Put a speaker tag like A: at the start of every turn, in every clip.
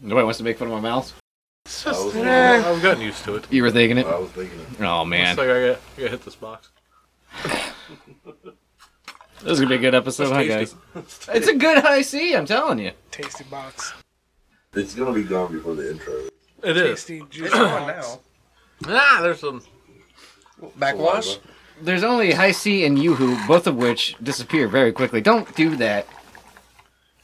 A: Nobody wants to make fun of my mouth.
B: It's just,
C: I was-
B: eh, I've gotten used to it.
A: You were thinking it.
C: I was thinking.
A: Oh
B: It's
A: man,
B: like I gotta, I gotta hit this box.
A: this is gonna be a good episode, huh, guys? It's a good high C. I'm telling you.
D: Tasty box.
C: It's gonna be gone before the intro.
B: It is.
D: Tasty juice
E: Come on
D: box.
E: now.
B: Ah, there's some.
E: Backwash?
A: There's only high C and YooHoo, both of which disappear very quickly. Don't do that.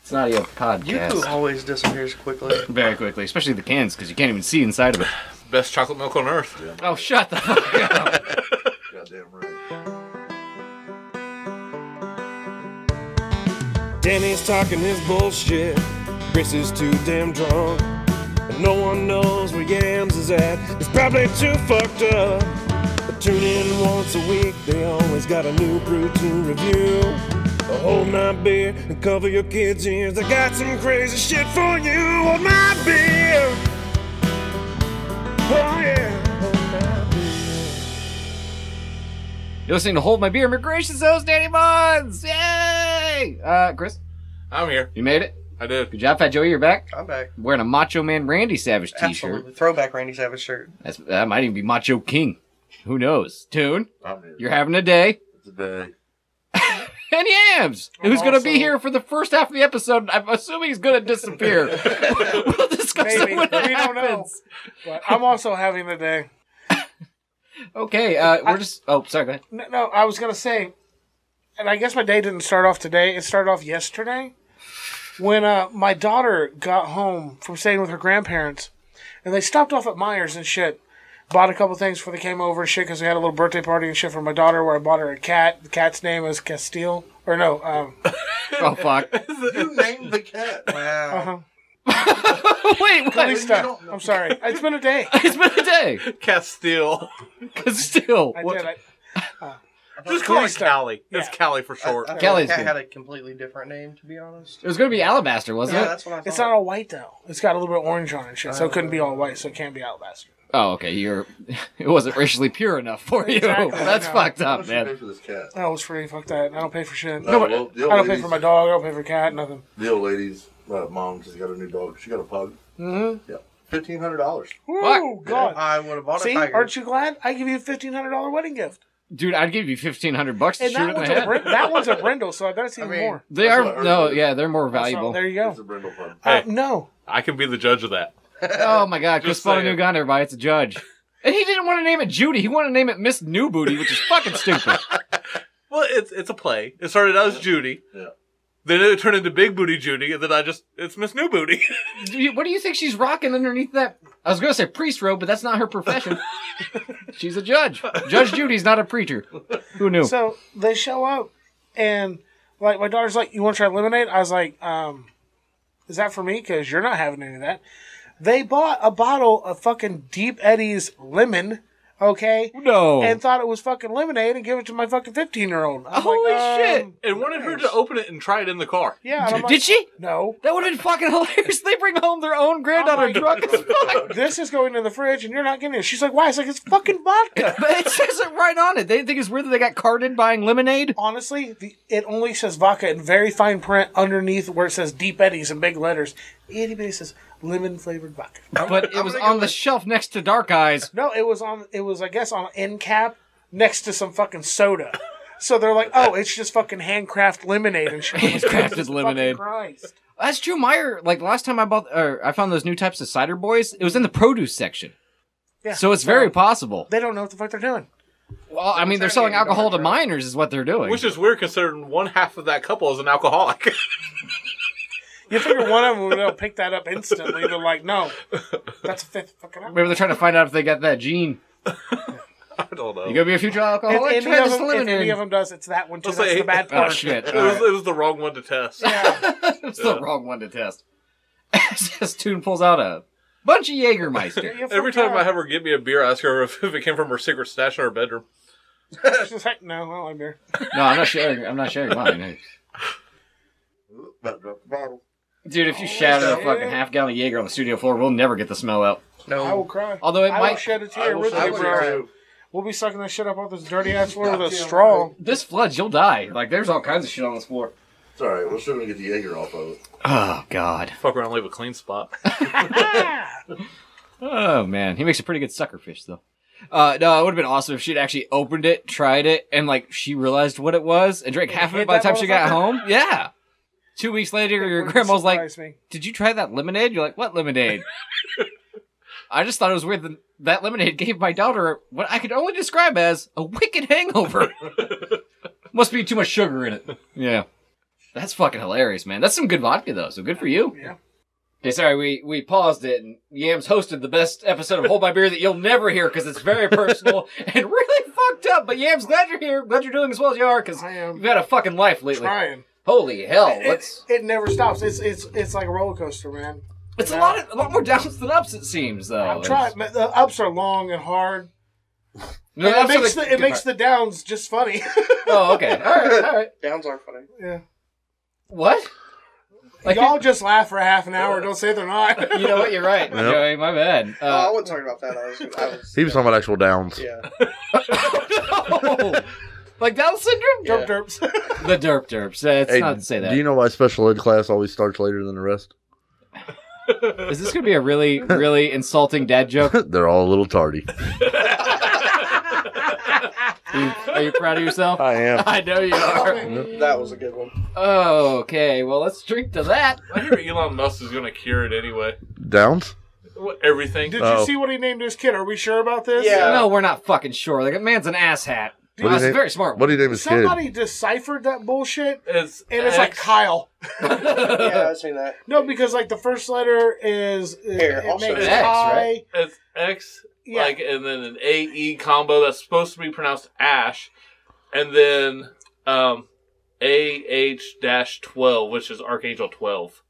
A: It's not your podcast.
E: Yuku always disappears quickly.
A: Very quickly, especially the cans, because you can't even see inside of it.
B: Best chocolate milk on earth.
A: Oh, shut the fuck up.
C: Goddamn right.
F: Danny's talking his bullshit. Chris is too damn drunk. And no one knows where Yams is at. He's probably too fucked up. But tune in once a week. They always got a new brew to review. So hold my beer and cover your kids' ears. I got some crazy shit for you. Hold my beer. Oh yeah. Hold my beer.
A: You're listening to Hold My Beer Immigration Host, Danny Bonds! Yay! Uh, Chris,
B: I'm here.
A: you made it.
B: I did.
A: Good job, Fat Joey. You're back.
E: I'm back.
A: Wearing a Macho Man Randy Savage t shirt.
E: Absolutely. Throwback Randy Savage shirt.
A: That's That might even be Macho King. Who knows? Tune,
C: I'm here.
A: you're having a day.
C: Today.
A: And Yams, who's going to be here for the first half of the episode. I'm assuming he's going to disappear. we'll discuss
D: Maybe.
A: it when it
D: We don't know.
A: happens.
D: But I'm also having the day.
A: Okay, uh, we're
D: I-
A: just. Oh, sorry, go ahead.
D: No, no, I was gonna say, and I guess my day didn't start off today. It started off yesterday when uh, my daughter got home from staying with her grandparents, and they stopped off at Myers and shit. Bought a couple things before they came over and shit because we had a little birthday party and shit for my daughter where I bought her a cat. The cat's name is Castile. Or no, um,
A: Oh, fuck.
C: You named the cat.
E: Wow.
D: uh-huh.
A: Wait, what?
D: Calista. I'm sorry. It's been a day.
A: It's been a day.
B: Castile.
A: Because still.
D: I
A: what-
D: did. I,
B: Just call it
D: Calista.
B: Callie. It's
D: Yeah.
B: Callie for short.
E: I, I
A: Kelly's
E: cat
A: good.
E: had a completely different name, to be honest.
A: It was going to be Alabaster, wasn't
E: Yeah,
A: it?
E: that's what I thought.
D: it's not all white though. It's got a little bit of orange on it and shit, so it couldn't be all white, so it can't be alabaster.
A: Oh, okay. You're. It wasn't racially pure enough for you.
D: Exactly,
A: That's
D: no.
A: fucked
C: How
A: up,
C: much you pay
A: man.
C: for this cat?
D: No, Oh, it's free. Fuck that. I don't pay for shit.
C: No,
D: No, but
C: well, the old
D: I don't pay
C: lady's-
D: for my dog. I don't pay for cat. Nothing.
C: The old lady's uh, mom just got a new dog. She got a pug.
D: Mm-hmm.
C: Yeah. Fifteen hundred dollars.
D: Oh God.
E: I would have bought
D: See,
E: a tiger.
D: aren't you glad? I give you a fifteen hundred dollar wedding gift,
A: Dude, I'd give you fifteen hundred bucks to
D: and
A: shoot
D: that
A: in the
D: one's, a
A: head.
D: Brin- that one's a Brindle, so I bet it's even
E: I mean,
D: more.
A: They
C: That's what
A: are
C: I
A: no,
C: heard.
A: yeah, they're more
D: So
A: valuable.
D: there you
C: It's a
D: go.
C: brindle pug.
D: Uh,
B: Hey.
D: no,
B: I can be the judge of that.
A: oh my god, Chris
B: Just
A: bought a
B: saying.
A: new gun, everybody. It's a judge. And he didn't want to name it Judy. He wanted to name it Miss New Booty, which is fucking stupid.
B: Well, it's it's a play. It started out as Judy.
C: Yeah.
B: Then it turned into Big Booty Judy, and then I just it's Miss New Booty.
A: Do you- what do you think she's rocking underneath that? I was gonna say priest robe, but that's not her profession. she's a judge. Judge Judy's not a preacher. Who knew?
D: So they show up, and like my daughter's like, "You want to try lemonade?" I was like, um, "Is that for me? Because you're not having any of that." They bought a bottle of fucking Deep Eddie's lemon, okay,
A: no.
D: and oh thought it was fucking lemonade and gave it to my fucking fifteen year old.
A: Holy shit.
B: and wanted her to open it and try it in the car.
D: um, Yeah, and I'm like,
A: Did she?
D: No.
A: That would have been fucking hilarious. They bring home their own granddaughter
D: Oh my
A: drunk as fuck.
D: This is going in the fridge, and you're not getting it. She's like, "Why?" It's like it's fucking vodka.
A: But it says it right on it. They didn't think it's weird that they got carded buying lemonade.
D: Oh Honestly, the, it only says vodka in very fine print underneath where it says Deep Eddies in big letters. Itty bitty says lemon flavored vodka.
A: But
D: Oh
A: it was on the shelf next to Dark Eyes.
D: No, it was on. It was I guess on end cap next to some fucking soda. So they're like, oh, it's just fucking handcraft lemonade and shit. I'm like,
A: Handcrafted
D: Jesus fucking
A: lemonade.
D: Christ.
A: That's true. Meyer, like last time I bought or I found those new types of cider boys, it was in the produce section.
D: Yeah.
A: So it's very possible.
D: They don't know what the fuck they're doing.
A: Well, I mean, they're selling alcohol to minors, is what they're doing.
B: Which is weird considering one half of that couple is an alcoholic.
D: You figure one of them will pick that up instantly. They're like, no, that's a fifth fucking. Hour.
A: Maybe they're trying to find out if they got that gene.
B: I don't know.
A: You gonna be a future
D: If,
A: alcoholic?
D: any
A: Try
D: of
A: this
D: them, if any
A: lemonade.
D: of them does, it's that one too.
B: Let's
D: That's
B: say-
D: the bad
A: Oh
D: part.
A: shit!
B: it,
A: All
B: was,
A: right.
B: it was the wrong one to test.
D: Yeah.
A: It's the wrong one to test. As Toon pulls out a bunch of Jägermeister.
D: You
B: Every
D: fuck
B: time I have her get me a beer, I ask her if, if it came from her secret stash in her bedroom.
D: up. she's like, no, I don't like beer.
A: No, I'm not sharing. I'm not sharing mine.
C: About to drop the bottle.
A: Dude, if you shatter a
C: shit.
A: fucking half gallon of Jaeger on the studio floor, we'll never get the smell out.
D: I will
E: no.
D: cry.
A: Although it
D: I will
A: might.
D: shed a
C: I
D: tear
C: will
D: with
C: say
D: you, bro.
C: too.
D: We'll be sucking that shit up off this dirty ass floor with a
C: Goddamn
D: straw.
A: This floods, you'll die. Like, there's all kinds of shit on this floor.
C: It's all right. We're still gonna get the Jaeger off of it.
A: Oh God.
B: Fuck around, leave a clean spot.
A: Oh man, he makes a pretty good sucker fish though. Uh, no, it would have been awesome if she'd actually opened it, tried it, and like she realized what it was and drank half of it
D: hit
A: by the
D: that
A: time she got
D: motherfucker.
A: home. Yeah. Two weeks later, your
D: Wouldn't
A: grandma's like,
D: surprise me.
A: "Did you try that lemonade?" You're like, "What lemonade?" I just thought it was weird that that lemonade gave my daughter what I could only describe as a wicked hangover. Must be too much sugar in it. Yeah. That's fucking hilarious, man. That's some good vodka though, so good for you.
D: Yeah.
A: Okay, sorry, we, we paused it, and Yams hosted the best episode of Hold My Beer that you'll never hear because it's very personal and really fucked up. But Yams, glad you're here. Glad you're doing as well as you are because
D: I am
A: you've had a fucking life lately.
D: trying.
A: Holy hell!
D: It,
A: Oh, What's
D: it never stops. It's it's it's like a roller coaster, man.
A: it's a lot of, a lot more downs than ups it seems though.
D: I'm trying. but The ups are long and hard.
A: No,
D: And it
A: ups are
D: makes the, it makes the downs just funny.
A: Oh, okay. All right. All right.
E: Downs are funny.
D: yeah.
A: What? Like
D: Y'all just laugh for half an hour. Don't say they're not.
A: you know what? You're right,
C: Yep.
A: Joey. My bad.
E: oh, I
A: Uh,
E: wasn't talking about that. I was. I was
C: He was talking about actual downs.
E: yeah.
D: Oh.
A: no. Like Down syndrome?
E: Yeah.
D: Derp derps.
A: The derp derps. That's
G: Hey,
A: not to say that.
G: Do you know why special ed class always starts later than the rest?
A: Is this gonna be a really, really insulting dad joke?
G: They're all a little tardy.
A: Are you, are you proud of yourself?
G: I am.
A: I know you are.
E: That was a good one.
A: Okay, well let's drink to that.
B: I hear Elon Musk is gonna cure it anyway.
G: Downs?
B: What- Everything.
D: Did
G: Oh.
D: you see what he named his kid? Are we sure about this?
E: Yeah.
A: No, we're not fucking sure. Like a man's an asshat.
G: What do you
A: That's a
G: think-
A: very smart.
G: What do you name his kid?
D: Somebody deciphered that bullshit,
B: It's
D: and it's like
B: X.
D: Kyle.
E: Yeah, I've seen that.
D: No, because like the first letter is
E: Here,
D: it
E: I'll show
D: makes
E: you.
A: X,
D: I.
A: right?
B: It's X,
D: Yeah.
B: like, and then an A E combo that's supposed to be pronounced Ash, and then um, A H dash twelve, which is Archangel twelve.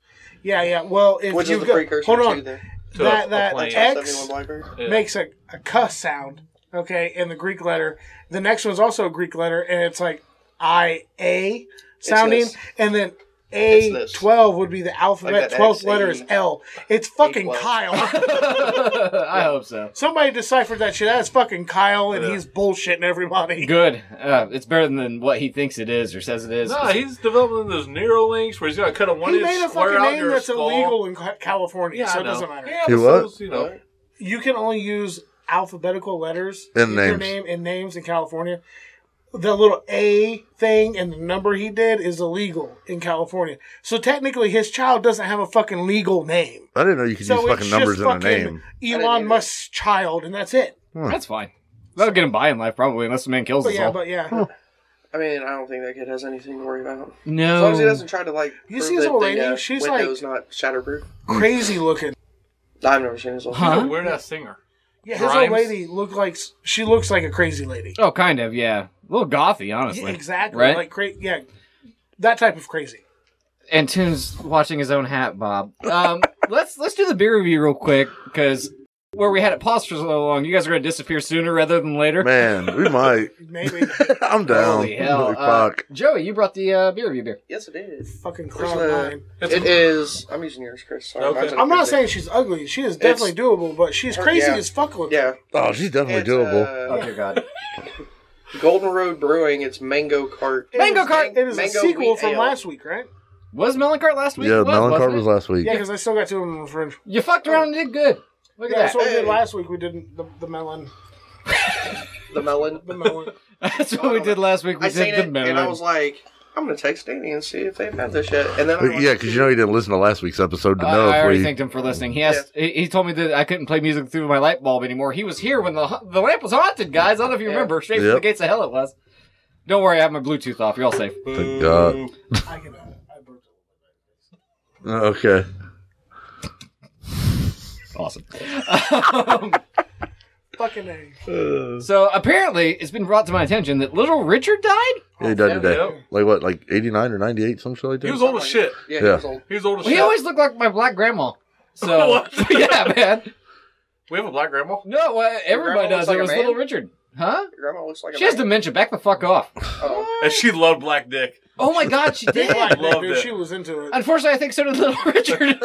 D: Yeah, yeah. Well, if
E: Which
D: you
E: is the
D: go-
E: precursor
D: hold on,
E: to the
B: To
D: That-
B: a,
D: that-
B: a plane.
D: X-
E: 71 Blackbird.
B: Yeah.
D: makes a, a cuss sound, okay, in the Greek letter. The next one's also a Greek letter, and it's like I A sounding,
E: this.
D: and then
E: It's
D: A
E: this.
D: twelve would be the alphabet.
E: Like that
D: Twelfth
E: X,
D: letter
E: A,
D: is L. It's fucking
E: A12.
D: Kyle.
A: I hope so.
D: Somebody deciphered that shit. That's fucking Kyle, and
B: Yeah.
D: he's bullshitting everybody.
A: Good. Uh, it's better than what he thinks it is or says it is.
B: Nah, he's developing those neural links where he's gonna cut a one
D: he
B: inch
D: made a
B: square
D: fucking
B: out
D: name
B: your
D: that's
B: skull.
D: illegal in Ca- California,
B: Yeah,
D: so
B: I
D: it
B: know.
D: doesn't matter.
B: Yeah,
G: He
B: but
G: what?
B: those, you know,
D: you can only use alphabetical letters
G: In
D: your
G: names.
D: name in names in California. The little A thing and the number he did is illegal in California. So technically, his child doesn't have a fucking legal name.
G: I didn't know you could
D: So
G: use
D: it's
G: fucking numbers
D: just
G: in a
D: fucking
G: name.
D: Elon Musk's child, and that's it.
A: That's fine. That'll get him by in life probably, unless the man kills
D: But
A: us
D: yeah,
A: all.
D: but yeah,
E: I mean, I don't think that kid has anything to worry about.
A: no.
E: As long as he doesn't try to like.
D: You
E: prove
D: see his
E: that
D: old
E: the,
D: lady?
E: uh,
D: She's
E: Window's not shatterproof.
D: crazy looking.
E: I've never seen his old.
A: Huh?
B: he's a weird ass singer.
D: Yeah, his old
B: Grimes.
D: lady look like she looks like a crazy lady.
A: Oh, kind of. Yeah, a little gothy, honestly.
D: Yeah, exactly,
A: Right?
D: like cra- yeah, that type of crazy.
A: and Toon's watching his own hat bob. Um, let's let's do the beer review real quick because where we had it paused for so long, you guys are going to disappear sooner rather than later.
G: Man, we might.
D: Maybe
G: I'm down.
A: Holy hell!
G: Holy
A: Uh,
G: fuck.
A: Joey, you brought the uh, beer review beer.
E: Yes, it is.
D: fucking
E: Where's
D: crown
E: the-
D: line.
B: It's
E: It is. I'm using yours, Chris. Sorry,
B: Okay.
E: mine's in a
D: I'm not
E: crazy-
D: saying she's ugly. She is definitely
E: It's-
D: doable, but she's
E: Her-
D: crazy
E: yeah.
D: as fuck looking.
E: Yeah.
G: oh, she's definitely
E: It's,
G: doable.
E: uh,
A: Oh dear God!
E: Golden Road Brewing. It's Mango Cart.
D: It
A: Mango
D: is-
A: Cart.
D: It is
E: Mango
D: a sequel
E: wheat
D: from
E: ale.
D: last week, right?
A: Was Melon Cart last week?
G: yeah,
A: It was,
G: Melon
A: wasn't
G: Card
A: it?
G: was last week.
D: Yeah, because I still got two of them in the fridge.
A: You fucked around and did good. Look
D: Yeah,
A: at
D: that's what we
E: Hey.
D: did last week. We did the, the melon.
E: The melon.
D: The melon.
A: that. That's what we did last week. We
E: I seen
A: did the
E: it
A: melon.
E: and I was like, I'm gonna text Danny and see if they've had this yet. And then I
G: But
E: went
G: Uh, yeah,
E: to-
G: because you know you didn't listen to last week's episode to
A: Uh, I-
G: know
A: I
G: if
A: already
G: we.
A: thanked him for listening. He asked. He, he told me that I couldn't play music through my light bulb anymore. He was here when the the lamp was haunted, guys. I don't know if you
E: Yeah.
A: remember. Straight from the
G: Yep.
A: gates of hell, it was. Don't worry, I have my Bluetooth off. You're all safe.
G: Thank
E: Mm,
G: God.
D: I can. Uh, I burped.
G: Okay.
A: Awesome.
D: Fucking a.
A: Um, So apparently, it's been brought to my attention that Little Richard died.
G: Yeah, he died today.
B: Yep.
G: Like what? Like 89 or 98, some shit like that?
B: He was old as shit.
E: Yeah,
G: Yeah.
E: He was old.
B: He was old as
A: Well, he
B: shit.
A: always looked like my black grandma. So
B: What?
A: yeah, man.
B: we have a black grandma.
A: No, uh, everybody
E: grandma looks
A: does.
E: like
A: it
E: a
A: was
E: man?
A: Little Richard, huh?
E: Your grandma looks like a
A: She has
E: man.
A: dementia. Back the fuck off.
E: Oh.
B: And she loved black dick.
A: Oh my god, she did.
D: Like,
B: Loved
D: dude,
B: it.
D: she was into it.
A: Unfortunately, I think so did Little Richard.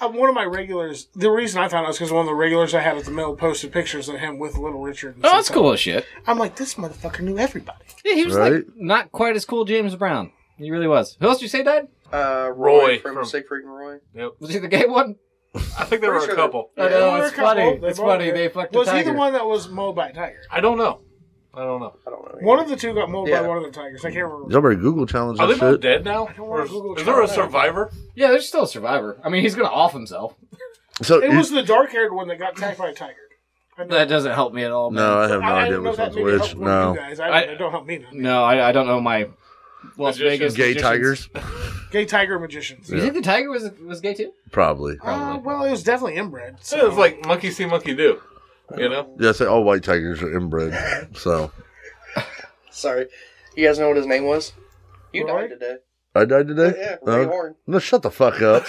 D: Uh, one of my regulars. The reason I found out is because one of the regulars I had at the mill posted pictures of him with Little Richard. and
A: Oh,
D: said
A: that's cool as shit.
D: something. I'm like, this motherfucker knew everybody.
A: Yeah, he was
G: Right?
A: like not quite as cool James Brown. He really was. Who else did you say died?
E: Uh, Roy,
B: Roy
E: from,
B: from-
E: Siegfried and Roy.
A: Was he the gay one?
B: I think there
E: Pretty
B: were
E: sure
B: a couple.
A: I
D: there
A: know,
D: were a
A: uh, it's
D: couple.
A: funny.
D: They
A: It's
D: both
A: funny.
D: did.
A: They fucked
D: Was
A: a
D: he
A: tiger.
D: the one that was mowed by a tiger?
B: I don't know. I don't know.
E: I don't know.
D: One of the two got mowed by
E: Yeah.
D: one of the tigers. I can't remember.
G: Y'all better Google challenge
B: Are
G: that
B: they both
G: shit.
B: dead now?
D: don't wanna
B: Or is,
D: Google
B: is there a
D: that.
B: survivor?
A: Yeah, there's still a survivor. I mean, he's gonna off himself.
G: So
D: It
G: you-
D: was the dark haired one that got attacked by a tiger. I know.
A: That doesn't help me at all. Man.
G: no, I have no
D: I, I
G: idea
D: didn't know
G: which
D: that
G: one's
D: maybe
G: which.
D: helped one of you
G: No,
D: guys. I,
A: I-
D: it don't help me none.
A: No, I, I don't know my Las Vegas
B: Magicians.
G: gay
A: magicians.
G: tigers,
D: Gay tiger magicians.
A: You think the tiger was was gay too?
G: probably.
D: Uh, well, it was definitely inbred.
B: It was like monkey see, monkey do. You know?
G: Yeah, say all white tigers are inbred. So
E: Sorry. You guys know what his name was? You
D: Roy?
E: died today.
G: I died today.
E: Yeah, Roy
G: Uh,
E: Horn. uh,
G: no, shut the fuck up.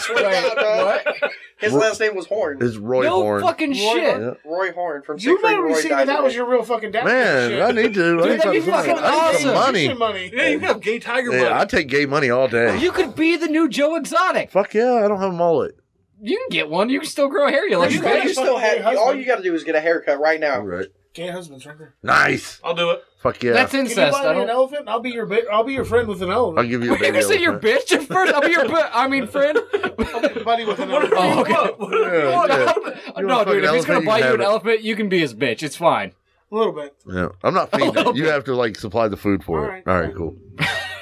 E: His
G: Roy-
E: last name was Horn.
G: It's Roy
A: no
G: Horn.
A: fucking shit.
G: Yeah.
E: Roy Horn from
D: You
E: Siegfried
D: made
E: and
D: me
E: Roy.
D: see
E: died
D: that that was
E: today.
D: your real fucking dad.
G: Man,
D: shit.
G: I need to. I
A: Dude,
G: need,
A: that'd be
G: some- I need
A: fucking
G: some
A: awesome.
G: money.
D: Magician money.
B: Yeah, you can have gay tiger blood.
G: Yeah, I take gay money all day.
A: You could be the new Joe Exotic.
G: Fuck yeah, I don't have a mullet.
A: You can get one. You can still grow hair. You like
E: You,
A: you
E: guys
D: your
E: still
D: fucking
E: had.
D: husband.
E: All you got to do is get a haircut right now.
G: All right.
D: Gay husbands right there.
G: Nice.
B: I'll do it.
G: Fuck yeah.
A: That's incest.
D: Can you
A: I
D: buy me an
A: don't.
D: elephant? I'll be your bi- I'll be your friend with an
G: I'll
D: elephant.
G: give you a
A: Wait,
G: baby.
A: you say your
G: elephant.
A: bitch at first. I'll be your. Bu- I mean, friend.
D: I'll be buddy with an elephant.
A: Oh, okay.
G: Yeah,
A: Oh,
G: yeah.
A: no,
G: You
A: no,
G: want a
A: dude. If
G: fucking
A: he's gonna
G: elephant, you
A: buy you
G: have
A: an
G: it.
A: elephant, you can be his bitch. It's fine.
D: A little bit.
G: Yeah, I'm not feeding
A: little
G: it. You have to like supply the food for
D: All
G: it.
D: right.
G: All right, cool.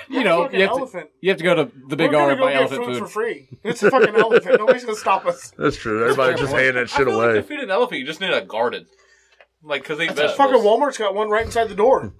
A: You know,
D: Fucking
A: you have, to,
D: elephant.
A: you have to go to the big
D: We're
A: R
D: gonna
A: and
D: go
A: buy
D: get
A: elephant
D: food
A: food.
D: for free. It's a fucking elephant. Nobody's gonna stop us.
G: That's true. Everybody just hand that
B: I
G: shit
B: feel
G: away.
B: Like to feed an elephant, you just need a garden. Like, because they vegetables.
D: Fucking Walmart's got one right inside the door.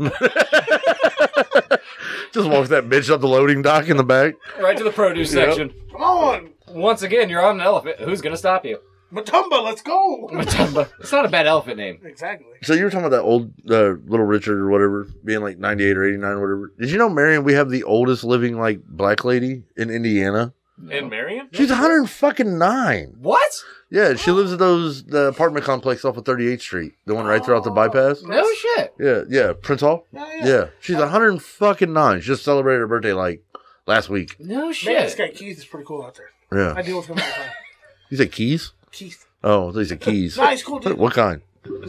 G: just walk that bitch up the loading dock in the back.
A: Right to the produce
G: Yep.
A: section.
D: Come on,
A: Once again, you're on an elephant. Who's gonna stop you?
D: Matumba, let's go.
A: Matumba. it's not a bad elephant name.
D: exactly.
G: So you were talking about that old uh, little Richard or whatever being like 98 or 89 or whatever. Did you know, Marion, we have the oldest living like black lady in Indiana?
B: And Marion?
G: She's 100 fucking nine.
A: What?
G: Yeah, she lives at those the apartment complex off of 38th Street, the one right throughout the bypass.
A: No shit.
G: Yeah, yeah, Prince Hall.
D: Yeah, yeah.
G: Yeah, she's 100 fucking nine. She just celebrated her birthday like last week.
A: No shit.
D: Man, this guy Keith is pretty cool out there. I
G: Yeah,
D: deal with him all the time.
G: you said keys?
D: Keith,
G: Oh, these are keys.
D: nice, cool dude.
G: What kind?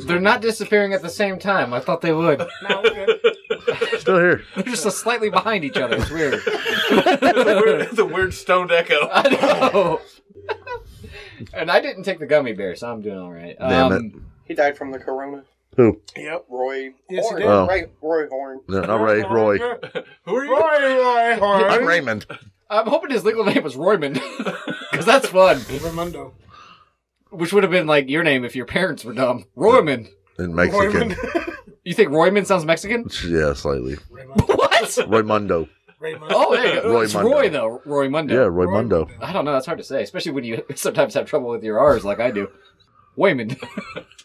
A: They're not disappearing at the same time. I thought they would.
D: No, we're good.
G: Still here.
A: They're just slightly behind each other. It's weird.
B: It's a weird, it's a weird stoned echo.
A: I know. and I didn't take the gummy bear, so I'm doing all right. Um,
G: Damn
E: He died from the corona.
G: Who?
D: Yep.
E: Roy
D: Yes, he
E: Horn.
D: did.
G: Oh.
E: Right, Roy Horn.
G: No, not Ray. Roy.
D: Roy,
B: Who are you?
D: Roy,
G: I'm
D: Roy.
G: Raymond.
A: I'm hoping his legal name was Royman, because that's fun.
D: Raimundo.
A: Which would have been like your name if your parents were dumb. Royman.
G: In Mexican.
A: You think Royman sounds Mexican?
G: Yeah, slightly.
D: Raimundo.
A: What?
G: Raymundo.
D: Raimundo.
A: Oh, there you go.
G: Roy
A: it's
G: Mundo.
A: Roy though. Roy Mundo.
G: Yeah, Raymundo.
A: I don't know. That's hard to say, especially when you sometimes have trouble with your R's, like I do. Wayman.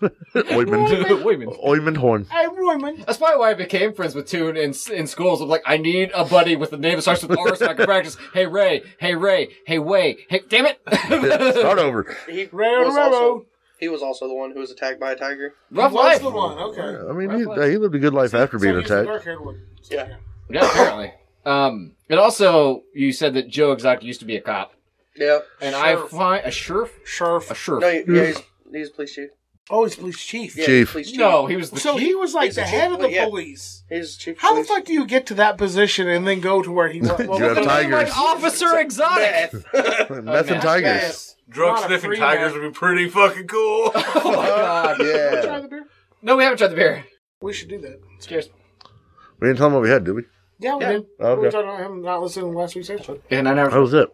G: Oymond.
A: Wayman.
G: Oymond Horn.
D: Hey, Royman.
A: That's probably why I became friends with Tune in in schools. I'm like, I need a buddy with a name that starts with R so I can practice. Hey Ray, hey Ray, hey Way, hey damn it!
G: Start over.
E: He
D: Railroad.
E: was also, he was also the one who was attacked by a tiger.
A: Rough
D: He was
A: life.
D: the one. Okay.
G: I mean, he, he lived a good life after being
D: So he's the
G: attacked.
D: dark-haired one.
E: Yeah.
A: Yeah, apparently. Um, and also you said that Joe Exotic used to be a cop,
E: Yeah.
A: and I
D: Sheriff.
A: find a sheriff, a
D: Sheriff.
A: sheriff.
E: No, he- yeah, he's, he's police chief.
D: Oh, he's police chief.
E: Yeah,
G: Chief.
E: Police chief.
A: No, he was the
D: So
A: chief.
D: he was like
E: He's
D: the
E: the
D: head
E: chief,
D: of the
E: but yeah.
D: police.
E: He's chief.
D: How the
E: police.
D: fuck do you get to that position and then go to where he was?
G: You have
A: They were
G: tigers.
A: like Officer Exotic.
G: Meth and
A: man.
G: tigers.
D: Yes.
B: Drug
D: Not a
B: sniffing
D: free
B: tigers
D: man.
B: would be pretty fucking cool.
A: Oh my god!
D: Wanna Try
G: Yeah.
D: the beer.
A: No, we haven't tried the beer.
D: We should do that.
A: Cheers.
G: We didn't tell him what we had, did we?
D: Yeah, we
E: Yeah.
D: did.
G: Oh, Okay.
D: We were talking about him not listening to last week's episode.
A: And I
G: That
A: never.
G: was it.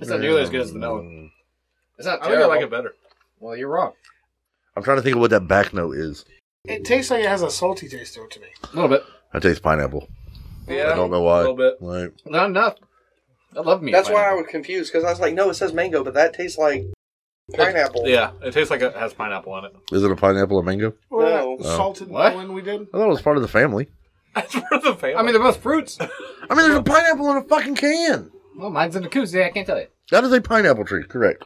A: It's not nearly as good as the melon. It's not
B: I think I
A: terrible.
B: like it better.
A: Well, you're wrong.
G: I'm trying to think of what that back note is.
D: It tastes like it has a salty taste to it to me.
A: A little bit.
G: I taste pineapple.
B: Yeah,
G: I don't know why.
B: A little bit.
G: Like,
A: Not enough. I love me. a
E: That's why I
A: pineapple.
E: was confused because I was like, no, it says mango, but that tastes like pineapple.
B: Yeah, it tastes like it has pineapple on it.
G: is it a pineapple or mango?
D: Or
E: No.
G: Oh.
D: that salted
A: What?
D: one we did.
G: I thought it was part of the family.
B: That's for the family.
A: I mean, they're both fruits.
G: I mean, there's a pineapple in a fucking can.
A: Well, mine's in a koozie. I can't tell you.
G: That is a pineapple tree, correct?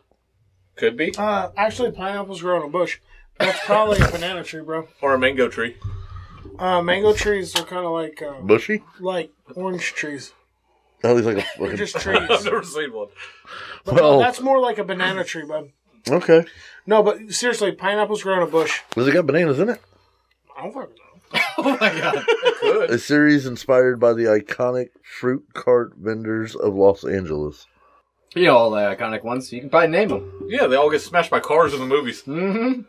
B: could be
D: Uh, actually, pineapples grow on a bush. That's probably a banana tree, bro.
B: or a mango tree.
D: Uh, mango trees are kind of like uh,
G: Bushy?
D: like orange trees.
G: That looks like a
D: They're
G: fucking.
D: just trees.
B: I've never seen one.
D: But
G: Well-
D: that's more like a banana tree, bud.
G: Okay.
D: No, but seriously, pineapples grow on a bush.
G: Does it got bananas in it?
D: I don't fucking know.
A: Oh my god.
B: Could.
G: A series inspired by the iconic fruit cart vendors of Los Angeles.
A: You know all the uh, iconic ones. You can probably name them.
B: Yeah, they all get smashed by cars in the movies.
A: Mm-hmm.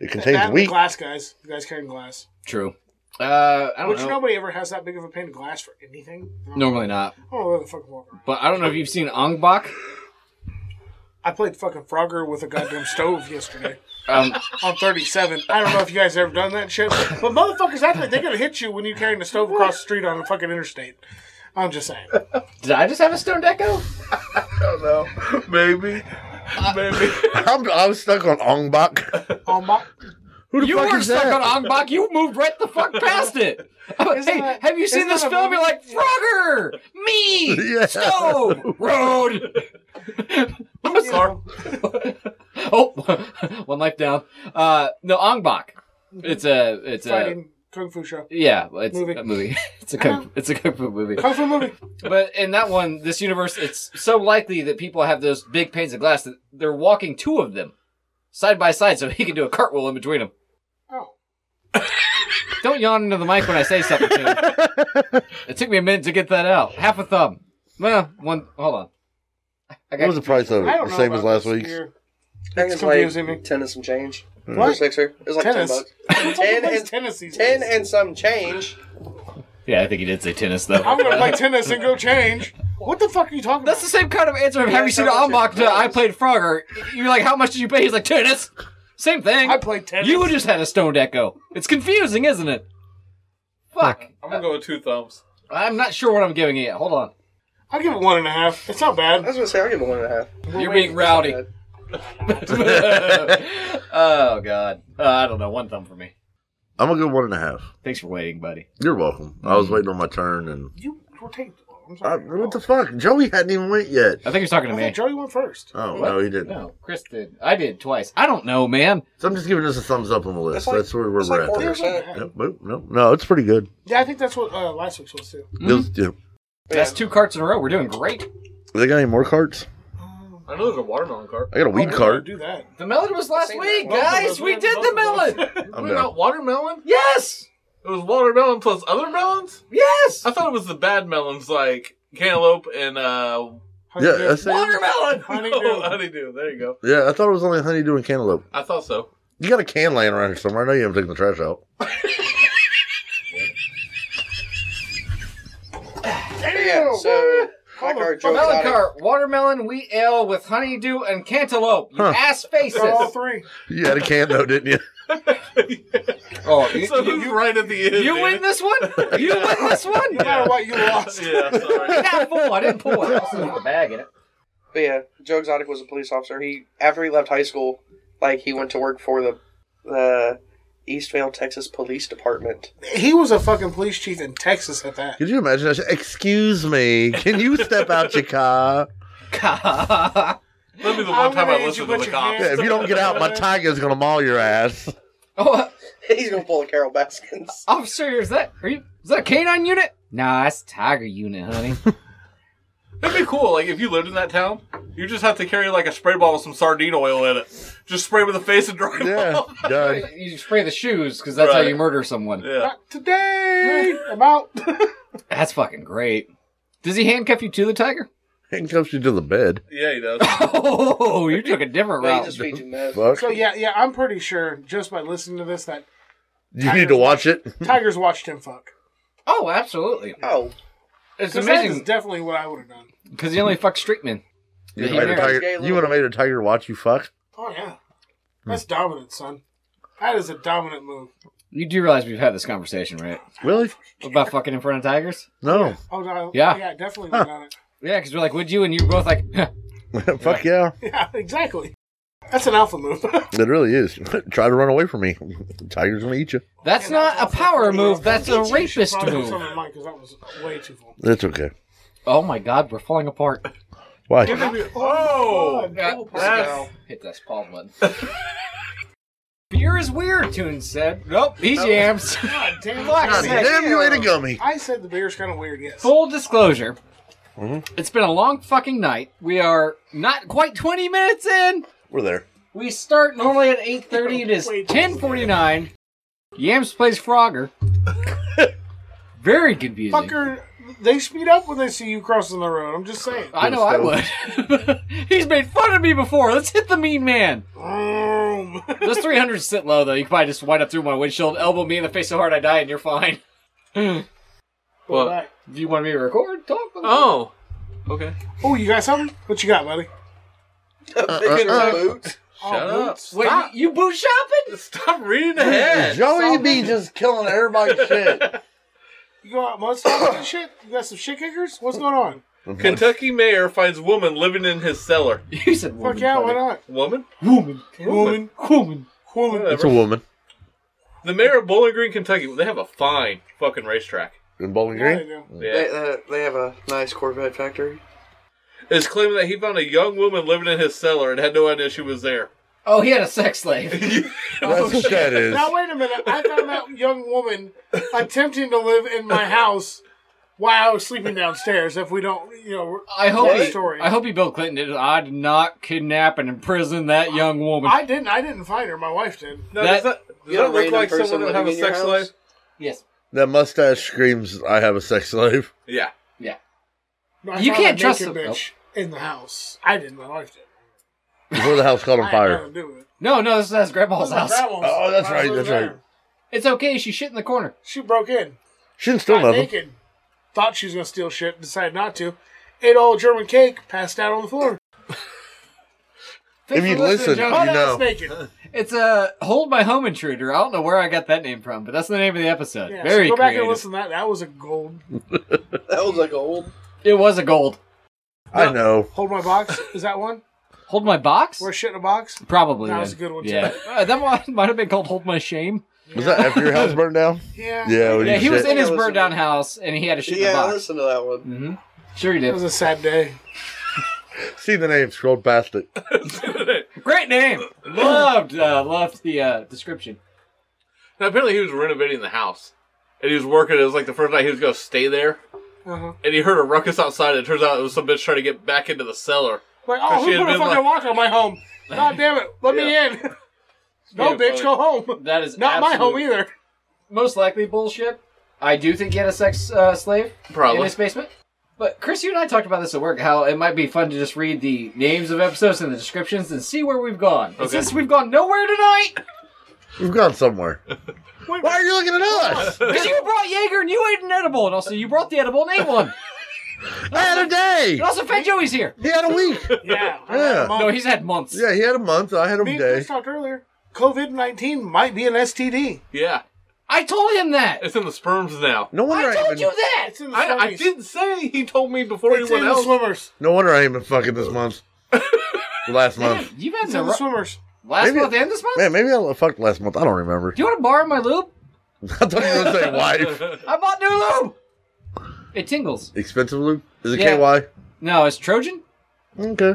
G: It
D: That
G: contains
D: and the
G: wheat.
D: glass, guys. The guys carrying glass.
A: True. Uh, I don't
D: Which
A: know.
D: nobody ever has that big of a pane of glass for anything.
A: Normally not.
D: Oh, where the fuck walk around.
A: But I don't know if you've seen Ong Bak.
D: I played fucking Frogger with a goddamn stove yesterday
A: Um,
D: on 37. I don't know if you guys ever done that shit, but motherfuckers out there, they're gonna hit you when you're carrying a stove across the street on a fucking interstate. I'm just saying.
A: did I just have a stone deco?
B: Maybe. Maybe.
G: I'm, I'm stuck on Ong Bak.
D: On my,
G: Who the
A: You
G: fuck
A: were
G: is
A: stuck
G: that?
A: on Ong Bak. You moved right the fuck past it. hey,
D: that-
A: have you seen
D: isn't
A: this
D: that a
A: film? You're
D: movie?
A: like Frogger, me,
G: Yeah.
A: stone, road. I'm sorry. oh, one life down. Uh, no, Ong Bak. It's a, it's
E: uh,
A: a,
D: fighting kung fu show,
A: yeah, it's
D: Movie.
A: a movie. It's a kung, it's a kung fu movie.
D: kung fu movie.
A: But in that one, this universe, it's so likely that people have those big panes of glass that they're walking two of them side by side, so he can do a cartwheel in between them.
D: Oh,
A: Don't yawn into the mic when I say something. To you. it took me a minute to get that out. Half a thumb. Well, one. Hold on. I
G: What was the price of it?
D: I don't
G: The
D: know
G: same as
D: about
G: last
D: this
G: week's? Hmm.
D: here.
E: think
D: It's
E: it's like
D: confusing me.
E: ten and some change.
D: What?
E: For Sixer. It was like
D: Tennis.
E: ten bucks. ten
D: Plays
E: and
D: tennis these
E: ten
D: days.
E: and some change.
A: Yeah, I think he did say tennis though.
D: I'm gonna play tennis and go change. What the fuck are you talking
A: That's the
D: about?
A: same kind of answer. Of, have you
E: Yeah,
A: seen
E: how much
A: Ombach?
E: it
A: to
E: grows.
A: I played Frogger. You're like, how much did you pay? He's like, tennis. Same thing.
D: I played tennis.
A: You just had a stoned echo. It's confusing, isn't it? Fuck.
B: I'm gonna go with two thumbs.
A: I'm not sure what I'm giving it. yet. Hold on.
D: I'll give it one and a half. It's not bad.
E: I was gonna say I'll give it one and a half.
A: You're being rowdy.
E: bad.
A: oh god. Uh, I don't know. One thumb for me.
G: I'm a good one and a half.
A: Thanks for waiting, buddy.
G: You're welcome. I
B: Mm.
G: was waiting on my turn and.
D: You were taped. I'm
G: I,
D: sorry. Oh.
G: what the fuck? Joey hadn't even went yet.
A: I think he's talking to
D: I
A: me.
D: thought Joey went first.
G: Oh,
A: What?
G: no, he didn't.
A: No, Chris did. I did twice. I don't know, man.
G: So I'm just giving us a thumbs up on the list.
E: It's like-
G: That's where, where
E: it's
G: we're
E: like
G: at. There.
E: 40%.
G: Yep, nope, nope. No, it's pretty good.
D: Yeah, I think that's what uh, last week's was too.
G: It was- yeah.
A: That's two carts in a row. We're doing great.
G: They got any more carts?
B: I know there's a watermelon cart.
G: I got a weed
D: Oh,
G: cart.
D: Do that.
A: The melon was last
E: Seen
A: week,
E: that. Both of
A: guys.
B: those,
A: We
B: yeah,
A: did
B: both
A: the
B: of those.
A: melon.
G: I'm
B: What
G: down.
B: about watermelon?
A: Yes.
B: It was watermelon plus other melons?
A: Yes.
B: I thought it was the bad melons like cantaloupe and uh
G: Yeah, that's it.
A: Watermelon.
D: Honeydew.
B: oh, honeydew. There you go.
G: Yeah, I thought it was only honeydew and cantaloupe.
B: I thought so.
G: You got a can laying around here somewhere. I know you haven't taken the trash out.
E: Yeah, so my car Joe
A: Melon
E: got it.
A: cart, watermelon, wheat ale with honeydew and cantaloupe. You
G: Huh.
A: ass faces.
D: They're
B: Oh.
D: all three.
G: You had a can though, didn't you?
A: Oh, you,
B: So
A: you-
B: who's right at the end?
A: you
B: David?
A: win this one. You win this one.
D: No matter what, you lost.
B: Yeah, sorry.
A: Not full. I didn't pull it. I also had the bag in it.
E: But yeah, Joe Exotic was a police officer. He after he left high school, like he went to work for the the Eastvale, Texas Police Department.
D: He was a fucking police chief in Texas at that.
G: Could you imagine that? shit? Excuse me. Can you step out your car?
A: oh,
B: That'd be the
D: I'm
B: one time
D: gonna
B: I
D: hit you
B: listened
D: with
B: to the
D: your
B: cops.
G: Yeah, if you don't get out, my tiger's gonna maul your ass.
E: He's gonna pull a Carol Baskins.
A: Oh, officer, is that are you? Is that a canine unit? Nah, that's tiger unit, honey.
B: That'd be cool. Like if you lived in that town, you just have to carry like a spray bottle with some sardine oil in it. Just spray with the face and drive
G: Yeah,
B: off.
G: done.
A: you spray the shoes because that's how
B: Right.
A: you murder someone.
B: Yeah.
D: Not today. I'm out.
A: That's fucking great. Does he handcuff you to the tiger?
G: Handcuffs you to the bed.
B: Yeah, he does.
A: Oh, you took a different
E: He
A: route.
E: just feeds you meth.
G: Fuck.
D: so yeah, yeah, I'm pretty sure just by listening to this that
G: You need to watch it.
D: Tigers watched him fuck.
A: oh, absolutely.
E: Oh,
A: It's
D: Because that is
A: amazing
D: definitely what I would have done.
A: because he only fucked street men.
G: You
A: Yeah,
G: would have made, a
A: yeah.
G: tiger- you would've made a tiger watch you fuck.
D: Oh yeah, that's
G: Hmm.
D: dominant, son. That is a dominant move.
A: You do realize we've had this conversation, right?
G: Really?
A: About fucking in front of tigers?
G: No.
D: Oh no,
A: Yeah.
D: yeah, definitely would have done it.
A: Yeah, because we're like, would you? And you were both like,
G: fuck yeah.
D: Yeah, exactly. That's an alpha move.
G: It really is. Try to run away from me. Tiger's gonna eat you.
A: that's not a power move. That's a
D: You should
A: rapist
D: probably put
A: move.
D: something in mine, 'cause that was way too full.
G: That's okay.
A: Oh my god, we're falling apart.
G: Why?
B: oh,
A: God.
B: that's-
A: Hit that pause button. Beer is weird, Tunes said. Nope, he jams.
D: God damn it.
A: Fuck's
D: I
G: God
A: sake.
D: said-
G: damn, you ate a gummy.
D: I said the beer's kind of weird, yes.
A: Full disclosure. It's been a long fucking night. We are not quite 20 minutes in.
G: We're there.
A: We start normally at 8.30. It is
D: Wait.
A: 10.49. Yams plays Frogger. Very confusing.
D: Fucker, they speed up when they see you crossing the road. I'm just saying.
B: Ah.
A: I know I would. He's made fun of me before. Let's hit the mean man.
D: Vroom.
A: Those 300 sit low, though. You can probably just wind up through my windshield, elbow me in the face so hard I die, and you're fine.
B: Well,
D: Right.
A: Do you want me to record? Talk.
B: oh, okay.
D: Oh, you got something? What you got, buddy?
E: Picture of boots.
D: Oh,
B: Shut up.
D: boots.
A: Wait, you,
B: Stop.
A: you boot shopping?
B: Stop reading ahead.
G: Joey B just killing everybody's shit.
D: You got mudslides and shit? You got some shit kickers? What's going on?
B: Kentucky mayor finds woman living in his cellar.
A: You said woman.
D: Fuck yeah, why
A: buddy.
D: not?
B: Woman?
A: Woman.
D: Woman.
A: Woman.
D: Woman.
G: It's a
B: Whatever.
G: woman
B: The mayor of Bowling Green, Kentucky, they have a fine fucking racetrack.
G: in Bowling
D: Yeah, they
G: Green.
D: do.
B: Yeah.
E: They, uh, they have a nice Corvette factory.
B: Is claiming that he found a young woman living in his cellar and had no idea she was there.
A: Oh, he had a sex slave.
G: That's what that is.
D: Now wait a minute. I found that young woman attempting to live in my house while I was sleeping downstairs. If we don't, you know,
A: I hope.
D: What a
A: he-
D: story.
A: I hope he Bill Clinton did. I did not kidnap and imprison that young woman.
D: I didn't. I didn't find her. My wife did.
B: Now,
A: That-
B: does that, does
E: You know,
B: that look
E: random
B: like
E: person
B: someone that
E: living
B: have a
E: in your
B: sex
E: house?
B: life?
A: yes.
G: That mustache screams, "I have a sex slave."
B: Yeah.
D: I
A: You
D: found
A: can't
D: a
A: trust
D: naked
A: them.
D: bitch in the house. I didn't. My wife did.
G: Before the house caught
D: I
G: on
D: had
G: fire.
D: nothing to do with it.
A: No, no, this is Grandpa's house.
G: Oh, that's
D: I
G: right,
D: was
G: that's
D: there.
G: right.
A: It's okay. She shit in the corner.
D: She broke in.
G: She didn't steal
D: got
G: nothing.
D: naked. Thought she was gonna steal shit. Decided not to. Ate all German cake. Passed out on the floor.
G: If you
A: Thanks for listening,
G: listen,
A: Joe.
G: you
D: Butt-ass
G: know.
D: naked.
A: It's a hold my home intruder. I don't know where I got that name from, but that's the name of the episode.
D: Yeah,
A: Very
D: so go back
A: creative.
D: and listen to that. That was a gold.
E: That was like old.
A: It was a gold.
G: I know.
D: Hold my box. Is that one?
A: Hold my box.
D: Where shit in a box?
A: Probably.
D: That was
A: then.
D: a good one, too.
A: Yeah, Uh, that one might have been called "Hold My Shame."
G: Was that after your house burned down?
D: Yeah.
G: Yeah, we-
A: Yeah, he was
G: shit.
A: in his
E: Yeah,
A: burned
E: listen.
A: down house, and he had a shit in
E: Yeah,
A: the
E: I
A: box.
E: listen to that one.
A: Mm-hmm. Sure, he
D: It was
A: did.
D: a sad day.
G: See the name, scrolled past it.
A: Great name. Loved, uh, loved the uh, description.
B: Now, apparently, he was renovating the house. And he was working. It was like the first night he was going to stay there.
D: Uh-huh.
B: And he heard a ruckus outside. And it turns out it was some bitch trying to get back into the cellar. But
D: Like, oh,
B: she had
D: who put a
B: been like-
D: fucking lock on my home? God damn it. Let me in. no,
B: Yeah,
D: bitch,
B: funny.
D: go home.
A: That is
D: Not my home
A: absolute-
D: either.
A: Most likely bullshit. I do think he had a sex uh, slave in
B: Probably.
A: his basement. But Chris, you and I talked about this at work. How it might be fun to just read the names of episodes and the descriptions and see where we've gone. And
B: Okay.
A: Since we've gone nowhere tonight,
G: We've gone somewhere. Why are you looking at us?
A: because you brought Jaeger and you ate an edible, and also you brought the edible and ate one.
G: I had a day.
A: And also, Fat Joey's here.
G: He had a week.
D: Yeah.
G: Yeah.
A: No, he's had months.
G: Yeah, he had a month. I had a
D: Me and Chris
G: day.
D: talked earlier. COVID 19 might be an STD.
B: Yeah.
A: I told him that.
B: It's in the sperms now.
G: No wonder
A: I
G: I,
A: told
G: even.
A: you that.
D: It's in the
B: I, I
D: swimmies.
B: didn't say he told me before
D: It's in
B: anyone
D: the
B: else.
D: swimmers.
G: No wonder I ain't been fucking this month. last month.
A: You've had
D: It's
A: the
D: in the
A: ru-
D: swimmers.
A: last
G: Maybe-
A: month and this month.
G: Man, maybe I fucked last month. I don't remember.
A: Do you want to borrow my lube?
G: I thought you were gonna say wife.
A: I bought new lube. It tingles.
G: Expensive loop? Is it
A: Yeah.
G: KY?
A: No, it's Trojan.
G: Okay.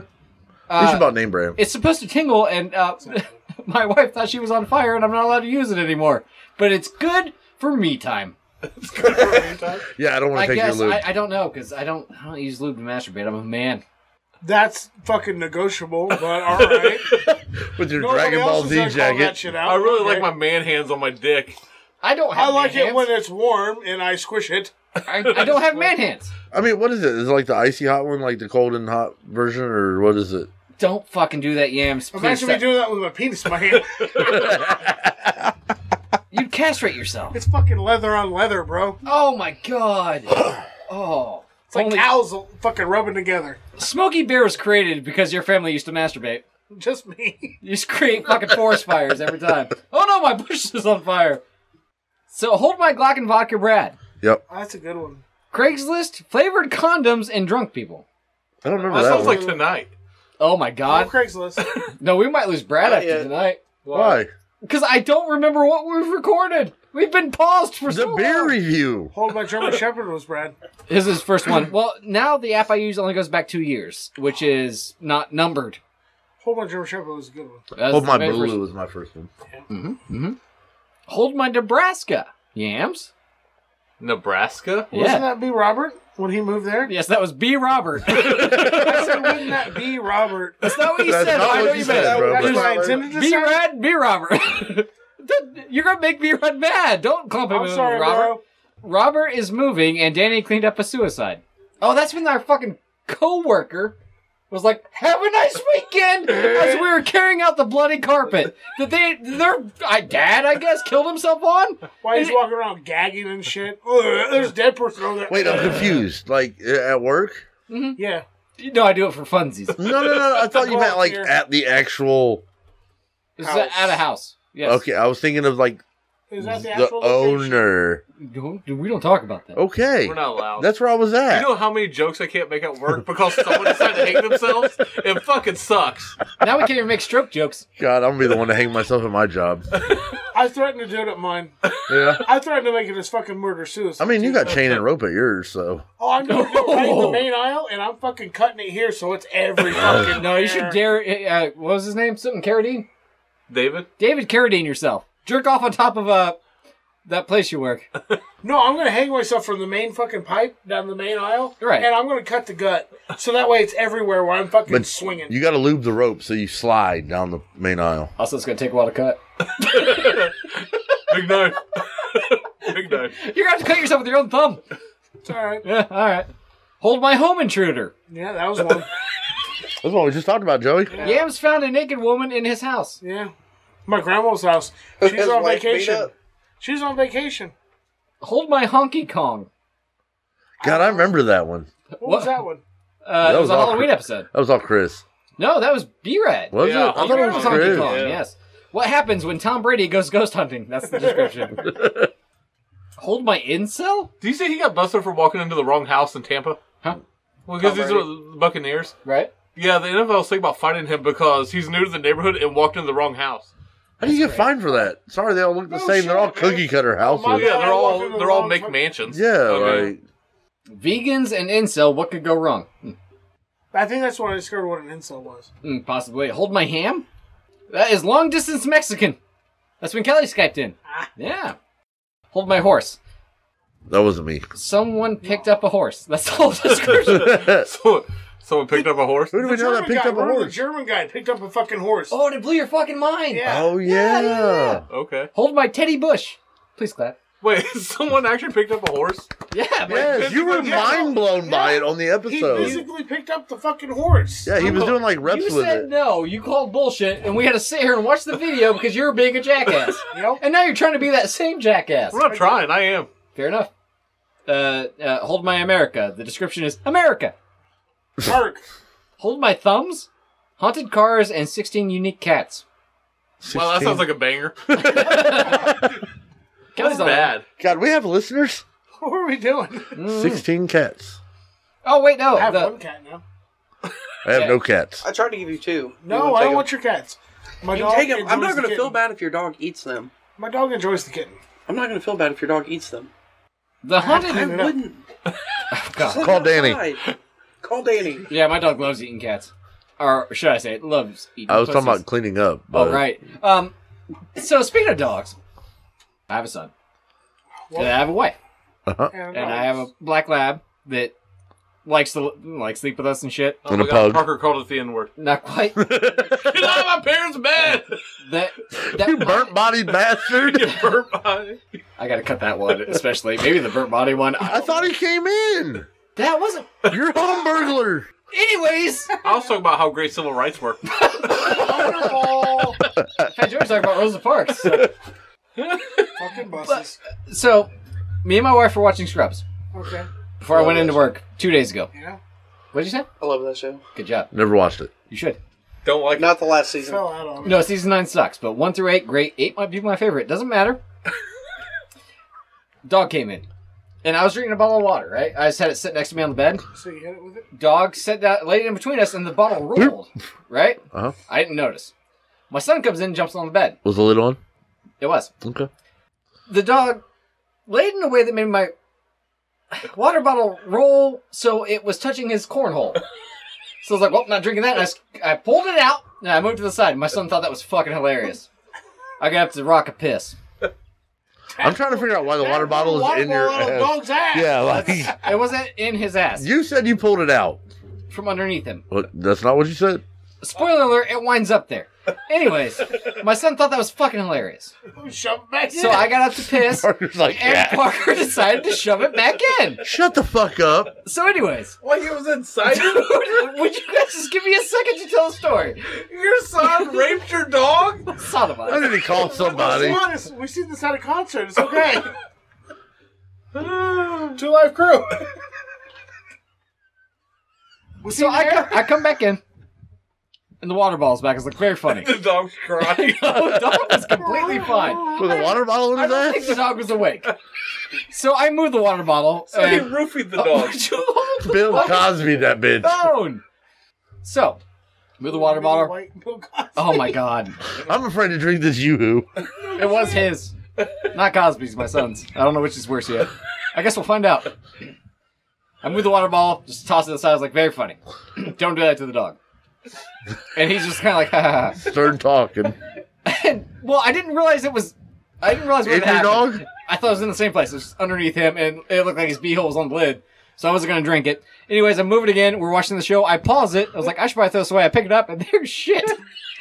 A: Uh,
G: you should about name brand.
A: it's supposed to tingle, and uh, my wife thought she was on fire, and I'm not allowed to use it anymore. But it's good for me time.
G: Yeah, I don't want
A: I
G: to take your
A: guess
G: lube.
A: I, I don't know because I don't I don't use lube to masturbate. I'm a man.
D: That's fucking negotiable, but all right.
G: With your
D: Nobody
G: Dragon Ball
D: else is
G: Z
D: gonna call that
G: jacket.
D: shit out.
B: I really
D: Okay.
B: like my man hands on my dick.
A: I don't. Have
D: I like
A: man
D: it when
A: hands.
D: it's warm and I squish it.
A: I, I don't have man hands.
G: I mean, what is it? Is it like the icy hot one, like the cold and hot version, or what is it?
A: Don't fucking do that, yams. Please
D: Imagine me
A: stop.
D: doing that with my penis in my hand.
A: You'd castrate yourself.
D: it's fucking leather on leather, bro.
A: Oh my god. Oh.
D: It's like
A: Only-
D: cows fucking rubbing together.
A: Smoky Bear was created because your family used to masturbate.
D: Just me.
A: You just create fucking forest fires every time. Oh no, my bush is on fire. So hold my Glock and vodka Brad.
G: Yep.
D: Oh, that's a good one.
A: Craigslist, flavored condoms, and drunk people.
G: I don't remember
B: That
G: that,
B: sounds
G: one.
B: like tonight.
A: Oh my
D: On
A: god.
D: Craigslist.
A: No, we might lose Brad
E: Not
A: after
E: yet.
A: tonight.
G: Why?
A: Because I don't remember what we've recorded. We've been paused for
G: The
A: so
G: beer
A: long.
G: review.
D: Hold my German Shepherd was Brad.
A: This is his first one. Well, now the app I use only goes back two years, which is not numbered.
D: Hold my German Shepherd was a good one.
A: That was
G: Hold my
A: the very
G: blue
A: first-
G: was my first one.
A: mm-hmm. Hold my Nebraska. Yams?
B: Nebraska?
A: Yeah.
D: Wasn't that B. Robert when he moved there?
A: Yes, that was B. Robert.
D: I said, wouldn't that be Robert?
A: That's not what you
G: That's
A: said.
G: not
A: I
G: what
A: know
G: you
A: you
G: said,
A: meant.
G: bro.
D: That's
G: but-
D: what I intended to
A: B
D: say.
A: Rad, B Robert. That- You're gonna make me run mad. Don't clump him
D: I'm
A: in,
D: sorry,
A: Robert.
D: bro.
A: Robert is moving, and Danny cleaned up a suicide. Oh, that's when our fucking coworker was like, "Have a nice weekend," as we were carrying out the bloody carpet that they, their I, dad, I guess, killed himself on.
D: Why he's
A: Is it-
D: walking around gagging and shit? Ugh, there's a dead person over there.
G: Wait, I'm confused. Like uh, at work?
D: Yeah.
A: No, I do it for funsies.
G: No, no, no. I thought you meant like
D: Volunteer.
G: at the actual.
A: This
D: House.
A: is at a house. Yes.
G: Okay, I was thinking of like
D: Is that the,
G: the
D: actual location?
G: owner.
A: No, dude, we don't talk about that.
G: Okay,
B: We're not allowed.
G: that's where I was
B: you
G: at.
B: know how many jokes I can't make at work because someone decided to hate themselves? It fucking sucks.
A: Now we can't even make stroke jokes.
G: God, I'm gonna be the one to hang myself at my job.
D: I threatened to do it at mine.
G: Yeah.
D: I threatened to make it as fucking murder suicide.
G: I mean, you got chain and rope at yours, so
D: Oh, I'm doing it right in the main aisle, and I'm fucking cutting it here, so it's every fucking.
A: No, you should
D: where.
A: dare. Uh, what was his name? Something Carradine.
B: David?
A: David Carradine yourself. Jerk off on top of uh, that place you work.
D: No, I'm gonna hang myself from the main fucking pipe down the main aisle,
A: Right.
D: And I'm gonna cut the gut, so that way it's everywhere where I'm fucking
G: But
D: swinging.
G: you got to lube the rope so you slide down the main aisle.
A: Also, it's gonna take a while to cut.
B: Big knife. Big knife.
A: You're gonna have to cut yourself with your own thumb.
D: it's all right.
A: Yeah, all right. Hold my home intruder.
D: Yeah, that was one.
G: That's what we just talked about, Joey.
A: Yams found a naked woman in his house.
D: yeah, my grandma's house. She's
E: His
D: on
E: wife beat
D: vacation.
E: up.
D: She's on vacation.
A: Hold my honky Kong.
G: God, I remember that one.
D: What, was
A: What?
D: that one?
A: Uh, that was
G: was
A: a
G: awkward.
A: Halloween episode.
G: That was all Chris.
A: No, that was B-Rad.
G: Was
B: Yeah,
G: it? I thought
A: B-Rad
G: it
A: was
G: was
A: Honky
G: Chris.
A: Kong,
B: Yeah.
A: yes. What happens when Tom Brady goes ghost hunting? That's the description. Hold my incel?
B: Do you say he got busted for walking into the wrong house in Tampa?
A: Huh?
B: Well, because
E: Tom
B: these are the Buccaneers.
A: Right?
B: Yeah, the NFL was thinking about fighting him because he's new to the neighborhood and walked into the wrong house.
G: How do you get fined for that? Sorry, they all look the same. They're all
D: shit.
G: cookie cutter houses.
D: Oh, my
B: Yeah,
D: God.
B: they're
D: I walked
B: all
D: into
B: they're
D: the
B: all
D: wrong
B: make
D: fucking-
B: mansions.
G: yeah,
B: Okay.
G: like
A: Vegans and incel, what could go wrong? Hmm,
D: I think that's when I discovered what an incel was.
A: hmm, possibly. Hold my ham? That is long distance Mexican. That's when Kelly Skyped in. Yeah. Hold my horse.
G: that wasn't me.
A: Someone picked up a horse. That's the whole description.
B: So someone picked up a horse.
G: Who do we
D: The
G: know that
D: German
G: picked
D: guy,
G: up a
D: remember The
G: horse?
D: German guy picked up a fucking horse.
A: oh, and it blew your fucking mind.
D: Yeah.
G: Oh yeah.
B: Okay.
A: Hold my Teddy Bush. Please clap.
B: Wait, someone actually picked up a horse?
A: Yeah, man.
G: Yes, you were mind blown by it on the
D: He
G: episode.
D: physically picked up the fucking horse.
G: Yeah, he was doing like
A: You
G: reps with
A: said
G: it.
A: no. You called bullshit, and we had to sit here and watch the video because you were being a jackass.
D: Yep.
A: and now you're trying to be that same jackass.
B: I'm not trying, I am.
A: Fair enough. Uh, uh, hold my America. The description is America.
D: Park.
A: Hold my thumbs, haunted cars, and 16 unique cats.
B: Wow, that sounds like a banger.
A: Kelly's on that.
B: Bad.
G: God, we have listeners.
D: What were we doing?
A: Hmm.
G: Sixteen cats.
A: Mm. Oh wait, no.
D: I have
A: the-
D: one cat now.
G: I have
A: Yeah.
G: no cats.
E: I tried to give you two. You
D: No,
E: wanna
D: I
E: take
D: don't
E: 'em?
D: want your cats. My
E: You
D: dog
E: take 'em.
D: enjoys
E: I'm not
D: the
E: going to feel
D: kitten.
E: bad if your dog eats them.
D: My dog enjoys the kitten.
E: I'm not going to feel bad if your dog eats them.
A: The
E: I
A: haunted.
D: it up.
E: wouldn't.
A: God.
G: Call Danny.
E: Outside. Call Danny.
A: Yeah, my dog loves eating cats. Or should I say, it loves eating.
G: I was talking
A: pussies.
G: about cleaning up.
A: Oh
G: But
A: right. Um. So speaking of dogs, I have a son. And I have a wife,
D: And, uh,
A: and I have a black lab that likes to like sleep with us and shit.
B: Oh
G: And
B: my
G: a
B: God,
G: pug.
B: Parker called it the N-word.
A: Not quite.
B: Get out of my parents' bed!
A: that that
G: You burnt bodied bastard.
B: Burp I-
A: I gotta cut that one, especially maybe the burnt body one.
G: I thought he came in.
A: that wasn't.
G: You're a home burglar.
A: Anyways,
B: I was talking about how great civil rights were.
D: wonderful
A: Fat George talking about Rosa Parks. So,
D: fucking buses.
A: so, me and my wife were watching Scrubs
D: Okay.
A: before I went into work two days ago.
D: Yeah.
A: What did you say?
E: I love that show.
A: Good job.
G: Never watched it.
A: You should.
B: Don't like
E: Not the last season.
D: Fell out on me.
A: No, season nine sucks, but one through eight, great. Eight might be my favorite. Doesn't matter. Dog came in, and I was drinking a bottle of water. Right, I just had it sit next to me on the bed.
D: So you hit it with it?
A: Dog sat down, laid it in between us, and the bottle rolled. Right,
G: Uh huh.
A: I didn't notice. My son comes in, jumps on the bed.
G: Was the lid on?
A: It was
G: Okay.
A: the dog laid in a way that made my water bottle roll, so it was touching his cornhole. So I was like, "Well, not drinking that." And I s- I, pulled it out and I moved to the side. My son thought that was fucking hilarious. I got up to rock a piss.
G: I'm trying to figure out why the water bottle
D: Water
G: is in your
D: bottle on a
G: ass.
D: dog's ass.
G: Yeah, like
A: It wasn't in his ass
G: you said, you pulled it out.
A: from underneath him.
G: What? That's not what you said.
A: Spoiler alert: it winds up there. Anyways, my son thought that was fucking hilarious.
D: Shove it back in.
A: So I got up to piss,
G: Parker's like,
A: and
G: yeah.
A: Parker decided to shove it back in.
G: Shut the fuck up.
A: So, anyways,
B: Like it was inside
A: dude, would you guys just give me a second to tell the story?
B: Your son raped your dog?
A: Son of
G: I
A: a.
G: need to call somebody.
D: We've seen this- We've seen this at a concert. It's okay.
B: Two Live Crew.
D: Was
A: So
D: he
A: I
D: there?
A: come, I come back in, and the water ball's back. It's like very funny.
B: the dog's crying.
A: The dog was completely fine.
G: With a water bottle in
A: I
G: his
A: don't think the
G: ass?
A: dog was awake. So I moved the water bottle.
B: so he
A: and-
B: roofied
G: Oh,
B: the dog.
A: Would you hold the
G: Bill
A: fucking
G: Cosby, that bitch.
A: phone? So, move the water bottle.
D: White Bill Cosby.
A: Oh my god.
G: I'm afraid to drink this yoo-hoo.
A: It was his. Not Cosby's, my son's. I don't know which is worse yet. I guess we'll find out. I moved the water ball, just tossed it aside. I was like, very funny. don't do that to the dog. And he's just kind of like, ha ha ha.
G: Stern talking.
A: And, well, I didn't realize it was. I didn't realize what
G: In
A: had
G: your
A: happened.
G: dog?
A: I thought it was in the same place. It was just underneath him, and it looked like his beehole was on the lid. So I wasn't gonna drink it. Anyways, I move it again. We're watching the show. I pause it. I was like, I should probably throw this away. I pick it up, and there's shit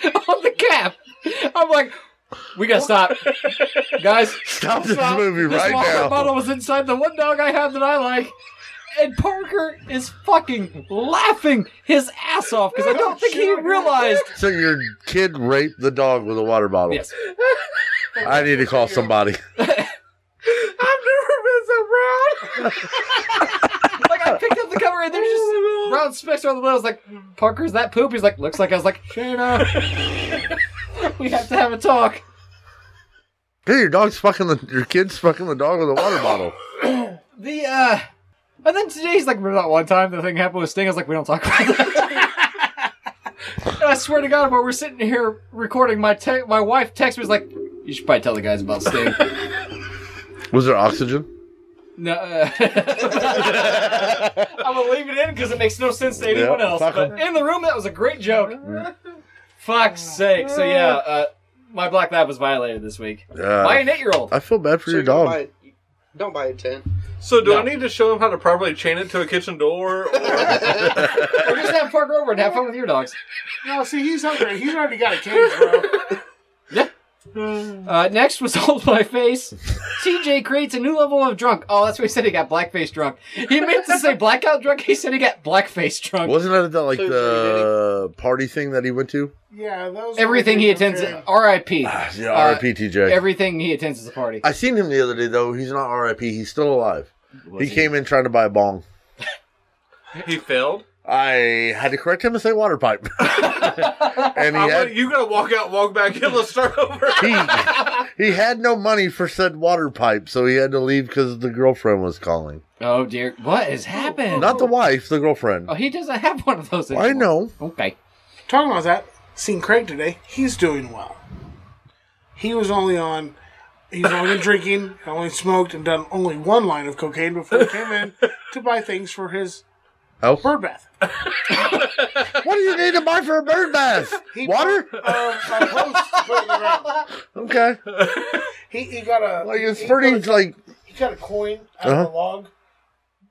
A: on the cap. I'm like, we gotta stop, guys.
G: Stop this
A: stop.
G: movie
A: This
G: right
A: water
G: now.
A: bottle was inside the one dog I have that I like. And Parker is fucking laughing his ass off because I don't think he realized.
G: So your kid raped the dog with a water bottle.
A: Yes.
G: I need to call somebody.
A: Like I picked up the cover and there's just brown specks around the window. I was like, Parker's that poop? He's like, looks like I was like, Shana. we have to have a talk.
G: Hey, your dog's fucking the your kid's fucking the dog with a water bottle.
A: The uh and then today he's like, remember that one time the thing happened with Sting? I was like, we don't talk about that. and I swear to God, while we're sitting here recording, my te- my wife texts me was like, you should probably tell the guys about Sting.
G: Was there oxygen?
A: no, uh, I'm gonna leave it in because it makes no sense to anyone
G: Yeah,
A: else.
G: fuck
A: But
G: 'em.
A: in the room, that was a great joke. Fuck's sake! So yeah, uh, my black lab was violated this week by
G: Yeah.
A: an eight-year-old.
G: I feel bad for
E: So
G: your dog.
E: don't buy, don't buy a tin.
B: So do I
A: No.
B: need to show him how to properly chain it to a kitchen door? Or...
A: Or just have Parker over and have fun with your dogs.
D: No, see, he's hungry. He's already got a cage, bro.
A: Uh, next was Hold My Face. TJ creates a new level of drunk. Oh, that's what he said he got blackface drunk. He meant to say blackout drunk. He said he got blackface drunk.
G: Wasn't that at that like
E: So
G: the party thing that he went to?
D: Yeah, that was
A: Everything he attends, RIP.
G: Yeah, R.I.P. TJ.
A: Everything he attends is a party.
G: Ah, I seen him the other day though. He's not R.I.P. He's still alive.
A: Was
G: He came in trying to buy a bong.
B: he failed.
G: I had to correct him to say water pipe, and he
B: I'm
G: had
B: gonna, you gotta walk out, walk back in. Let's start over.
G: he, he had no money for said water pipe, so he had to leave because the girlfriend was calling.
A: Oh dear, what has happened?
G: Not the wife, the girlfriend.
A: Oh, he doesn't have one of those. Anymore.
G: I know.
A: Okay.
D: Talking about that, seen Craig today. He's doing well. He was only on. He's only been drinking, only smoked, and done only one line of cocaine before he came in to buy things for his
G: Oh,
D: bird bath.
G: what do you need to buy for a bird bath?
D: He
G: Water?
D: Bought, uh, a hose to put in the ground.
G: Okay.
D: he, he got a
G: Like it's
D: he
G: pretty.
D: got a-
G: Like
D: He got a coin out
G: Uh-huh.
D: of a log,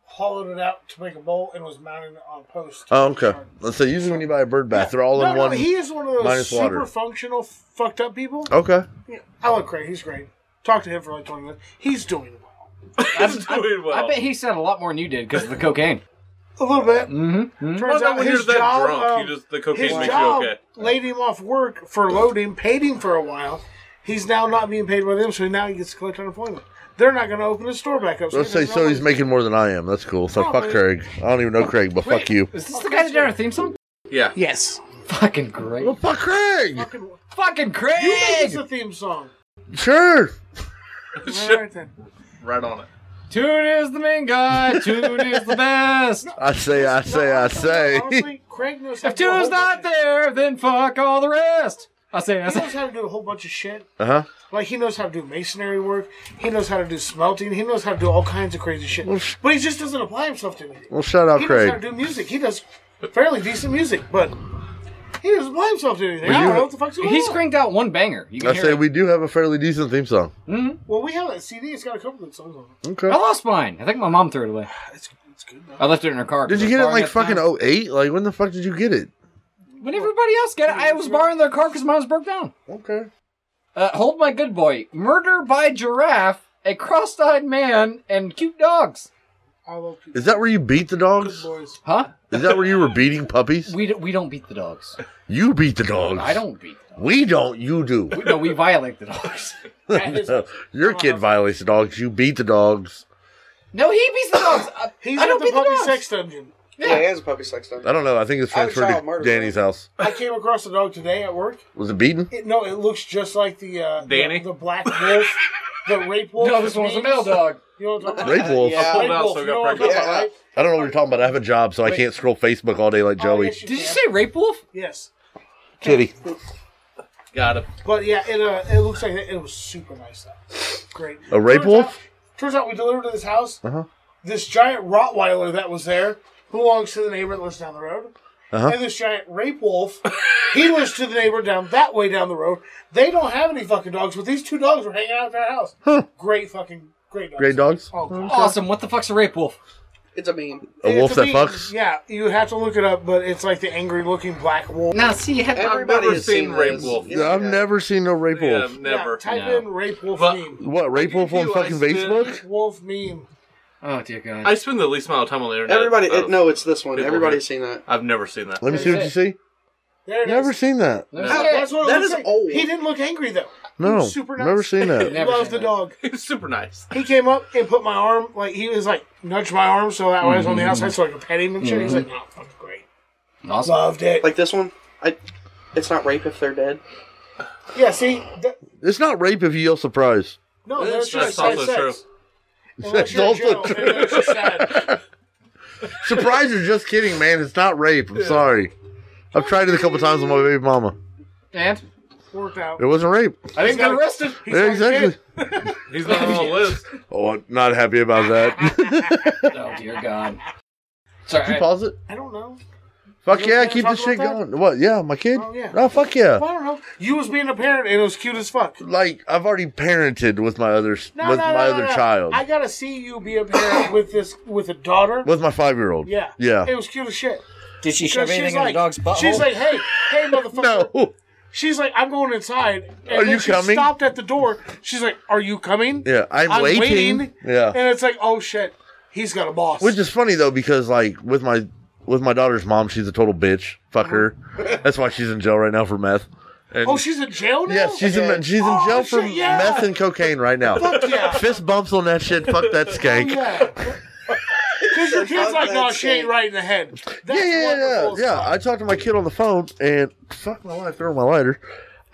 D: hollowed it out to make a bowl, and was mounting it on a post.
G: oh, okay. Let's say usually when you buy a bird bath, they're all
D: no,
G: in
D: no,
G: one.
D: he is one of those
G: minus
D: super
G: water.
D: functional, fucked up people.
G: Okay.
D: Yeah, I like Craig. He's great. Talked to him for like 20 minutes. He's doing well.
B: He's doing well.
A: I bet he said a lot more than you did because of the cocaine.
D: A little bit.
A: Mm-hmm.
B: Well,
D: Turns
B: no,
D: out
B: when you're
D: his
B: that
D: job,
B: drunk,
D: um,
B: you just the
D: his
B: cocaine makes
D: job
B: you okay.
D: laid him off work for loading, paid him for a while. He's now not being paid by them, so now he gets to collect unemployment. They're not going to open a store back up.
G: Let's
D: he
G: say
D: doesn't know
G: so. He's
D: what-
G: making more than I am. That's cool. So fuck
D: Probably.
G: Craig. I don't even know Craig, but fuck you.
A: Is this the guy that did our theme song?
B: Yeah.
D: Yes.
A: Fucking great.
G: Well, fuck Craig.
D: Fucking,
A: Fucking Craig.
D: you think it's a theme song?
G: Sure.
D: All right then.
B: Right on it.
A: Tune is the main guy. Tune is the best.
G: I say. I say. I say.
D: Honestly, Craig knows how
A: If
D: to do a
A: two's
D: whole
A: not
D: bunch of-
A: there, then fuck all the rest. I say, I
D: He
A: say.
D: knows how to do a whole bunch of shit.
G: Uh huh.
D: Like he knows how to do masonry work. He knows how to do smelting. He knows how to do all kinds of crazy shit.
G: sh-
D: But he just doesn't apply himself to anything.
G: Well, shout out
D: He knows how
G: Craig.
D: to do music. He does fairly decent music, but he doesn't apply himself to anything. I
G: you-
D: don't know what the fuck's going
A: He's
D: on.
A: cranked out one banger. You can
G: I
A: hear
G: say
A: it.
G: we do have a fairly decent theme song.
D: Well, we have that CD. It's got a couple good songs on it.
G: Okay.
A: I lost mine. I think my mom threw it away.
G: Uh,
D: It's, it's good. Though.
A: I left it in her car.
G: oh Did you get it in like fucking 08? Like when the fuck did you get it?
A: When everybody else got it, I was borrowing their car because mine was broke down.
G: Okay.
A: Uh, Hold My Good Boy, Murder by Giraffe, A Cross-Eyed Man, and Cute Dogs.
D: I love people.
G: Is that where you beat the dogs?
D: boys.
A: Huh?
G: Is that where you were beating puppies?
A: We, d- we don't beat the dogs.
G: You beat the dogs.
A: I don't beat the dogs.
G: We don't. You do.
A: We, no, we violate the dogs.
G: Your kid violates the dogs. You beat the dogs.
A: No, he beats the dogs. I,
D: He's
A: I
D: at
A: don't
D: the
A: beat the
D: puppy
A: dogs.
D: sex dungeon.
E: Yeah,
A: Yeah.
E: it is puppy sex though.
G: I don't know. I think it's
E: I was
G: transferred
E: child
G: to
E: murder,
G: Danny's house.
D: I came across a dog today at work.
G: Was it beaten?
D: It, no, it looks just like the uh, the-
B: Danny?
D: the, black wolf, the rape wolf.
A: No, this one's a male dog.
D: You know what I'm talking
G: Rape
D: about?
G: wolf.
E: yeah.
D: Rape
B: Pulled out,
D: wolf,
B: so
D: you
B: got
D: know what I'm
B: pregnant.
D: talking about, right?
G: I don't know what you're talking about. I have a job, so I can't scroll Facebook all day like
D: Oh,
G: Joey.
D: yes,
A: Did you
D: can.
A: say rape wolf?
D: yes?
G: Kitty.
B: Got him.
D: But yeah, it uh, it looks like it, it was super nice. Though. Great.
G: A rape
D: Turns out-
G: wolf?
D: turns out we delivered to this house.
G: Uh-huh.
D: This giant Rottweiler that was there belongs to the neighbor that lives down the road.
G: Uh-huh.
D: And this giant rape wolf, he lives to the neighbor down that way down the road. They don't have any fucking dogs, but these two dogs were hanging out at their house. Great fucking great dogs.
G: Great dogs?
D: Oh, God.
A: Awesome. What the fuck's a rape wolf?
E: It's a meme.
G: A
D: It's
G: wolf that
D: meme.
G: fucks?
D: Yeah, you have to look it up, but it's like the angry looking black wolf.
A: Now, see, I-
E: Everybody
B: never
E: has
B: seen
E: seen
B: Rape
E: this.
B: Wolf.
E: Yeah,
G: I've
E: yeah.
G: never seen no rape
B: Yeah,
G: wolf.
D: Yeah,
B: never.
D: type
A: No.
D: in rape wolf
B: But-
D: meme.
G: What, rape
B: You
G: wolf on
B: do, I
G: fucking
B: still-
G: Facebook?
D: Rape wolf meme.
A: Oh, dear God.
B: I spend the least amount of time on the internet.
E: Everybody,
B: Uh,
E: it, no, it's this one.
B: People
E: Everybody's seen that.
B: I've never seen that.
G: Let me see what you see.
D: There it is.
G: Never seen that.
A: Never
B: No.
A: seen it.
D: That's what it
E: That
D: looks
E: is
D: like.
E: old.
D: He didn't look angry though. He
G: No.
D: was super nice.
G: Never seen that.
A: Never
D: Loves
A: seen
D: the
A: that.
D: dog.
B: It's super nice.
D: He came up and put my arm, like, he was like, nudge my arm so that way I was on
G: Mm-hmm.
D: the outside so I could pet him and shit. He was like, oh, fucking great.
A: Awesome.
D: Loved it. Like,
E: Like this one, I. It's not rape if they're dead.
D: yeah, see? That,
G: It's not rape if you yell surprise.
D: no,
B: That's-
D: that's,
B: that's
D: just
B: also
D: also sex.
B: true.
D: Unless
G: That's
D: you're in
G: also
D: jail,
G: true.
D: and that's just sad.
G: Surprise, you're just kidding, man. It's not rape. I'm sorry. I've tried it a couple times with my baby mama.
A: And?
D: Worked out.
G: It wasn't rape.
A: I didn't get
D: got-
A: arrested.
D: He's
G: yeah,
D: like,
G: exactly.
D: "Shit."
B: He's not on the list.
G: Oh, I'm not happy about that. Did
A: Oh, dear God. Sorry.
G: you
A: I-
G: pause it?
D: I don't know.
G: Fuck
D: You
G: yeah,
D: wanna
G: keep
D: talk
G: this shit
D: about that?
G: going. What? Yeah, my kid?
D: Oh, yeah.
G: No, fuck yeah.
D: Well, I don't know. You was being a parent and it was cute as fuck.
G: Like, I've already parented with my other, s
D: No,
G: with
D: no, no,
G: my
D: no,
G: other
D: no.
G: child.
D: I gotta see you be a parent with this, with a daughter.
G: With my five year old.
D: Yeah.
G: Yeah.
D: It was cute as shit.
A: Did she shove
D: Because
A: anything
D: she's
A: in
D: like,
A: the dog's butthole?
D: she's like, hey, hey, motherfucker.
G: No.
D: She's like, I'm going inside. And
G: Are
D: then
G: you
D: she
G: coming?
D: Stopped at the door. She's like, Are you coming?
G: Yeah. I'm,
D: I'm
G: waiting.
D: waiting.
G: Yeah.
D: And it's like, Oh shit, he's got a boss.
G: Which is funny though, because like with my with my daughter's mom, she's a total bitch. Fuck her.
D: Uh-huh.
G: That's why she's in jail right now for meth. And
D: oh, she's in jail now.
G: yes, she's in she's in
D: Oh,
G: jail for
D: shit, yeah.
G: meth and cocaine right now.
D: Fuck yeah.
G: Fist bumps on that shit. Fuck that skank. yeah,
D: Because your kid's like, No,
A: oh,
E: That's
D: she ain't
E: it.
D: right in the head. That's
G: yeah, yeah, yeah.
D: wonderful.
G: yeah. I talked to my kid on the phone, and fuck my life, throw my lighter.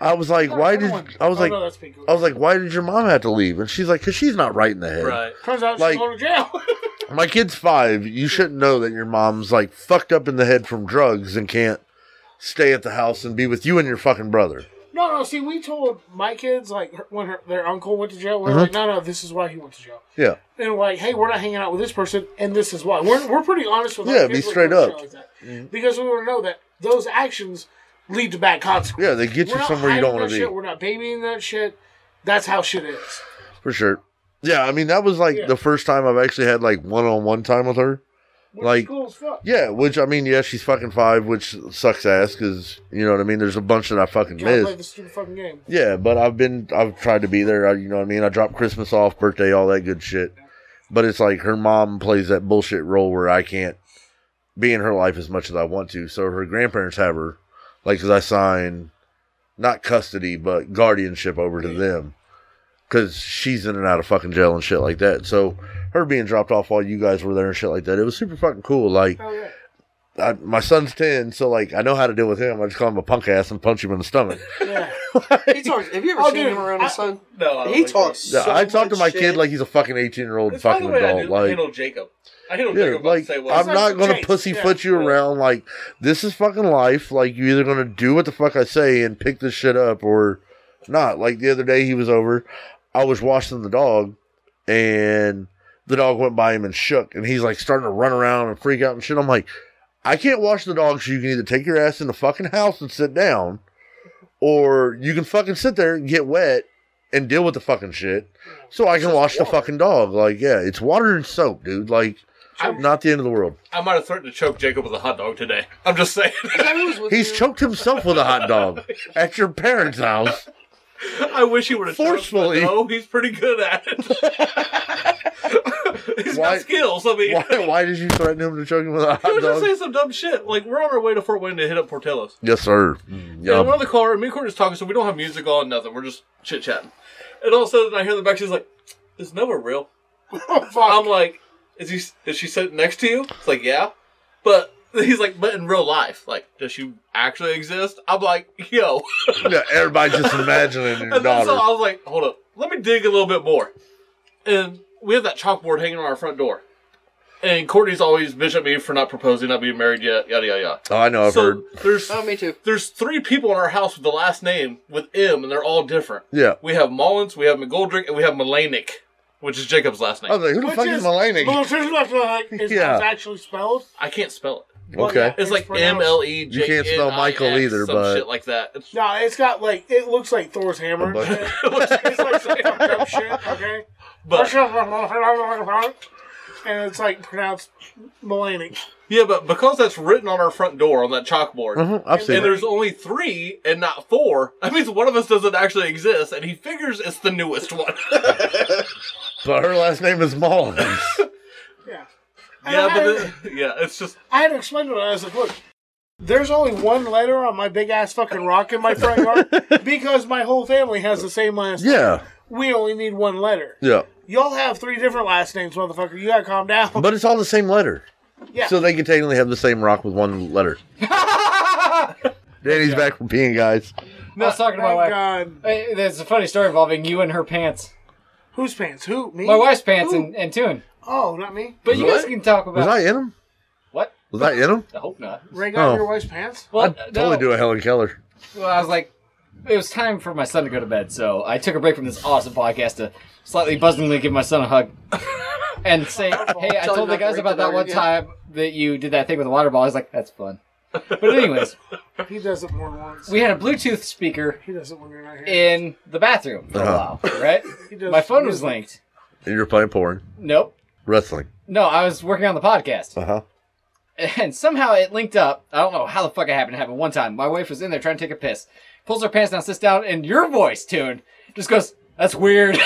G: I was like, why
D: Another
G: did
D: one.
G: I was
D: Oh,
G: like
D: no, that's been good.
G: I was like, why did your mom have to leave? And she's like, cause she's not right in the head.
B: Right.
D: Turns out
G: like-
D: she's going to jail.
G: My kid's five. You shouldn't know that your mom's like fucked up in the head from drugs and can't stay at the house and be with you and your fucking brother.
D: no, no. See, we told my kids like her- when her, their uncle went to jail. We are
G: Uh-huh.
D: like, No, no, this is why he went to jail.
G: Yeah.
D: and we're like, hey, we're not hanging out with this person, and this is why. We're, we're pretty honest with our
G: Yeah,
D: kids
G: be
D: when
G: straight
D: we're
G: up. Mm-hmm.
D: shit like that. because we want to know that those actions lead to bad consequences.
G: Yeah, they get you
D: We're not
G: somewhere you don't
D: hiding
G: want
D: that
G: to
D: shit.
G: be.
D: We're not babying that shit. That's how shit is.
G: For sure. Yeah, I mean that was like
D: Yeah.
G: the first time I've actually had like one on one time with her.
D: We're
G: Like-
D: cool as fuck.
G: Yeah, which I mean, yeah, she's fucking five, which sucks ass because you know what I mean. There's a bunch that I fucking
D: Gotta play
G: missed.
D: this stupid fucking game.
G: Yeah, but I've been, I've tried to be there. I, you know what I mean. I drop Christmas off, birthday, all that good shit. But it's like her mom plays that bullshit role where I can't be in her life as much as I want to. So her grandparents have her, like, 'cause I sign not custody but guardianship over to them, because she's in and out of fucking jail and shit like that. So her being dropped off while you guys were there and shit like that, it was super fucking cool. Like,
D: Oh, yeah.
G: I, my son's ten, so like I know how to deal with him. I just call him a punk ass and punch him in the stomach.
D: yeah.
E: He talks. Have you ever
D: Oh,
E: seen
D: dude,
E: him around his
D: I-
E: son?
B: No, I don't
E: Oh, He
B: think
E: talks.
B: so.
G: Yeah,
E: so
G: I talk to
E: much
G: my
E: shit.
G: kid like he's a fucking eighteen year old
B: It's by
G: fucking
B: the way I
G: adult.
B: do
G: Like,
B: handle Jacob. I handle
G: yeah,
B: Jacob
G: like
B: the same way.
G: I'm
D: It's
G: not
D: like
G: gonna
D: Jace,
G: pussyfoot you
B: yeah.
G: around. Like this is fucking life. Like you either gonna do what the fuck I say and pick this shit up or not. Like the other day he was over, I was washing the dog, and the dog went by him and shook, and he's like starting to run around and freak out and shit. I'm like, I can't wash the dog, so you can either take your ass in the fucking house and sit down, or you can fucking sit there and get wet and deal with the fucking shit. So I can wash the fucking dog. Like, yeah, it's water and soap, dude. Like,
B: I'm-
G: Not the end of the world.
B: I might have threatened to choke Jacob with a hot dog today. I'm just saying.
G: He's choked himself with a hot dog at your parents' house.
B: I wish he would have
G: Forcefully.
B: No, he's pretty good at it. He's
G: Why-
B: got skills. I mean,
G: Why, why did you threaten him to choke him with a
B: he
G: hot
B: was just
G: dog?
B: saying some dumb shit. Like we're on our way to Fort Wayne to hit up Portillo's.
G: Yes, sir.
B: Yeah, we're
G: Yum.
B: on the car. and Me and Courtney's talking, so we don't have music on, nothing. We're just chit chatting. And all of a sudden, I hear in the back. She's like, "Is Nova real?" I'm like, "Is he? Is she sitting next to you?" It's like, "Yeah," but he's like, "But in real life, like, does she actually exist?" I'm like, "Yo,"
G: Yeah, everybody's just imagining your
B: and then so
G: daughter.
B: I was like, "Hold up, let me dig a little bit more." And we have that chalkboard hanging on our front door. And Courtney's always bitching at me for not proposing, not being married yet, yada yada yada.
G: Oh, I know. I've
B: so
G: heard.
B: there's
E: Oh, me too.
B: there's three people in our house with the last name with M, and they're all different.
G: Yeah.
B: We have Mullins, we have McGoldrick, and we have Melanic, which is Jacob's last name.
G: I was like, who Oh, the
D: Which
G: fuck is,
D: is-
G: Melanie?
D: Well, it's not like it's
G: Yeah.
D: it's actually spelled.
B: I can't spell it.
D: Well,
G: Okay.
D: yeah,
B: It's like M
D: pronounced-
B: L E J.
G: You can't spell Michael either,
B: some
G: but-
B: shit like that. It's-
D: No, it's got like it looks like Thor's hammer.
G: A bunch-
D: it looks it's like some fucked up shit. Okay,
B: but
D: and it's like pronounced Melanic.
B: yeah, but because that's written on our front door on that chalkboard,
G: Mhm, I've seen
B: and
G: it.
B: there's only three and not four, that means one of us doesn't actually exist, and he figures it's the newest one.
G: But her last name is Mullins.
D: Yeah. And
B: yeah,
D: I,
B: but it- yeah, it's just
D: I had to explain to her. I was like, look. There's only one letter on my big ass fucking rock in my front yard because my whole family has the same last.
G: yeah.
D: We only need one letter.
G: Yeah.
D: Y'all have three different last names, motherfucker. You gotta calm down.
G: But it's all the same letter.
D: Yeah.
G: So they can technically have the same rock with one letter. Danny's back from peeing, guys.
A: I was talking to my
D: Thank
A: wife.
D: "Oh God.
A: Hey, There's a funny story involving you and her pants.
D: Whose pants? Who? Me?
A: My wife's pants
D: Who?
A: and, and Tune.
D: Oh, not me.
A: But you guys
G: What?
A: can talk about
G: Was I in him?
A: What?
G: Was I in him?
A: I hope not.
D: Ray got
G: Oh.
D: your wife's pants?
A: Well,
G: I'd totally do a Helen Keller.
A: Well, I was like, it was time for my son to go to bed, so I took a break from this awesome podcast to slightly buzzingly give my son a hug and say, "Hey, I
E: Tell him
A: told the
E: not to
A: guys
E: rate
A: about that
E: the dog
A: one
E: again."
A: time that you did that thing with the water bottle." I was like, "That's fun." But anyways,
D: He does it more than once.
A: we had a Bluetooth speaker
D: he does it when you're not here.
A: in the bathroom for a
G: Uh-huh.
A: while, right?
D: He does
A: My phone was linked.
G: And you're playing porn.
A: Nope.
G: Wrestling.
A: No, I was working on the podcast.
G: Uh huh.
A: and somehow it linked up. I don't know how the fuck it happened. It happened one time. My wife was in there trying to take a piss, pulls her pants down, sits down, and your voice tuned just goes, "That's weird."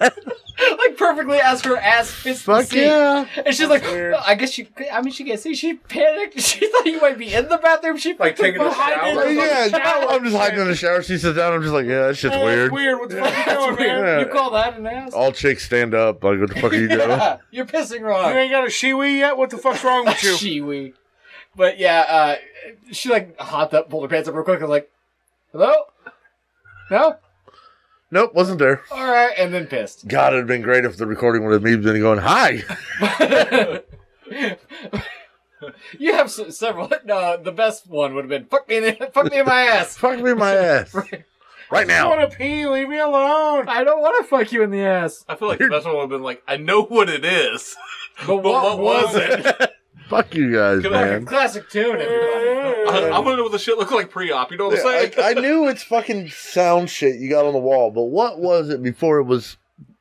A: like perfectly as her ass fits the
G: Fuck
A: seat,
G: yeah.
A: and she's like,
D: weird.
A: "I guess she. I mean, she can't see. She panicked. She thought you might be in the bathroom. She
B: Like taking a
A: behind
B: shower?
A: it.
G: Yeah, I'm just hiding in the shower. She sits down. I'm just like, yeah, that shit's
D: Hey,
G: weird.
D: weird. What the fuck you doing,
A: That's
D: man?
A: weird.
G: Yeah.
A: You call that an ass?
G: All chicks stand up. Like, what the fuck are you doing?
A: Yeah, you're pissing wrong.
D: You ain't got a shiwi yet? What the fuck's wrong with you?
A: Shiwi. But yeah, uh, she like hopped up, pulled her pants up real quick, and was like, "Hello, no,
G: Nope, wasn't there.
A: all right," and then pissed.
G: God, it'd have been great if the recording would have me been going, hi.
A: You have s- several. No, the best one would have been "fuck me, in the- fuck me in my ass."
G: Fuck me in my ass. Right
D: I
G: now.
D: want to pee. Leave me alone.
A: I don't want to fuck you in the ass.
B: I feel like the best one would have been like, I know what it is,
A: But
B: but what, was it?
G: Fuck you guys,
B: Come on,
G: man.
A: Classic tune, everybody.
B: I, I want to know what the shit looked like pre-op. You know what I'm saying?
G: I, I knew it's fucking sound shit you got on the wall, but what was it before it was?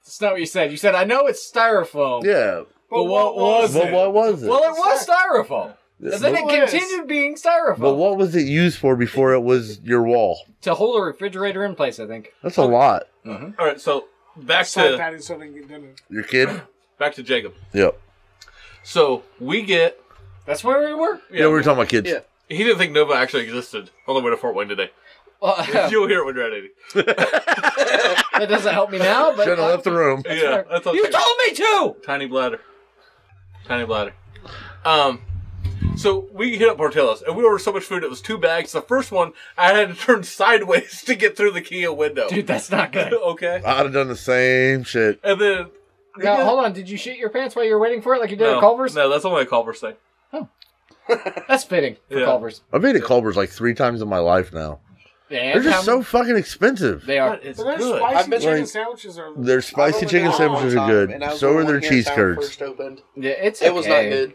A: That's not what you said. You said, "I know it's styrofoam."
G: Yeah,
A: But what was
G: but
A: it?
G: what was it?
A: Well, it was styrofoam. And then it
D: What was?
A: continued being styrofoam.
G: but what was it used for before it was your wall?
A: To hold a refrigerator in place, I think.
G: That's a lot.
B: All right, so back
D: Slap
B: to
D: that in so they can get dinner.
G: Your kid?
B: back to Jacob.
G: Yep.
B: So we get
A: That's where we were.
G: Yeah, we were talking about kids.
E: Yeah.
B: he didn't think Nova actually existed on the way to Fort Wayne today.
A: Well,
B: You'll hear it when you're at 80.
A: that doesn't help me now, but
G: Shouldn't have left the room.
B: yeah, that's all.
A: you told me to.
B: Tiny bladder, tiny bladder. Um, so we hit up Portillo's and we ordered so much food it was two bags. The first one I had to turn sideways to get through the Kia window.
A: Dude, that's not good.
B: okay,
G: I'd have done the same shit.
B: and then
A: Now, hold on. Did you shit your pants while you were waiting for it, like you did
B: no,
A: at Culver's?
B: No, that's only a Culver's thing.
A: That's fitting for
B: Yeah.
A: Culver's.
G: I've been to Culver's like three times in my life now.
A: And
G: They're just
A: how-
G: so fucking expensive.
A: They are.
B: But it's
D: But their
B: good.
D: spicy
E: I've been-
D: chicken
G: Like-
D: sandwiches are.
G: Their spicy chicken sandwiches are good. So are their cheese curds.
E: First opened.
A: Yeah, it's
E: It was not
A: okay.
E: good.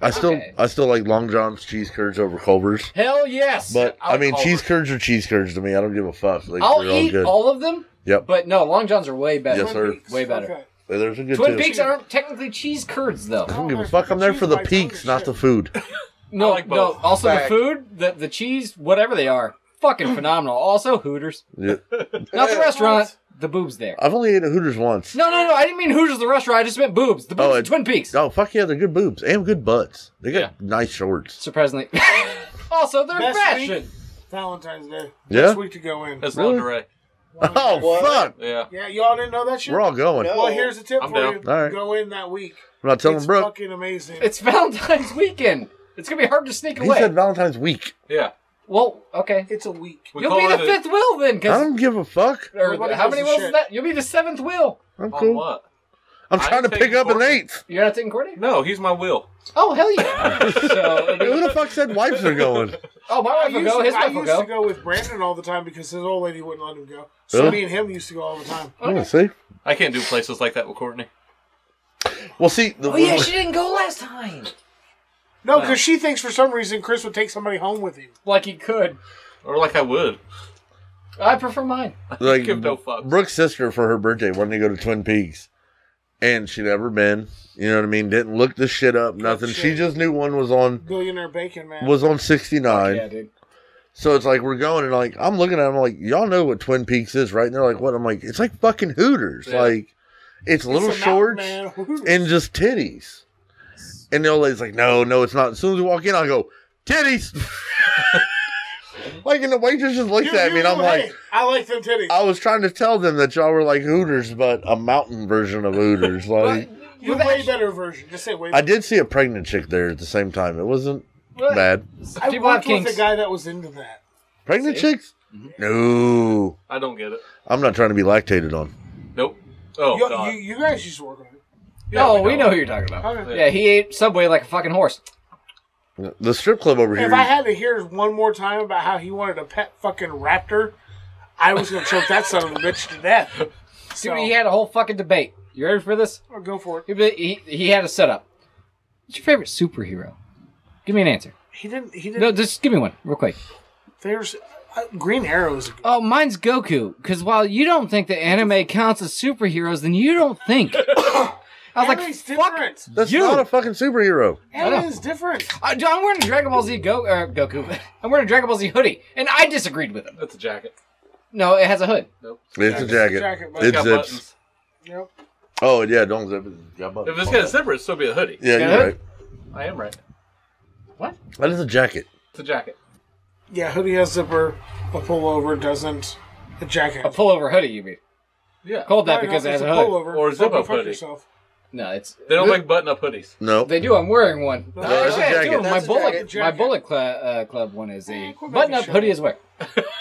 G: I still,
A: Okay.
G: I still like Long John's cheese curds over Culver's.
A: Hell yes.
G: But
B: I
G: I
B: would
G: mean,
B: call
G: cheese
B: it.
G: curds are cheese curds to me. I don't give a fuck. Like,
A: I'll
G: they're all
A: eat
G: good.
A: all of them,
G: yep.
A: but no, Long Johns are way better.
G: Yes, sir.
A: Way better.
D: Okay.
G: There's a good
A: Twin
G: two.
A: Peaks aren't technically cheese curds though.
G: I don't give a fuck. I'm there for the
D: Cheese bites,
G: peaks,
D: holy
G: not the food.
A: No,
B: like
A: no.
B: both.
A: Also, the
E: Fact.
A: food, the the cheese, whatever they are, fucking phenomenal. Also, Hooters,
G: Yeah.
A: not the restaurant, the boobs there.
G: I've only ate at Hooters once.
A: No, no, no. I didn't mean Hooters the restaurant. I just meant boobs. The boobs
G: Oh,
A: at
G: it-
A: Twin Peaks.
G: Oh fuck yeah, they're good boobs and good butts. They got
A: Yeah.
G: nice shorts.
A: Surprisingly, also they're
D: Best
A: fashion.
D: Valentine's Day.
G: Yeah?
D: Next week to go in.
B: That's
G: Really?
B: lingerie.
G: Oh
E: What?
G: fuck,
B: Yeah.
D: Yeah, y'all didn't know that shit.
G: we're all going.
E: No.
D: Well, here's a tip
B: I'm
D: for
B: down.
D: you.
G: All right.
D: Go in that week.
G: I'm not telling
D: it's
G: Brooke.
D: fucking amazing.
A: It's Valentine's weekend. It's gonna be hard to sneak
G: He
A: away.
G: said Valentine's week.
B: Yeah.
A: well, okay.
D: it's a week.
B: We
A: You'll
B: call
A: be the
B: it a-
A: fifth wheel then,
G: I
A: because
G: don't give a fuck.
D: Nobody
A: how
D: gives
A: many
D: a
A: wheels is
D: shit.
A: that? You'll be the seventh wheel.
G: I'm
B: On
G: cool.
B: what?
G: I'm
B: I
G: trying to
B: ain't
G: pick
B: taking
G: up an
B: Courtney.
G: eighth.
A: You're not taking Courtney?
B: No, he's my will.
A: Oh hell yeah! so,
G: Who the fuck said wives are going?
A: oh my
D: I
A: wife will
D: used,
A: go.
D: to,
A: His
D: I
A: wife will
D: used to
A: go.
D: go with Brandon all the time because his old lady wouldn't let him go. So
G: Really?
D: me and him used to go all the time.
G: Yeah, Oh, see.
B: I can't do places like that with Courtney.
G: Well, see, the
A: Oh yeah, she didn't go last time.
D: No, because she thinks for some reason Chris would take somebody home with him.
A: Like he could.
B: Or like I would.
A: I prefer mine.
G: like
B: Give no fucks.
G: Brooke's sister for her birthday wanted to go to Twin Peaks, and she never been. You know what I mean? Didn't look this shit up, nothing. She
D: shit.
G: just knew one was on
D: Billionaire bacon man.
G: was on sixty nine.
A: Yeah, dude.
G: So it's like we're going, and like I'm looking at them, like y'all know what Twin Peaks is, right? And they're like, what? I'm like, it's like fucking Hooters,
B: Yeah.
G: like it's little
D: It's a
G: shorts
D: mountain man.
G: and just titties. And the old lady's like, no, no, it's not. As soon as we walk in, I go titties. like, and the waitress just looks
D: You-
G: at me, and
D: you-
G: I'm
D: hey,
G: like.
D: I like them titties.
G: I was trying to tell them that y'all were like Hooters, but a mountain version of Hooters. Like
D: You're
A: Well,
D: way
A: that-
D: better version. Just say way
G: I
D: better.
G: did see a pregnant chick there at the same time. It wasn't
A: Well,
G: bad.
D: I
A: People have
D: worked with
A: kinks.
D: a guy that was into that.
G: Pregnant chicks? No,
B: I don't get it.
G: I'm not trying to be lactated on.
B: Nope. Oh,
D: you,
B: God.
D: you, you guys used to work on it.
B: Yeah,
A: oh, we know who
B: it.
A: you're talking about.
D: Okay.
A: Yeah, he ate Subway like a fucking horse.
G: The strip club over
D: If
G: here.
D: I had to hear one more time about how he wanted a pet fucking raptor, I was gonna choke that son of a bitch to death. So
A: Dude, he had a whole fucking debate. You ready for this?
D: I'll go for it.
A: He, he, he had a setup. What's your favorite superhero? Give me an answer.
D: He didn't. He didn't.
A: No, just give me one, real quick.
D: there's uh, Green Arrow is a good.
A: Oh, mine's Goku. Because while you don't think that anime counts as superheroes, then you don't think. I was like,
D: Anime's
A: fuck
D: different.
G: That's
A: you.
G: not a fucking superhero.
D: Anime is different.
A: I, dude, I'm wearing a Dragon Ball Z Go uh, Goku. I'm wearing a Dragon Ball Z hoodie, and I disagreed with him.
B: That's a jacket.
A: No, it has a hood.
B: Nope.
G: It's a jacket.
D: Jacket, but
G: it
B: Got
G: zips.
B: buttons.
D: Yep.
G: Oh yeah, don't zip it. It's got
B: If
G: buttons.
B: it's got a zipper, it'd still be a hoodie.
G: yeah,
A: got
G: you're
A: a
G: right.
B: I am right.
G: That is a jacket.
B: It's a jacket.
D: Yeah, hoodie has zipper. A pullover doesn't. A jacket.
A: A pullover hoodie, you mean?
B: Yeah.
A: Called that
D: No, no,
A: because it
D: it's
A: has a hood.
D: pullover.
B: Or a
D: Fuck
B: zip-up
D: you, fuck
B: hoodie.
D: yourself.
A: No, it's
B: They don't make button up hoodies.
G: No.
A: They do. I'm wearing one.
D: No,
A: Actually,
G: that's a
A: I have two
G: jacket.
A: of them.
E: That's a
A: my bullet,
E: jacket.
A: my bullet cl- uh, club one is
D: Eh,
A: a
D: quit making
A: button-up
D: shit
A: hoodie
D: up.
A: as wear.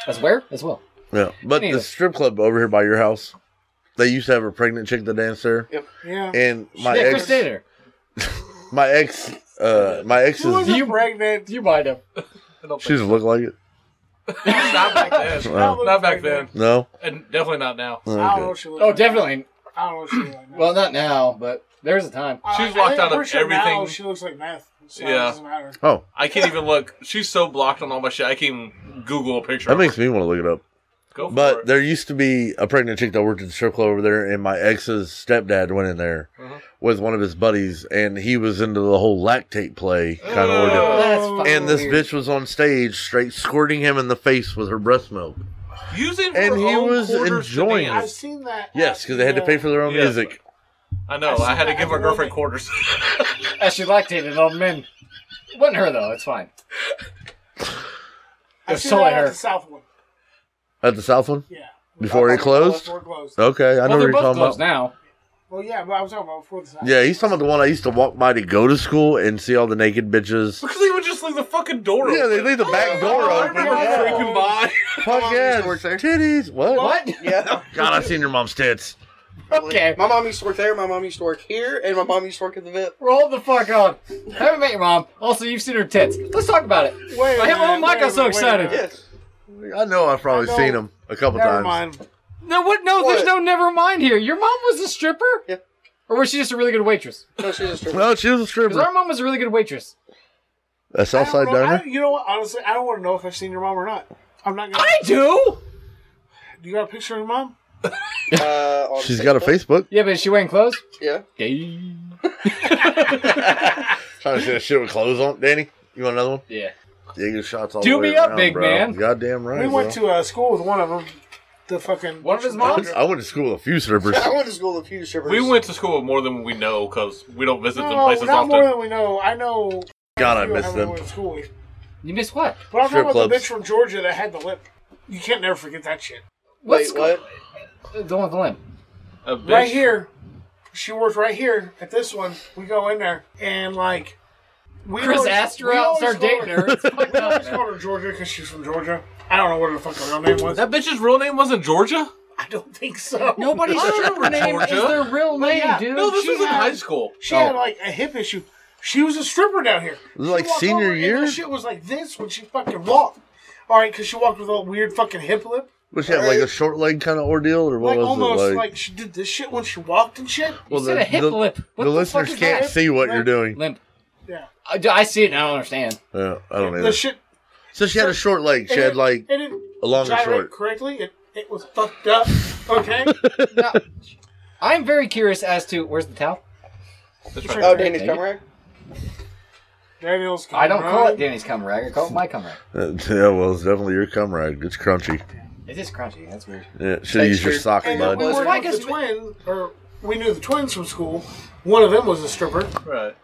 A: As wear as well.
G: yeah. But
A: Anyway.
G: the strip club over here by your house, they used to have a pregnant chick that danced there.
D: Yeah.
G: And my
A: yeah, Chris
G: ex
A: did her.
G: my ex uh my ex
D: She wasn't
G: is
A: You-
D: pregnant.
A: You might have.
B: I don't
G: she
B: think
G: doesn't look like it.
B: not back then.
G: Well,
B: Not back then.
G: No.
B: And definitely not now.
D: I don't
G: Okay.
D: know what she looked
A: Oh,
D: like.
A: definitely.
D: I don't know what she looked like. now.
A: Well, not now, but there was a time.
D: I-
B: She's
D: I
B: locked
D: think
B: out of
D: we're sure now
B: everything.
D: she looks like meth. So
B: Yeah.
D: It doesn't matter.
G: Oh,
B: I can't even look. She's so blocked on all my shit. I can't even Google a picture.
G: that
B: of her.
G: makes me want to look it up.
B: Go for
G: But
B: it.
G: there used to be a pregnant chick that worked at the strip club over there, and my ex's stepdad went in there with one of his buddies, and he was into the whole lactate play kind of ordeal.
B: Oh.
A: That's fucking
G: And this
A: weird.
G: bitch was on stage, straight squirting him in the face with her breast milk.
B: Using
G: and
B: her
G: he
B: own
G: was
B: quarters to
G: enjoying
B: dance.
D: I've seen that.
G: Yes, because they had to pay for their own
B: Yeah.
G: music.
B: I know. I, had to give my girlfriend quarters.
A: As she lactated on men. Wasn't her though. It's fine.
D: I've
A: It's
D: seen
A: so
D: that
A: like
D: at
A: her.
D: the South one.
G: At the South one
D: Yeah.
G: before it closed.
D: Before it closed.
G: Okay, I know
A: well,
G: what
A: they're
G: you're
A: both
G: talking about.
A: closed now.
D: Well, yeah, but I was talking about before the South.
G: Yeah, he's talking about the one I used to walk by to go to school and see all the naked bitches.
B: because they would just leave the fucking door open.
G: Yeah, they leave the back door
B: I
G: open.
B: remember
D: Yeah.
B: creeping by.
G: Fuck yeah,
E: used to work there.
G: titties. What?
A: What?
E: Yeah.
G: God, I seen your mom's tits.
A: Okay.
E: My mom used to work there. My mom used to work here, and my mom used to work at the VIP.
A: Roll the fuck on. Haven't met your mom. Also, you've seen her tits. Let's talk about it.
D: Wait,
A: I hit my own
D: wait,
A: mic, I'm
D: wait,
A: so
D: wait,
A: excited.
D: wait.
E: Yes.
G: I know I've probably
D: I know.
G: seen them a couple
D: Never
G: times.
D: mind.
A: No, what? No, there's
E: What?
A: no never mind here. Your mom was a stripper?
E: Yeah.
A: Or was she just a really good waitress?
E: No, she's a stripper.
G: No, she was a
A: Because
G: stripper.
A: our mom was a really good waitress.
G: A
D: I don't
G: Southside
D: know- I
G: diner.
D: don't- you know what? Honestly, I don't want to know if I've seen your mom or not. I'm not gonna.
A: I do.
D: Do you got a picture of your mom?
E: Uh, on
G: She's got a Facebook.
A: Yeah, but is she wearing clothes?
E: Yeah.
A: Gay.
G: Trying to see that shit with clothes on. Danny, you want another one?
A: Yeah.
G: Yeah, your shots all
A: Do
G: the way
A: me up,
G: around,
A: big
G: bro.
A: man.
G: Goddamn right.
D: we went
G: bro.
D: to uh, school with one of them. The fucking
A: One of his moms?
G: I went to school with a few strippers.
E: I went to school with a few strippers.
B: We went to school with more than we know because we don't visit
D: No,
B: them
D: no,
B: places
D: not more
B: often.
D: than we know. I know.
G: God, I
D: we don't
G: miss
D: have
G: them.
D: anyone in school.
A: You missed what?
D: But I'm talking
G: Strip
D: about the
G: clubs.
D: bitch from Georgia that had the lip. You can't never forget that shit.
E: Wait,
A: What's
E: what?
A: The one with the limp.
B: A bitch-
D: Right here, she worked right here at this one. We go in there and like we
A: Chris
D: always-
A: asked her
D: we
A: out and
D: always
A: started
D: called
A: dating her. It's fucked
D: We always
A: up.
D: called her Georgia because she's from Georgia. I don't know what her fucking real name was.
B: That bitch's real name wasn't Georgia?
D: I don't think so.
A: Nobody's
B: I remember
A: stripper name is
B: Georgia.
A: their real name,
D: yeah.
A: dude.
B: No, this
D: she
B: was in
D: had-
B: high school.
D: She had like a hip issue. She was a stripper down here.
G: Was Oh. it,
D: She
G: like,
D: walked
G: senior
D: over and
G: year?
D: her Shit was like this when she fucking walked. All right, because she walked with a weird fucking hip lip.
G: Was she have like a short leg kind of ordeal, or what
D: Like
G: was
D: almost
G: it
D: like? she did this shit when she walked and shit.
A: You said a hip
G: the,
A: lip. What
G: the
A: the fuck
G: listeners
A: is
G: can't
A: that?
G: see what you're doing.
A: Limp.
D: Yeah,
A: I, I see it and I don't understand.
G: Yeah, I don't
D: the
G: know.
D: shit.
G: So she had a short leg. She had like
D: it didn't
G: a long and
D: gyrate
G: short.
D: correctly. It it was fucked up. Okay,
A: Now, I'm very curious as to where's the towel?
B: That's right.
E: Oh, Danny's come right.
D: Daniel's.
A: I don't call
D: coming
A: it Danny's cum rag. I call it my cum rag.
G: Uh, yeah, well, it's definitely your cum rag. It's crunchy.
A: It is crunchy. That's weird.
G: Yeah, should have used your
E: true.
G: sock,
D: And
G: bud.
D: we
E: Well,
D: were
A: why
D: with the
A: guess-
D: twin, or we knew the twins from school. One of them was a stripper.
B: Right.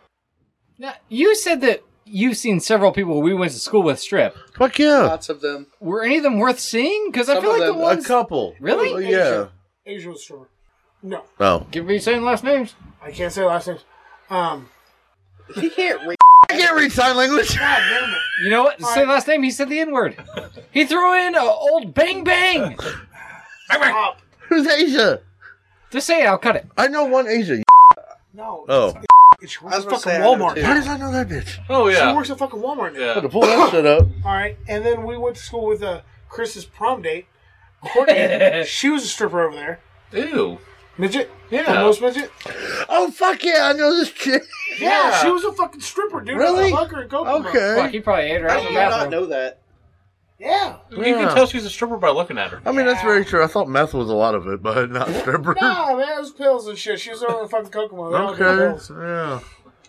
A: Now, you said that you've seen several people we went to school with strip.
G: Fuck yeah,
E: Lots of them.
A: Were any of them worth seeing? Because I
E: Some
A: feel
E: of
A: like the
E: them-
G: a
A: ones.
G: couple.
A: Really?
G: Uh, Yeah.
D: Asia was a stripper. No,
G: No.
A: Give me saying last names.
D: I can't say last names. Um,
E: He can't read.
G: I can't read sign language.
D: God damn it.
A: You know what? Say last name. He said the N word. He threw in a old bang bang.
D: Stop.
G: Who's Asia?
A: Just say it. I'll cut it.
G: I know one Asia.
D: No.
G: Oh,
D: It's, she works at
E: I was gonna
D: fucking
E: say I know
D: Walmart.
E: too.
G: how does I know that bitch?
B: Oh,
D: She
B: yeah.
D: works at fucking Walmart now.
G: I had
B: Yeah.
G: to pull that shit up.
D: All right, and then we went to school with uh, Chris's prom date. Courtney, she was a stripper over there.
B: Ew.
D: Midget?
B: Yeah.
D: The most midget?
G: Oh fuck yeah, I know this chick.
D: Yeah, she was a fucking stripper, dude.
G: Really?
D: I fuck her and go for her.
A: Fuck,
G: Okay.
A: he probably ate her
E: How
A: out
E: do
A: in
E: you
A: the
E: not
A: bathroom.
E: know that?
D: Yeah.
B: You
G: Yeah.
B: can tell she's a stripper by looking at her.
G: I mean, that's very true. I thought meth was a lot of it, but not stripper.
D: Nah, man, it was pills and shit. She was over in fucking Kokomo. They all did
G: Okay.
D: pills.
G: Yeah.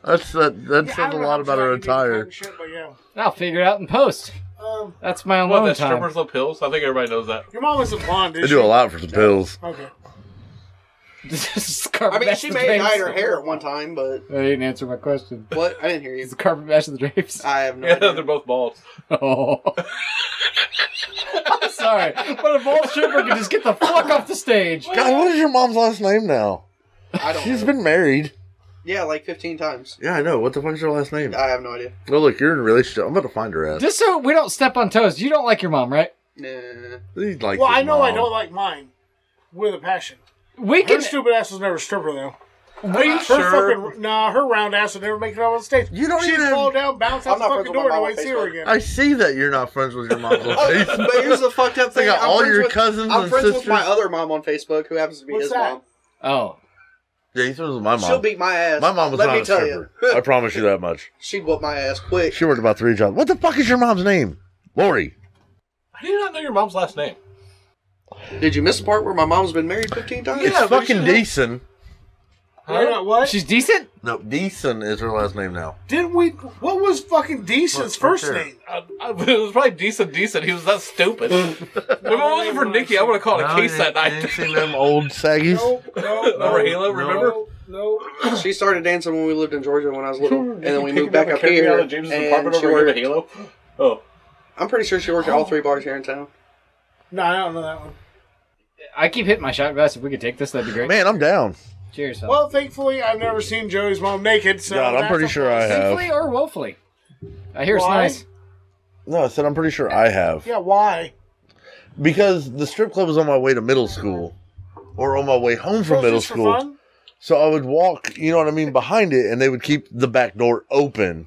G: That's that. That
D: Yeah, I
G: says
D: don't
G: a
D: know
G: lot
D: how
G: about her
D: trying to do fucking
G: attire.
D: Shit, but yeah.
A: I'll figure it out in post.
D: Um,
A: That's my
B: What,
A: alone
B: that
A: time.
B: strippers love pills? I think everybody knows that.
D: your mom was a blonde, did
G: They
D: she?
G: do a lot for the pills.
D: Okay.
E: I mean, she may have dyed her hair at one time, but
A: I didn't answer my question.
E: what? I didn't hear you.
A: Is the carpet match of the drapes?
E: I have no
B: Yeah,
E: idea.
B: they're both bald.
A: Oh. I'm sorry, but a bald stripper can just get the fuck off the stage.
G: God, what is your mom's last name now?
E: I don't.
G: She's
E: know.
G: been married.
E: Yeah, like fifteen times.
G: Yeah, I know. What the fuck is your last name?
E: I have no idea.
G: Oh, look, you're in a relationship. I'm about to find her ass.
A: Just so we don't step on toes, you don't like your mom, right?
E: Nah.
G: He likes
D: Well,
G: his
D: I know I
G: mom.
D: don't like mine with a passion.
A: We
D: Her
A: can.
D: stupid ass was never a stripper, though.
B: Are you
D: her fucking nah, her round ass would never make it out on stage.
G: You don't
D: She'd
G: even-
D: fall down, bounce out
E: I'm
D: the
E: not friends
D: fucking
E: with
D: door,
E: my
D: and
E: mom
D: nobody
E: on
D: see her Oh,
E: Facebook.
D: again.
G: I see that you're not friends with your mom's on
E: Oh, but
G: Facebook.
E: here's the fucked up
G: They
E: thing.
G: got
E: I'm
G: all
E: friends
G: your
E: with-
G: cousins
E: I'm
G: and
E: friends with
G: sisters.
E: my other mom on Facebook, who happens to be
D: What's
E: his
D: that?
E: mom.
A: Oh,
G: Yeah, he's friends with my mom.
E: She'll beat my ass.
G: my mom was
E: Let
G: not
E: me
G: a
E: tell
G: stripper.
E: you,
G: I promise you that much.
E: she whooped my ass quick.
G: She worked about three jobs. What the fuck is your mom's name? Lori.
B: How do you not know your mom's last name?
E: Did you miss the part where my mom's been married 15 times?
G: it's fucking Deason.
D: Wait,
B: Huh?
D: uh, what?
A: she's decent.
G: No, Deason is her last name now.
D: Didn't we? What was fucking Decent's
G: Look, right
D: first
G: there.
D: name?
B: I, I, it was probably decent, decent. He was that stupid. if it wasn't for Nikki, I would have called a case that night.
G: seen them old saggies?
D: Oh, No, no, no.
B: Rahela, remember?
D: No, no.
E: She started dancing when we lived in Georgia when I was little, and then we
B: Taking
E: moved back
B: down
E: up
B: the Kirby
E: here.
B: out of James's
E: And
B: apartment
E: she
B: over here to
E: worked,
B: Halo. Oh,
E: I'm pretty sure she worked at all three bars here in town.
D: No, I don't know that one.
A: I keep hitting my shot glass. If we could take this, that'd be great.
G: Man, I'm down.
A: Cheers. Well,
D: Well, thankfully, I've never seen Joey's mom naked. So
G: God, I'm
D: that's
G: pretty
D: a
G: sure I
D: plus.
G: have.
A: Thankfully or woefully, I hear
D: Why?
A: it's nice.
G: No, I said I'm pretty sure I have.
D: Yeah, why?
G: Because the strip club was on my way to middle school or on my way home from
D: Was
G: middle
D: this for
G: school.
D: fun?
G: So I would walk, you know what I mean, behind it, and they would keep the back door open,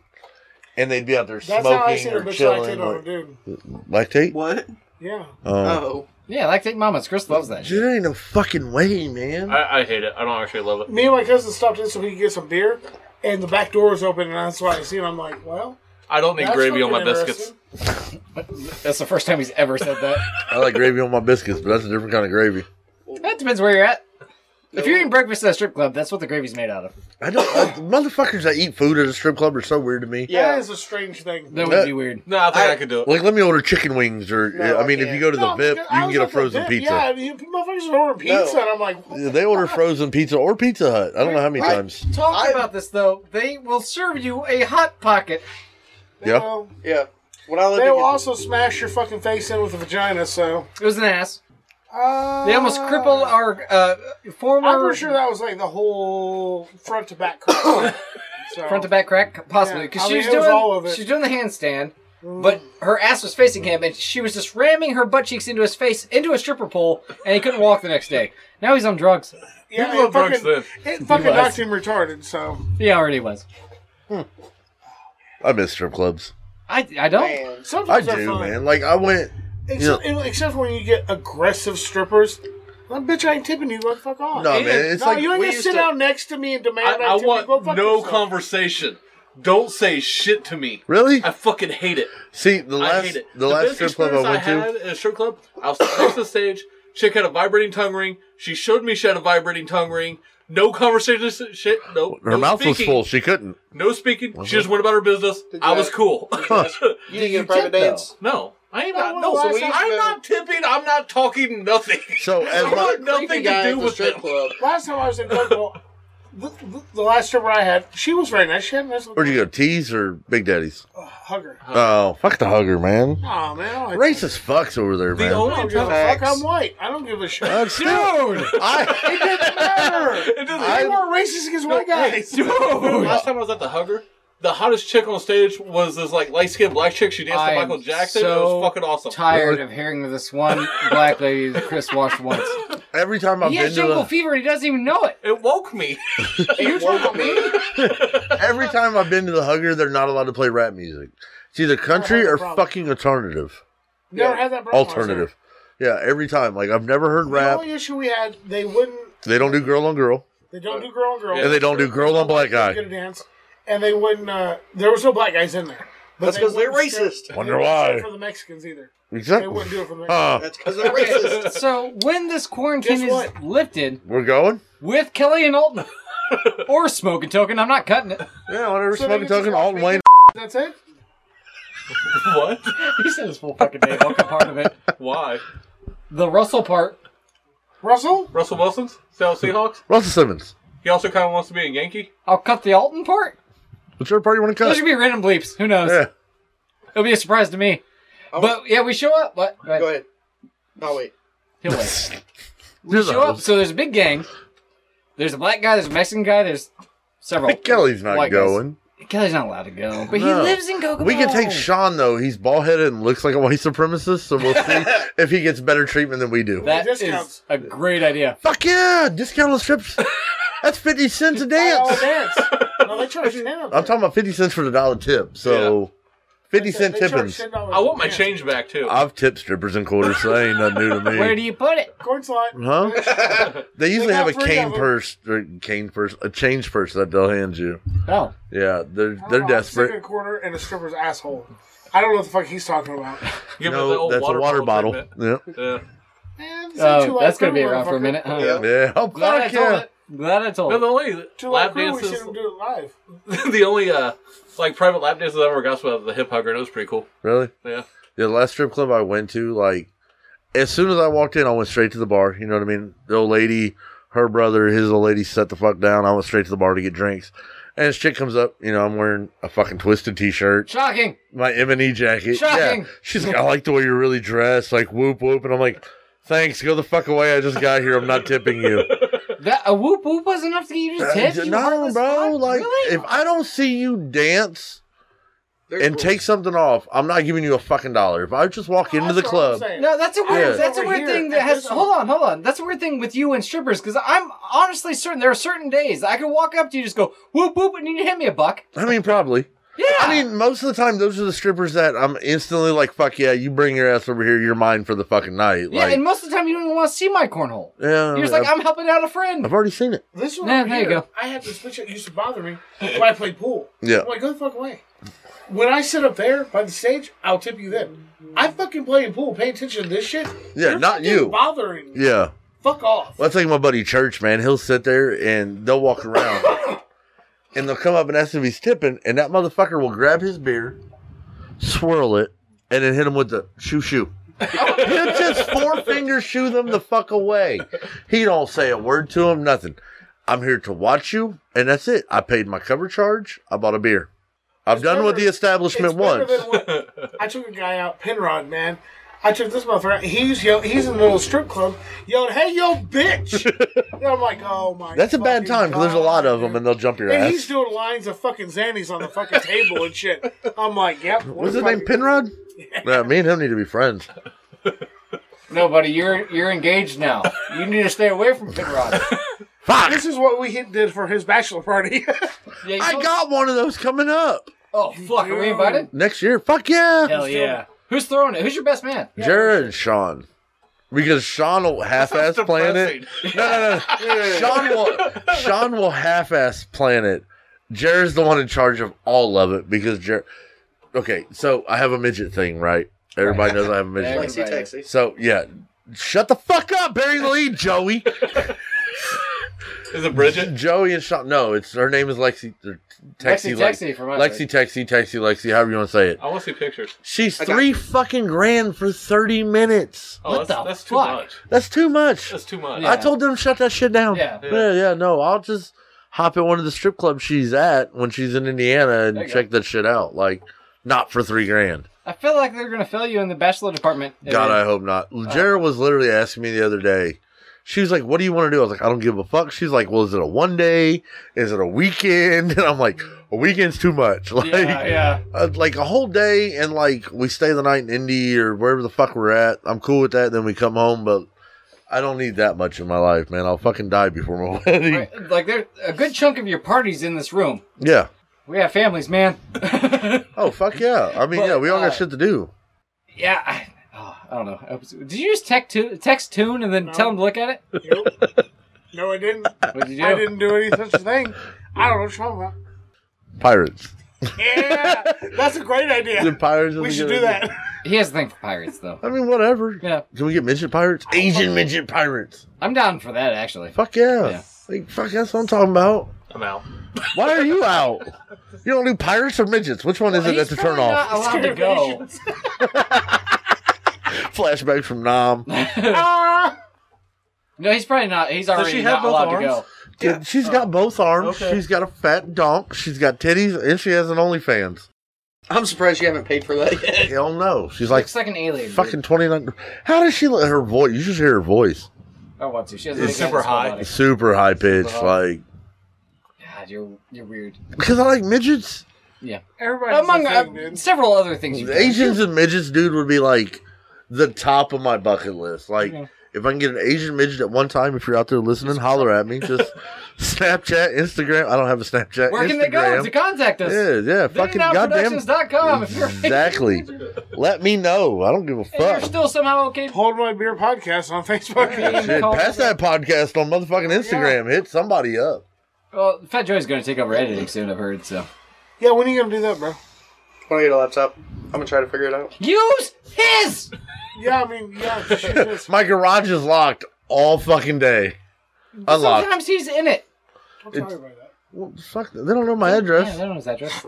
G: and they'd be out there
D: That's how I see
G: smoking
D: her
G: or
D: bitch
G: chilling.
D: lactate on a
G: Like,
D: dude.
G: lactate?
E: What?
D: Yeah.
G: Oh,
E: Oh.
A: Yeah, lactate mamas. Chris loves
D: uh,
A: that.
G: dude,
A: Shit.
G: there ain't no fucking way, man.
B: I, I hate it. I don't actually love it.
D: Me and my cousin stopped in so we could get some beer, and the back door was open, and that's why I see it. I'm like, well,
B: I don't need
D: that's
B: gravy on
D: fucking
B: my biscuits.
D: interesting.
A: That's the first time he's ever said that.
G: I like gravy on my biscuits, but that's a different kind of gravy.
A: That depends where you're at. If you're eating breakfast at a strip club, that's what the gravy's made out of.
G: I don't. I, motherfuckers that eat food at a strip club are so weird to me.
E: Yeah.
D: That is a strange thing.
A: That
G: No.
A: would be weird.
B: No, I think I, could do it.
G: Like, let me order chicken wings, or
E: No,
G: I mean,
E: I
G: if you
E: can't.
G: go to the
D: No,
G: VIP, you
D: I
G: can
D: was
G: get a
D: at the
G: frozen
D: Vip,
G: pizza.
D: Yeah, you motherfuckers order pizza,
E: No.
D: and I'm like, what the
G: They order
D: fuck?
G: frozen pizza or Pizza Hut. I don't know how many
E: I-
G: times.
A: Talk
E: I-
A: about this though. They will serve you a hot pocket.
G: Yeah.
D: Well,
E: Yeah. When I lived
D: They
E: in-
D: will also smash your fucking face in with a vagina, so.
A: It was an ass.
D: Uh,
A: They almost crippled our uh, former
D: I'm pretty sure that was like the whole front to back. crap. so,
A: front to back crack, possibly
D: Yeah,
A: because
D: I
A: she
D: mean,
A: was
D: it was
A: doing
D: all of it. Mm.
A: she was doing the handstand, but her ass was facing him, and she was just ramming her butt cheeks into his face into a stripper pole, and he couldn't walk the next day. Now he's on drugs.
D: Yeah,
B: People
D: it
B: love drugs
D: fucking,
B: then.
D: it fucking
A: Yes.
D: knocked him retarded. So
A: He already was.
G: I miss strip clubs.
A: I I don't.
E: Man.
G: I
D: sometimes
G: do,
D: fun.
G: man. Like, I went.
D: Except, except when you get aggressive strippers. Well, bitch, I ain't tipping you. Go the fuck off.
G: No, man. It's
D: No,
G: like
D: you ain't
B: we
D: gonna
B: used
D: sit
B: to-
D: down next to me and demand
B: I, I
D: I, tip you. Go
B: want
D: fuck
B: no
D: yourself.
B: conversation. Don't say shit to me.
G: really.
B: I fucking hate it.
G: See the
B: I
G: last
B: hate it.
G: the, last
B: best
G: strip club I went
B: experience
G: to.
B: had at a strip club, I was next to the stage. Chick had a vibrating tongue ring. She showed me she had a vibrating tongue ring. No conversation. Shit. No.
G: Her
B: no
G: mouth was
B: speaking.
G: full. Uh-huh. She couldn't.
B: No speaking. She just went about her business. I was cool.
E: You didn't get a private dance.
B: no, I ain't
D: Oh,
B: not. No,
D: well,
E: so we used to
B: I'm
E: have-
B: not tipping. I'm not talking. Nothing.
G: So as
B: I
G: my
B: want nothing to do with
E: strip
B: them.
E: club.
D: Last time I was in Buffalo, the, the, the last stripper I had, she was very nice. She had a nice
G: where'd
D: little
G: you go? Tees or Big Daddy's?
D: hugger.
G: Oh, fuck the hugger, man.
D: Aw, man. I don't like
G: Racist fucks over there,
B: The
G: man.
D: I don't
B: only
D: give
B: time.
D: a fuck.
E: Facts.
D: I'm white. I don't give a shit.
G: That's dude. I
D: it didn't matter.
B: It doesn't-
D: They weren't racist against white guys.
B: Last time I was at the Hugger, the hottest chick on stage was this like light skinned black chick. She danced
A: I
B: to
A: am
B: Michael Jackson.
A: so
B: it was fucking awesome.
A: Tired of hearing this one black lady that Chris watched once.
G: every time I've
A: He
G: been
A: has
G: to
A: jungle
G: a,
A: fever. and He doesn't even know it.
B: It woke me.
E: You told me.
G: every time I've been to the hugger, they're not allowed to play rap music. It's either country
D: have a
G: or
D: problem.
G: fucking alternative.
D: Never
E: Yeah.
D: had that problem.
G: Alternative. Yeah, every time. Like I've never heard
D: The
G: rap.
D: only issue we had, they wouldn't.
G: They don't do girl on girl,
D: They don't do girl on girl.
G: and they don't do girl on black
D: They
G: guy.
D: Get a dance, and they wouldn't. Uh, there was no black guys in there. But
E: That's
D: they
E: 'cause they're
D: wouldn't strip-
E: racist.
D: they
G: Wonder
D: wouldn't strip
G: why.
D: For the Mexicans either, they
G: Exactly.
D: wouldn't do it for the Mexicans.
G: Uh,
E: That's because they're racist.
A: So when this quarantine
D: Guess
A: is
D: what?
A: lifted,
G: we're going.
A: with Kelly and Alton or Smoke and Token, I'm not cutting it.
G: Yeah, whatever.
D: So they
G: Smoking
D: get to
G: token,
D: watch
G: Alton
D: me
G: Wayne.
D: That's it.
B: what?
A: He said his full fucking name. I'll cut part of it.
B: Why?
A: The Russell part.
D: Russell,
B: Russell Wilson's Seattle
G: Hmm.
B: Seahawks.
G: Russell Simmons.
B: He also kind of wants to be a Yankee.
A: I'll cut the Alton part.
G: Whichever part you want to
A: Those
G: cut.
A: should be random bleeps. Who knows?
G: Yeah.
A: It'll be a surprise to me. But yeah, we show up. What?
E: Go ahead. No, Oh, wait.
A: He'll wait.
G: We
A: show up. So there's a big gang. There's a black guy. There's a Mexican guy. There's several.
G: Kelly's not
A: white guys.
G: going.
A: Kelly's not allowed to go, but
G: No.
A: he lives in Kokomo.
G: We can take Sean though. He's bald headed and looks like a white supremacist, so we'll see if he gets better treatment than we do.
A: That
D: Discounts.
A: is a great idea.
G: Fuck yeah! Discount on strips. That's fifty cents a
D: they all
G: dance.
D: dance. no, Oh, they charge ten. up
G: I'm
D: there.
G: talking about fifty cents for the dollar tip. So fifty
D: They
G: cent
D: charge
G: tippings.
D: $10
B: I want my
D: dance.
B: change back too.
G: I've tipped strippers and quarters, so that ain't nothing new to me.
A: Where do you put it?
D: Corn slot.
G: huh? They usually have
D: got
G: a
D: three
G: cane
D: of 'em.
G: purse, or cane purse, a change purse that they'll hand you.
A: Oh,
G: Yeah, they're
D: I don't
G: they're
D: know, I'm sick
G: desperate.
D: of A quarter and a stripper's asshole. I don't know what the fuck he's talking about.
B: Give him the
G: No,
B: old
G: that's a water bottle.
B: treatment.
G: Yeah,
B: Yeah.
D: Man, this ain't too
A: oh,
D: light
A: that's gonna
D: crew,
A: be around for a
D: motherfucker.
A: minute. Huh?
E: Yeah.
G: yeah. Oh,
A: Glad I
G: fuck
A: told
G: yeah.
A: it. Glad I told
B: No, the
A: it.
B: only
D: Too light
B: lap
D: crew, we seen
B: dances,
D: him do it live.
B: the only uh, like private lap dances I ever got was the hip hugger. and It was pretty cool.
G: Really?
B: Yeah.
G: Yeah, the last strip club I went to, like, as soon as I walked in, I went straight to the bar. You know what I mean? The old lady, her brother, his old lady set the fuck down. I went straight to the bar to get drinks. And this chick comes up, you know, I'm wearing a fucking twisted t shirt,
A: Shocking.
G: my M and E jacket.
A: Shocking.
G: Yeah. She's like, I like the way you're really dressed, like whoop whoop. And I'm like, Thanks, go the fuck away. I just got here. I'm not tipping you.
A: That a whoop whoop was enough to get you just hit. You
G: no,
A: heartless
G: bro.
A: fuck?
G: Like
A: really?
G: if I don't see you dance
E: They're
G: and
E: cool.
G: take something off, I'm not giving you a fucking dollar. If I just walk into
D: That's
G: the
D: what
G: club,
D: I'm saying.
A: No, that's a weird.
G: Yeah.
A: That's a
D: Over
A: weird
D: here,
A: thing that
D: at
A: has.
D: this
A: Hold on, hold on. That's a weird thing with you and strippers because I'm honestly certain there are certain days I could walk up to you, just go whoop whoop, and you hand me a buck.
G: I mean, probably.
A: Yeah.
G: I mean, most of the time, those are the strippers that I'm instantly like, fuck yeah, you bring your ass over here, you're mine for the fucking night.
A: yeah.
G: Like,
A: and most of the time, you don't even want to see my cornhole.
G: yeah,
A: You're just
G: I've,
A: like, I'm helping out a friend.
G: I've already seen it.
D: This one
A: Yeah,
D: over
A: there you
D: here,
A: go.
D: I had this bitch that used to bother me when I played pool.
G: Yeah.
D: I'm like, go the fuck away. When I sit up there by the stage, I'll tip you then. I fucking play in pool, pay attention to this shit.
G: Yeah,
D: You're
G: not
D: fucking
G: you.
D: bothering me.
G: Yeah.
B: Fuck off.
G: Well, that's like my buddy Church, man. He'll sit there and they'll walk around and they'll come up and ask if he's tipping, and that motherfucker will grab his beer, swirl it, and then hit him with the shoo shoo. He'll just four finger shoo them the fuck away. He don't say a word to him, nothing. I'm here to watch you, and that's it. I paid my cover charge. I bought a beer. I've
D: It's
G: done with
D: better-
G: the establishment
D: It's better
G: once.
D: than when- I took a guy out, Penrod, man. I took this motherfucker. out. He's yo, he's in the little strip club, yelled, "Hey, yo, bitch!" and I'm like, "Oh my."
G: That's a bad
D: fucking
G: time because there's a lot of them,
D: God,
G: and they'll jump your
D: dude. And he's
G: ass.
D: doing lines of fucking Xannies on the fucking table and shit. I'm like, "Yep." what
G: What's
D: the
G: his name?
D: fuck-
G: Penrod? Nah, me and him need to be friends.
A: No, buddy, you're you're engaged now. You need to stay away from Penrod.
G: Fuck!
D: This is what we hit- did for his bachelor party.
A: Yeah, you
G: I
A: don't-
G: got one of those coming up
A: Oh fuck, are we invited?
G: next year. Fuck yeah.
A: Hell yeah. Who's throwing it? Who's your best man?
G: Jared and Sean. Because Sean will half ass plan it. No, no, no. Sean will Sean will half ass plan it. Jared's the one in charge of all of it because Jared Okay, so I have a midget thing, right? Everybody knows I have a midget.
A: Everybody.
G: thing.
E: Lexi, Texas.
G: So yeah. Shut the fuck up, Barry the lead, Joey.
B: Is it Bridget?
G: Joey and Sean no, it's her name is Lexi or Texi
A: Lexi
G: Lexi.
A: Texi from us.
G: Lexi Texi Texi Lexi, however you want to say it.
B: I want to see pictures.
G: She's
E: I got-
G: three fucking grand for thirty minutes.
B: Oh,
A: What
B: that's,
A: the
B: that's too
A: fuck?
B: much.
G: That's too much.
B: That's too much.
A: Yeah.
G: I told them shut that shit down.
A: Yeah.
G: yeah, yeah, No, I'll just hop at one of the strip clubs she's at when she's in Indiana
A: There
G: and
A: you
G: check that shit out. Like, not for three grand.
A: I feel like they're gonna fail you in the bachelor department.
G: God, I hope not.
A: Uh,
G: Jared was literally asking me the other day. She was like, "What do you want to do?" I was like, "I don't give a fuck." She's like, "Well, is it a one day? Is it a weekend?" And I'm like, "A weekend's too much. Like,
A: Yeah, yeah.
G: uh, like a whole day and like we stay the night in Indy or wherever the fuck we're at. I'm cool with that. Then we come home, but I don't need that much in my life, man. I'll fucking die before my wedding.
A: Right, Like there, a good chunk of your party's in this room.
G: Yeah.
A: We have families, man.
G: Oh fuck yeah. I mean,
A: But,
G: yeah, we all
A: uh,
G: got shit to do.
A: yeah. I, oh, I don't know. I was- Did you just text tune, text tune and then tell him to look at it?
D: Nope. No, I didn't.
A: What did you do?
D: I didn't do any such thing. I don't know what you're talking about.
G: Pirates.
D: Yeah, that's a great
G: The
D: idea.
G: pirates.
D: We
G: is a
D: should
G: good
D: do
G: idea.
D: that.
A: He has a thing for pirates, though.
G: I mean, whatever.
A: Yeah,
G: Can we get midget pirates? Asian midget pirates.
A: I'm down for that actually.
G: Fuck yeah.
A: Yeah.
G: Like fuck, that's what I'm talking about.
B: I'm out.
G: Why are you out? You don't do pirates or midgets. Which one is it
A: He's
G: that's a turn
A: probably
G: off?
A: Not allowed to go.
G: Flashback from Nam.
D: Ah!
A: No, he's probably not. He's already
B: she have
A: not
B: both
A: allowed to
B: arms?
A: go.
G: Dude, she's
A: uh,
G: got both arms.
B: Okay.
G: She's got a fat donk. She's got titties, and she has an OnlyFans.
E: I'm surprised you haven't paid for that yet.
G: Hell no. She's like
A: Looks like an alien. dude.
G: fucking twenty nine. How does she let her voice? You should hear her voice.
A: I want to. Oh, She has
B: It's super high.
G: Super high pitched,
A: Uh-huh.
G: like
A: God, you're you're weird.
G: because I like midgets.
D: Everybody
A: Among
D: has a
A: uh,
D: thing, dude.
A: several other things, you can.
G: Asians and midgets, dude, would be like the top of my bucket list. Like
A: Okay.
G: if I can get an Asian midget at one time, if you're out there listening, holler at me. Just Snapchat, Instagram. I don't have a Snapchat.
A: Where can they go
G: Instagram.
A: to contact us?
G: Yeah, yeah, fucking goddamn.
A: Videonowproductions.com if you're
G: Exactly. Let me know. I don't give a
A: If you're
G: fuck.
A: still somehow okay.
D: Hold my beer podcast on Facebook.
A: being
G: Shit,
A: called-
G: pass that podcast on motherfucking Instagram. Hit somebody up.
A: Well, Fat Joy's going to take over editing soon, I've heard, so.
D: yeah, when are you gonna do that, bro?
E: When I get a laptop, I'm gonna try to figure it out.
A: Use his!
D: Yeah, I mean, yeah. shoot this.
G: My garage is locked all fucking day. Unlocked.
A: Sometimes he's in it.
D: Don't tell everybody that.
G: Well, fuck, they don't know my
A: Yeah,
G: address.
A: that his address.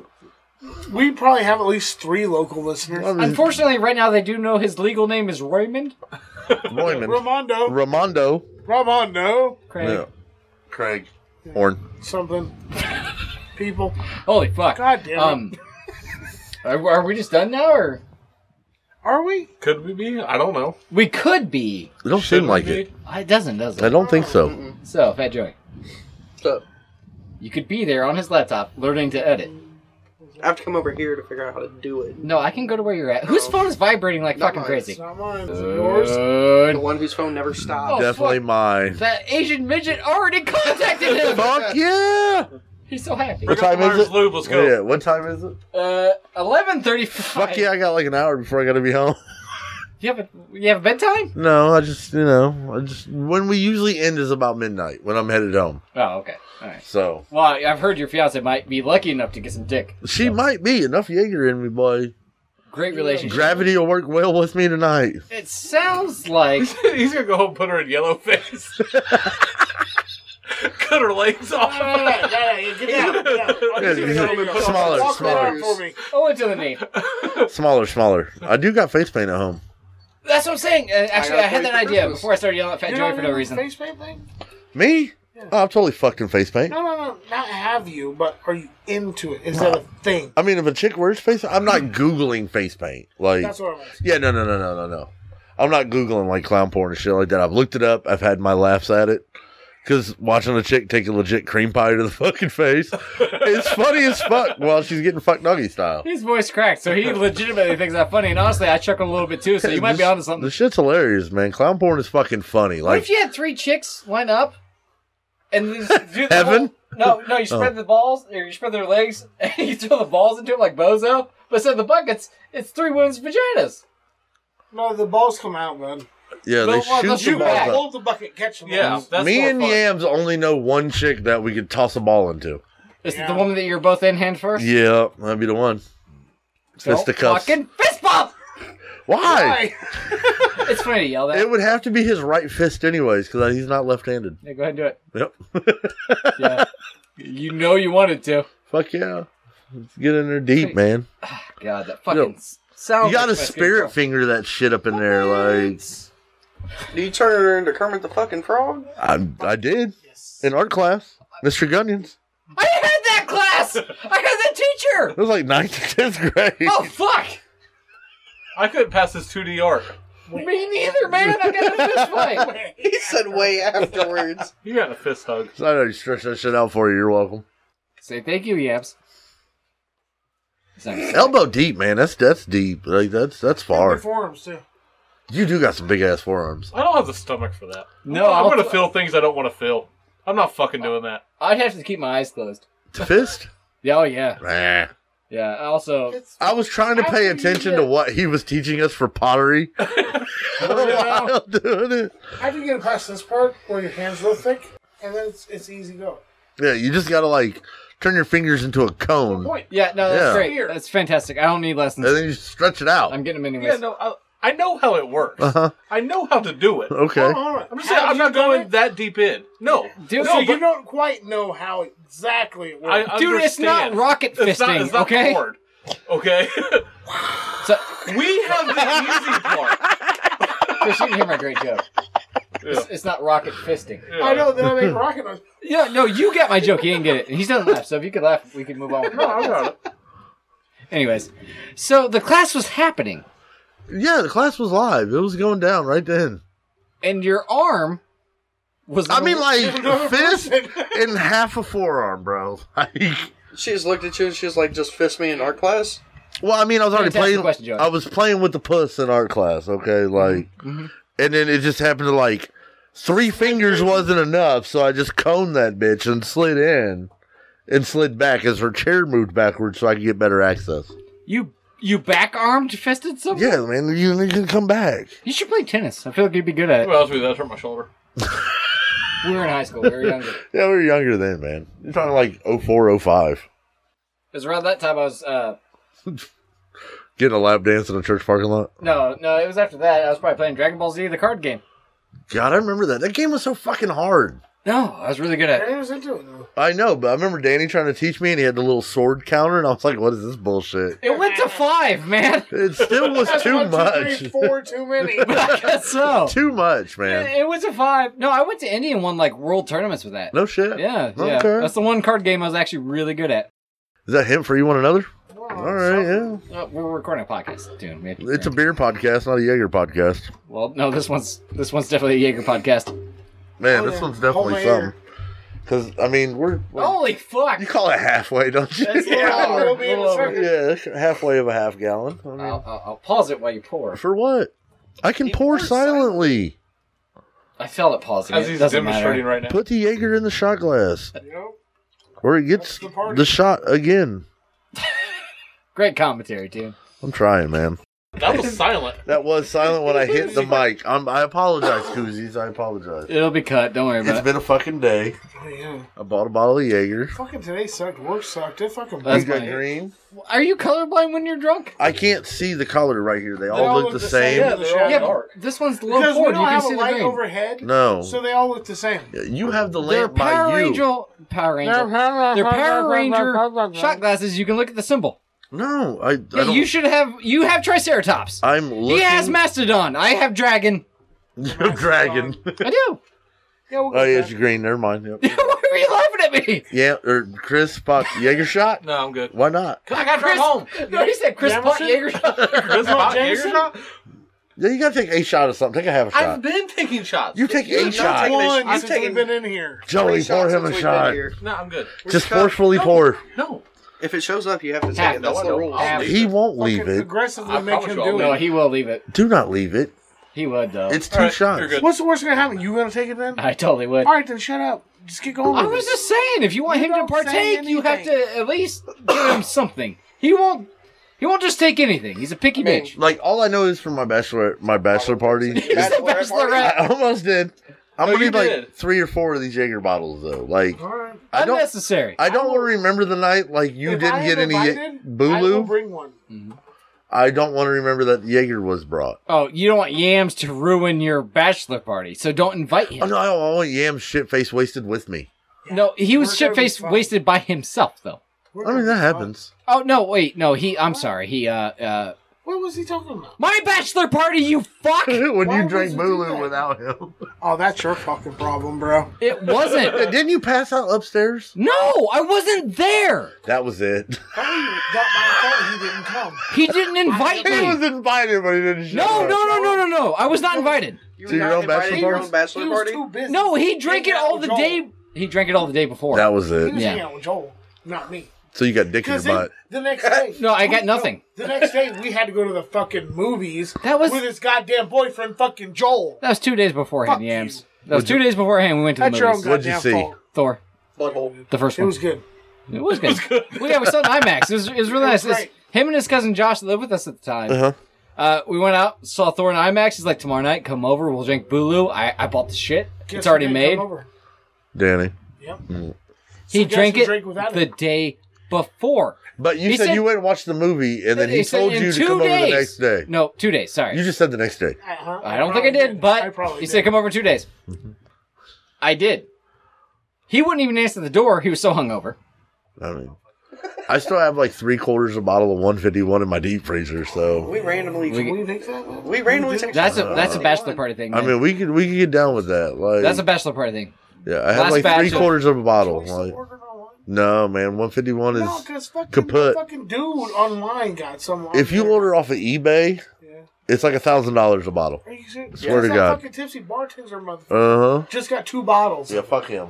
D: We probably have at least three local listeners.
A: Unfortunately, right now they do know his legal name is Raymond
G: Roymond.
D: Ramondo,
G: Ramondo.
D: Ramondo,
A: Craig.
G: Yeah. Craig. Horn.
D: something. People,
A: Holy fuck.
D: God damn it.
A: Um, are, are we just done now, or?
D: are we?
B: Could we be? I don't know.
A: We could be.
G: It don't
B: Should
G: seem like
B: we be?
G: it.
A: It doesn't, does
G: I
A: it?
G: don't think so.
A: So, Fat Joy,
E: So
A: you could be there on his laptop learning to edit.
E: I have to come over here to figure out how to do it.
A: No, I can go to where you're at. Whose phone is vibrating like
E: Not
A: fucking
E: mine.
A: crazy?
D: It's not mine. Is it yours?
G: Uh,
E: The
A: Good.
E: one whose phone never stops.
A: Oh,
G: Definitely
A: fuck.
G: mine.
A: That Asian midget already contacted him.
G: Fuck yeah!
A: He's so happy.
G: What time
B: Myers
G: is it?
B: Lube, let's go.
G: Yeah, what time is it?
A: Uh, eleven thirty-five.
G: Fuck yeah, I got like an hour before I gotta be home.
A: You have a you have a bedtime?
G: No, I just, you know, I just, when we usually end is about midnight when I'm headed home.
A: Oh, okay. All right.
G: So.
A: Well, I've heard your fiance might be lucky enough to get some dick.
G: She might be enough Jaeger in me, boy.
A: Great relationship.
G: Gravity will work well with me tonight.
A: It sounds like
B: He's gonna go home and put her in yellow face. Cut her legs off.
G: Yeah, yeah. Smaller,
D: Walk that out
G: smaller,
D: for me.
A: only to Oh, the knee.
G: smaller, smaller. I do got face paint at home.
A: That's what I'm saying. Uh, actually, I,
E: gotta
A: had that
E: play for
A: idea
E: Christmas.
A: before I started yelling at Fat
D: You
A: Joey
D: don't
A: for no
D: remember
A: reason.
D: the Face paint thing?
G: Me? Oh, I'm totally fucked in face paint.
D: No, no, no. Not have you, but are you into it? Is that a thing?
G: I mean, if a chick wears face, I'm not googling face paint. Like,
D: That's what I'm asking.
G: yeah, no, no, no, no, no, no. I'm not googling like clown porn and shit like that. I've looked it up. I've had my laughs at it. Cause watching a chick take a legit cream pie to the fucking face, it's funny as fuck. While she's getting fucked doggy style.
A: His voice cracked, so he legitimately thinks that funny. And honestly, I chuckled a little bit too. So you might be
G: This-
A: onto something.
G: This shit's hilarious, man. Clown porn is fucking funny.
A: What
G: Like,
A: if you had three chicks line up and you just do the
G: Heaven? Oh.
A: whole- no, no, you spread the balls or you spread their legs and you throw the balls into them like bozo. But instead of the buckets, it's three women's vaginas.
D: No, the balls come out, man.
G: yeah, they
A: Don't want
G: shoot
A: to
G: the
A: shoot
G: balls
A: back.
G: up.
D: Hold the bucket, catch them.
B: Yeah,
D: all.
B: that's
G: Me
B: more
G: and
B: fun.
G: Yams only know one chick that we could toss a ball into.
A: Is it the
D: Yeah.
A: woman that you're both in hand first?
G: Yeah, that'd be the one.
A: Don't
G: Fisticuffs.
A: Fucking fist bump!
G: Why?
A: It's funny to yell that.
G: It would have to be his right fist, anyways, because he's not left-handed.
A: Yeah, go ahead and do it.
G: Yep.
A: Yeah. you know you wanted to.
G: Fuck yeah. Let's get in there deep, man.
A: God, that fucking
G: Yo,
A: s- sounds.
G: You got to
A: like
G: spirit finger that shit up in there, like
E: Do you turn her into Kermit the fucking Frog?
G: I, I did in art class. Mr. Gunyon's.
A: I had that class. I had that teacher.
G: It was like ninth to tenth grade.
A: Oh fuck!
B: I couldn't pass this 2D art.
A: Me neither, man. I got a fist fight.
E: He said way afterwards.
B: You got a fist hug.
G: So I already stretched that shit out for you. You're welcome.
A: Say thank you, Yabs. Sounds-
G: Elbow deep, man. That's that's deep. Like that's that's far.
D: Good forearms, too.
G: You do got some big ass forearms.
B: I don't have the stomach for that.
A: No,
B: I'm
A: I'll-
B: gonna feel things I don't want to feel. I'm not fucking doing that.
A: I'd have to keep my eyes closed.
G: To fist?
A: Yeah, oh yeah,
G: Nah.
A: yeah. Also,
D: It's-
G: I was trying to pay attention to what he was teaching us for pottery while doing it.
D: After you get past this part where your hands real thick, and then it's, it's easy going.
G: Yeah, you just gotta like turn your fingers into a cone
D: Point.
A: yeah, no, that's
G: Yeah.
A: great. That's fantastic. I don't need
G: and
A: lessons.
G: then you stretch it out.
A: I'm getting them anyways.
B: Yeah, no, I, I know how it works.
G: Uh huh.
B: I know how to do it.
G: Okay.
D: All right.
B: I'm just saying, I'm not going that deep in. No,
A: Dude,
B: no,
D: So
B: but
D: you don't quite know how exactly it works.
B: I
A: Dude, it's not
B: understand.
A: rocket
B: It's not, it's
A: fisting,
B: not
A: okay?
B: hard. Okay,
A: So,
B: we have the easy part.
A: Chris, you can hear my great joke. It's, it's not rocket fisting.
B: Yeah.
D: I know that I make rocket noise.
A: Yeah, no, you got my joke. He didn't get it. He doesn't laugh. So if you could laugh, we could move on. With the
B: No, Oh, I
A: podcast.
B: got it.
A: anyways, so the class was happening,
G: Yeah, the class was live. It was going down right then.
A: and your arm was.
G: I mean, like
D: Another
G: fist
D: person.
G: and half a forearm, bro. Like,
E: She just looked at you and she was like, just fist me in art class?
G: well, I mean, I was already
A: Fantastic
G: playing.
A: question, Joey. Mm-hmm.
G: I was playing with the puss in art class. Okay, like, and then it just happened to like three fingers wasn't enough, so I just coned that bitch and slid in and slid back as her chair moved backwards so I could get better access.
A: you you back armed fisted someone.
G: Yeah, man, you, you can come back.
A: You should play tennis. I feel like you'd be good at it.
B: Well, I'll do that. Hurt my shoulder.
A: We were in high school. We were younger. It
G: Yeah, we were younger then, man. You're talking like 04, 05.
A: was around that time I was. Uh,
G: Getting a lap dance in a church parking lot.
A: no, no, it was after that. I was probably playing Dragon Ball Z, the card game.
G: God, I remember that. That game was so fucking hard.
A: No, I was really good at it.
D: I was into it though.
G: I know, but I remember Danny trying to teach me, and he had the little sword counter, and I was like, "What is this bullshit?"
A: It went to five, man.
G: It still was
D: That's
G: too
D: one, two,
G: much.
D: three, four, too many.
A: I guess so.
G: Too much, man.
A: It it was a five. No, I went to India and won like world tournaments with that.
G: No shit.
A: Yeah, yeah.
G: Okay.
A: That's the one card game I was actually really good at.
G: Is that him for you want another?
D: Oh,
G: All right, yeah.
A: Uh, we're recording a podcast, dude. We have to-
G: It's a beer podcast, not a Jaeger podcast.
A: well, no, this one's this one's definitely a Jaeger podcast.
G: Man,
D: Oh,
G: this
D: yeah.
G: one's
D: Oh. Hold
G: definitely
D: my ear.
G: something. Because I mean, we're, we're-
A: Holy fuck!
G: you call it halfway, don't you?
A: That's
G: yeah,
A: a little
D: it'll
A: over.
D: be in a
A: Little over.
D: second.
G: yeah, halfway of a half gallon. I mean,
A: I'll, I'll, I'll pause it while you pour.
G: For what? I can pour silently.
A: I felt it pausing.
B: As
A: it
B: he's
A: doesn't
B: demonstrating
A: matter.
B: right now.
G: Put the Jaeger in the shot glass,
D: You know?
G: or it gets
D: That's the party.
G: the shot again.
A: Great commentary, dude.
G: I'm trying, man.
B: That was silent.
G: That was silent when I hit the mic. I'm, I apologize, Koozies. I apologize.
A: It'll be cut. Don't worry
G: It's
A: about it.
G: been a fucking day.
D: Oh, yeah.
G: I bought a bottle of Jaeger.
D: Fucking today sucked. Work sucked. It fucking.
A: That's
G: You got
A: fine.
G: green.
A: Are you colorblind when you're drunk?
G: I can't see the color right here. They, all, look, the same.
B: Yeah, they're all
A: Yeah,
B: dark.
A: but this one's low
D: Because we
A: forward.
D: don't
A: You can
D: have a
A: see the
D: light
A: green.
D: overhead,
G: No.
D: so they all look the same.
G: you have the
A: They're
G: lamp
A: Power
G: by you.
A: Ranger. Power Ranger. They're Power Ranger shot glasses. You can look at the symbol.
G: No, I. I
A: Yeah,
G: don't,
A: you should have. You have Triceratops.
G: I'm looking.
A: He has Mastodon. I have Dragon.
G: dragon.
A: I do.
D: Yeah, we'll go
G: oh yeah,
D: with
G: it's green. Never mind. Yep.
A: Why are you laughing at me?
G: yeah, or Chris Pop Jaeger shot.
B: No, I'm good.
G: Why not?
B: I gotta drive home.
A: No, he said Chris Pot
D: Jamerson?
A: Yeager.
B: Chris Pop
D: Jameson?
B: Jaeger?
G: Yeah, you gotta take a shot of something. Take a half a
B: I've
G: shot.
B: been taking shots.
G: You take a
E: not
G: shot.
E: taking-
D: that.
E: I've
D: One since
E: taken-
D: we've been in here.
G: Joey,
E: Three
G: pour
E: shots
G: him
E: since
G: a
E: we've
G: shot.
E: been here.
B: No, I'm good.
G: Just
E: shot-
G: forcefully pour.
B: No.
E: If it shows up, you have to take
A: Half,
E: it. That's
B: no,
E: the
B: no,
E: rule.
B: I'll leave.
G: He won't
D: Fucking
G: leave it.
D: Aggressively
B: I
D: make
B: promise
D: him
B: you I'll
D: do
B: leave.
D: it.
A: he will leave it.
G: Do not leave it.
A: He would though.
G: It's two
B: All right,
G: shots.
B: You're good.
D: What's the worst gonna happen? You gonna take it then?
A: I totally would.
D: All right, then shut up. Just get going.
A: I
D: with
A: was
D: it.
A: just saying, if you want
D: You
A: him to
D: don't say
A: partake, you have to at least give him something. He won't. He won't just take anything. He's a picky
E: mean,
A: bitch.
G: Like all I know is from my bachelor my bachelor party.
A: He's the
E: Bachelorette party?
A: bachelorette.
G: I almost did. I'm
B: No,
G: gonna
B: you
G: need like
B: did.
G: three or four of these Jaeger bottles though. Like
D: All right.
G: I don't
A: Unnecessary.
G: I don't want to remember the night like you
D: If
G: didn't
D: I
G: get
D: am
G: any
D: invited, I will
G: Bulu.
D: bring one.
G: I don't want to remember that Jaeger was brought.
A: oh, you don't want yams to ruin your bachelor party, so don't invite
G: Oh
A: him.
G: no, I don't want Yam shit face wasted with me.
A: No, he was
D: We're gonna
A: shit
D: be
A: faced,
D: fine.
A: wasted by himself though.
D: We're
G: I mean
D: gonna
G: that
D: be fine.
G: happens.
A: Oh no, wait, no, he. I'm sorry, he. uh uh
D: What was he talking about?
A: My bachelor party, you fuck!
G: when
D: Why
G: you drank
D: would you do
G: Bulu
D: that?
G: without him.
D: Oh, that's your fucking problem, bro.
A: It wasn't.
G: Didn't you pass out upstairs?
A: No, I wasn't there.
G: That was it.
D: That my fault. He didn't come.
A: He didn't invite
G: he was
A: me.
G: invited, but he didn't show
A: No, no,
G: up.
A: no, no, no, no. I was not invited.
E: You
G: To your own bachelor
E: invited to your
G: party?
E: own
D: he
E: bachelor
D: was
E: party?
D: too busy.
A: No, he drank it
D: Hanging out
A: all
D: with
A: the
D: Joel.
A: day. He drank it all the day before.
G: That was
D: He was
G: it.
A: Yeah.
D: hanging out with Joel, not me.
G: So you got dick in your
D: Because
G: butt.
D: the next day,
A: No, I got nothing.
D: The next day, we had to go to the fucking movies.
A: That was-
D: with his goddamn boyfriend, fucking Joel.
A: That was two days
D: Fuck
A: beforehand,
D: you.
A: Yams. That was two days beforehand. We went to the
D: That's your own
A: movies.
D: goddamn
G: What'd you see?
D: fault.
A: Thor,
E: Butthole.
A: the first
D: It
A: one.
D: was good.
A: It was good. we yeah, we saw it in IMAX. It was, it was really
D: It
A: nice.
D: was
A: It's-
D: great.
A: him and his cousin Josh lived with us at the time.
G: Uh-huh.
A: Uh, we went out, saw Thor in IMAX. He's like, "Tomorrow night, come over. We'll drink Bulu." I, I bought the shit.
D: Guess
A: it's already
D: we
A: made.
D: didn't come over.
G: Danny.
A: He
D: guess
A: drank
D: who
A: it
D: drank without
A: the
D: him?
A: day before.
G: But you
A: He
G: said,
A: said-
G: you went and watched the movie, and then he,
A: They said
G: told
A: in
G: you to
A: two
G: come over the next day.
A: No, two days. Sorry.
G: You just said the next day.
D: Uh-huh.
A: I don't think I
D: probably
A: did, but
D: I
A: he
D: probably
A: said,
D: did.
A: "Come over in two days." I did. He wouldn't even answer the door. He was so hungover.
G: I mean, I still have like three quarters of a bottle of 151 in my deep freezer. So
E: We randomly.
A: We-
E: We,
D: We think that-
E: randomly take
A: That's a
E: shots.
A: that's a bachelor
E: One.
A: party thing.
G: Uh, I
A: man.
G: mean, we could we could get down with that. Like
A: that's a bachelor party thing.
G: yeah, I have
A: last
G: like
A: batch
G: three
A: of-
G: quarters of a bottle.
D: We still
G: Like
D: ordered online?
G: no, man, 151 is.
D: No, because fucking
G: kaput.
D: fucking dude online got some.
G: if you order off of eBay,
D: Yeah.
G: it's like a thousand dollars a bottle.
D: Are you serious?
G: Swear to
D: That
G: God.
D: fucking tipsy bartender motherfucker
G: Uh huh.
D: just got two bottles.
G: fuck him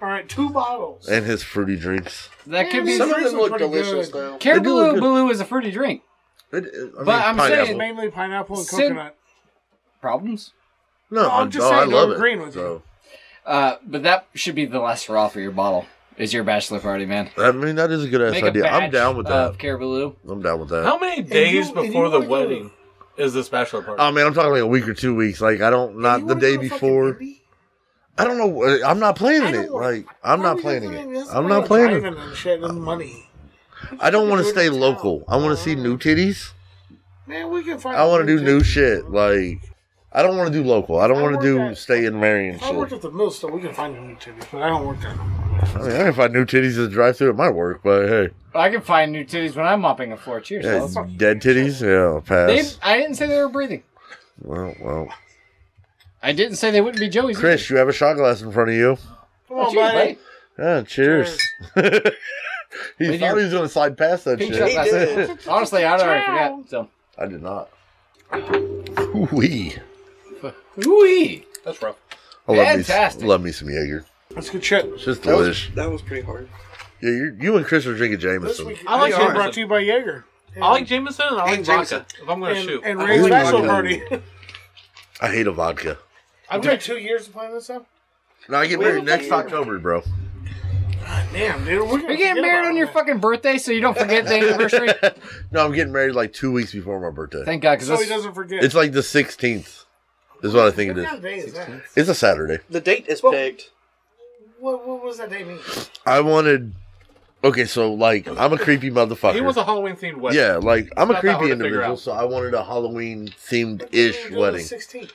D: All right, two bottles.
G: and his fruity drinks.
A: That could be.
E: Some of
D: Drinks
E: them
D: are
E: look
D: pretty
E: delicious,
D: good.
E: though.
G: do look
A: Caribou
G: good.
A: Blue is a fruity drink.
G: It, it- I
A: But I'm saying-
G: pineapple.
D: Mainly pineapple and
A: Sim-
D: coconut.
A: Problems.
G: no,
D: No, I'm
G: I-
D: just
G: oh,
D: saying,
G: I
D: I'm
G: love it.
D: agreeing with you.
G: So,
A: Uh, but that should be the last hurrah for your bottle. Is your bachelor party, man?
G: I mean, that is a good ass
A: Make a
G: idea. I'm
A: batch
G: down with that.
A: Of Caribou Blue.
G: I'm down with that.
B: How many
D: you-
B: days
D: and you
B: before the
D: wanna go to-
B: wedding is this bachelor party?
G: Oh man, I'm talking like a week or two weeks. Like I don't
D: You
G: not the
D: wanna
G: day
D: go to fucking
G: before.
D: Indy?
G: I don't know. uh, I'm not
D: I
G: planning
D: don't
G: it.
D: wanna-
G: Like I'm
D: Why are
G: not
D: we
G: planning
D: doing
G: it.
D: this?
G: I'm
D: Why
G: not
D: we
G: planning it.
D: driving And shit and money.
G: I don't want to
D: doing
G: stay
D: it in
G: local. I
D: town?
G: want to see new titties.
D: Man, we can find.
G: I want to do new
D: things.
G: shit. Like I don't want to do local. I don't
D: I
G: want
D: work
G: to do
D: at-
G: stay in Marion
D: If I worked
G: shit.
D: at the mill store, we can find new titties, but I don't work there. no more.
G: I mean, I can find new titties at the drive-through at my work, but hey,
A: I can find new titties when I'm mopping a floor. Cheers.
G: yeah,
A: fellas.
G: dead titties. Yeah, I'll
A: They,
G: pass.
A: I didn't say they were breathing.
G: Well, well,
A: I didn't say they wouldn't be Joey's. either.
G: Chris, you have a shot glass in front of you.
D: Come
A: Oh,
D: on,
A: geez,
D: buddy.
A: buddy.
G: Yeah, Ah, cheers. he
A: With
G: thought
A: your
G: he was gonna slide past that
A: Pink
G: shit.
A: shot glasses. Honestly, I already forgot. So.
G: I did not. Wee.
A: Ooh-wee.
B: That's rough.
G: I love
A: Fantastic.
G: Me, love me some Jaeger.
D: That's good shit.
G: It's just
E: That was,
G: delish.
E: that was pretty hard.
G: Yeah, you you and Chris are drinking
D: This
G: Jameson.
D: week,
B: I like
D: this week
B: Jameson.
D: brought to you by Jaeger.
B: I like Jameson and I like
E: And
B: vodka.
E: Jameson.
B: If I'm gonna
D: and,
B: shoot,
D: and
B: I
D: Ray's
G: Ooh.
D: special party.
G: I hate a vodka.
D: I've got two years to plan this up.
G: No, I get
E: Wait,
G: married next
E: wait.
G: October, bro.
D: Damn, dude. We're
A: You're getting married on your fucking birthday, so you don't forget the anniversary.
G: no, I'm getting married like two weeks before my birthday.
A: Thank God,
D: So
A: because
D: he
A: that's
D: doesn't forget.
G: It's like the 16th, is what I think it
D: What
G: is.
D: kind of day is that?
G: It's a Saturday.
E: The date is
D: Well-
E: picked.
D: What, what was that day mean?
G: I wanted. Okay, so like I'm a creepy motherfucker.
B: He wants a Halloween themed wedding.
G: yeah, like I'm a
B: Not that hard
G: creepy
B: to figure
G: individual,
B: out.
G: so I wanted a Halloween themed
D: Why
G: ish
D: didn't you do it on the
G: wedding.
D: 16th?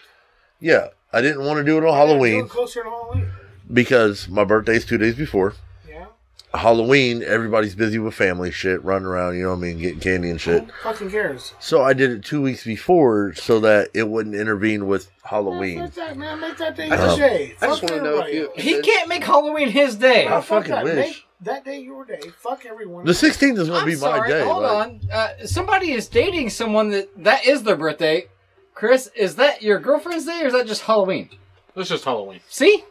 G: Yeah, I didn't want to do it on
D: Yeah, do
G: Halloween
D: it closer to Halloween.
G: because my birthday's two days before.
D: Yeah.
G: Halloween, everybody's busy with family shit, running around, you know what I mean, getting candy and shit.
D: Who fucking cares?
G: So I did it two weeks before so that it wouldn't intervene with Halloween.
D: Fuck that, man. Make that day
E: I
D: your
E: just-
D: day.
E: I just
D: Fuck
E: want to know if
D: everybody
E: you.
D: else.
A: he can't make Halloween his day.
G: I
D: No, fuck
G: fucking
D: that.
G: wish.
D: Make that day your day. Fuck everyone.
G: The 16th is going to
A: I'm
G: be my
A: sorry.
G: day.
A: Hold
G: like-
A: on. Uh, somebody is dating someone that that is their birthday. Chris, is that your girlfriend's day or is that just Halloween?
B: It's just Halloween.
A: See,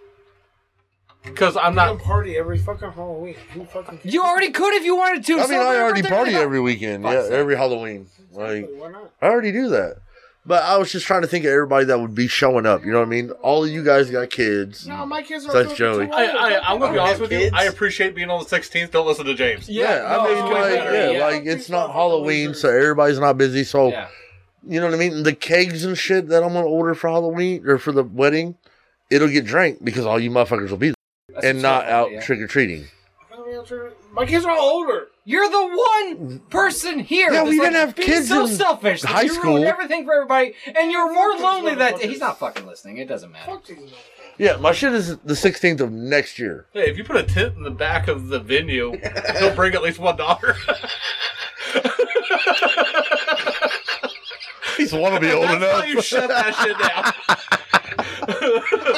B: Because I'm
D: Let 'em
B: not.
D: party every fucking Halloween. Who fucking cares?
A: you already could if you wanted to.
G: I mean,
A: Celebrate
G: I
A: your
G: already
A: birthday
G: party
A: right now.
G: every weekend. Yeah, every Halloween. Like, mm.
D: Why not?
G: I already do that. But I was just trying to think of everybody that would be showing up. You know what I mean? All of you guys got kids.
D: No, my kids are.
G: That's
D: fucking
G: Joey.
D: too
B: I,
D: old.
B: I, I'm going to be
E: I
B: honest
E: have
B: with
E: kids.
B: you. I appreciate being on the 16th. Don't listen to James.
G: Yeah,
A: no,
G: I mean,
A: it's
G: like,
A: way better,
G: yeah,
A: yeah.
G: like it's not Halloween, so everybody's not busy. So
A: Yeah.
G: you know what I mean. The kegs and shit that I'm gonna order for Halloween or for the wedding, it'll get drank because all you motherfuckers will be there
A: That's
G: and
A: what's
G: not
A: up,
G: out
A: yeah.
G: trick or treating.
D: My kids are all older.
A: You're the one person here.
G: Yeah,
A: that's
G: we didn't
A: like
G: have
A: being
G: kids
A: So
G: in
A: selfish. that
G: high
A: you
G: school.
A: ruined everything for everybody, and you're more lonely that day.
D: motherfuckers.
A: He's not fucking listening. It doesn't matter.
D: Fuck you.
G: Yeah, my shit is the 16th of next year.
B: Hey, if you put a tent in the back of the venue, he'll bring at least one dollar.
G: He's want to be old
B: That's how you shut that shit down.
C: I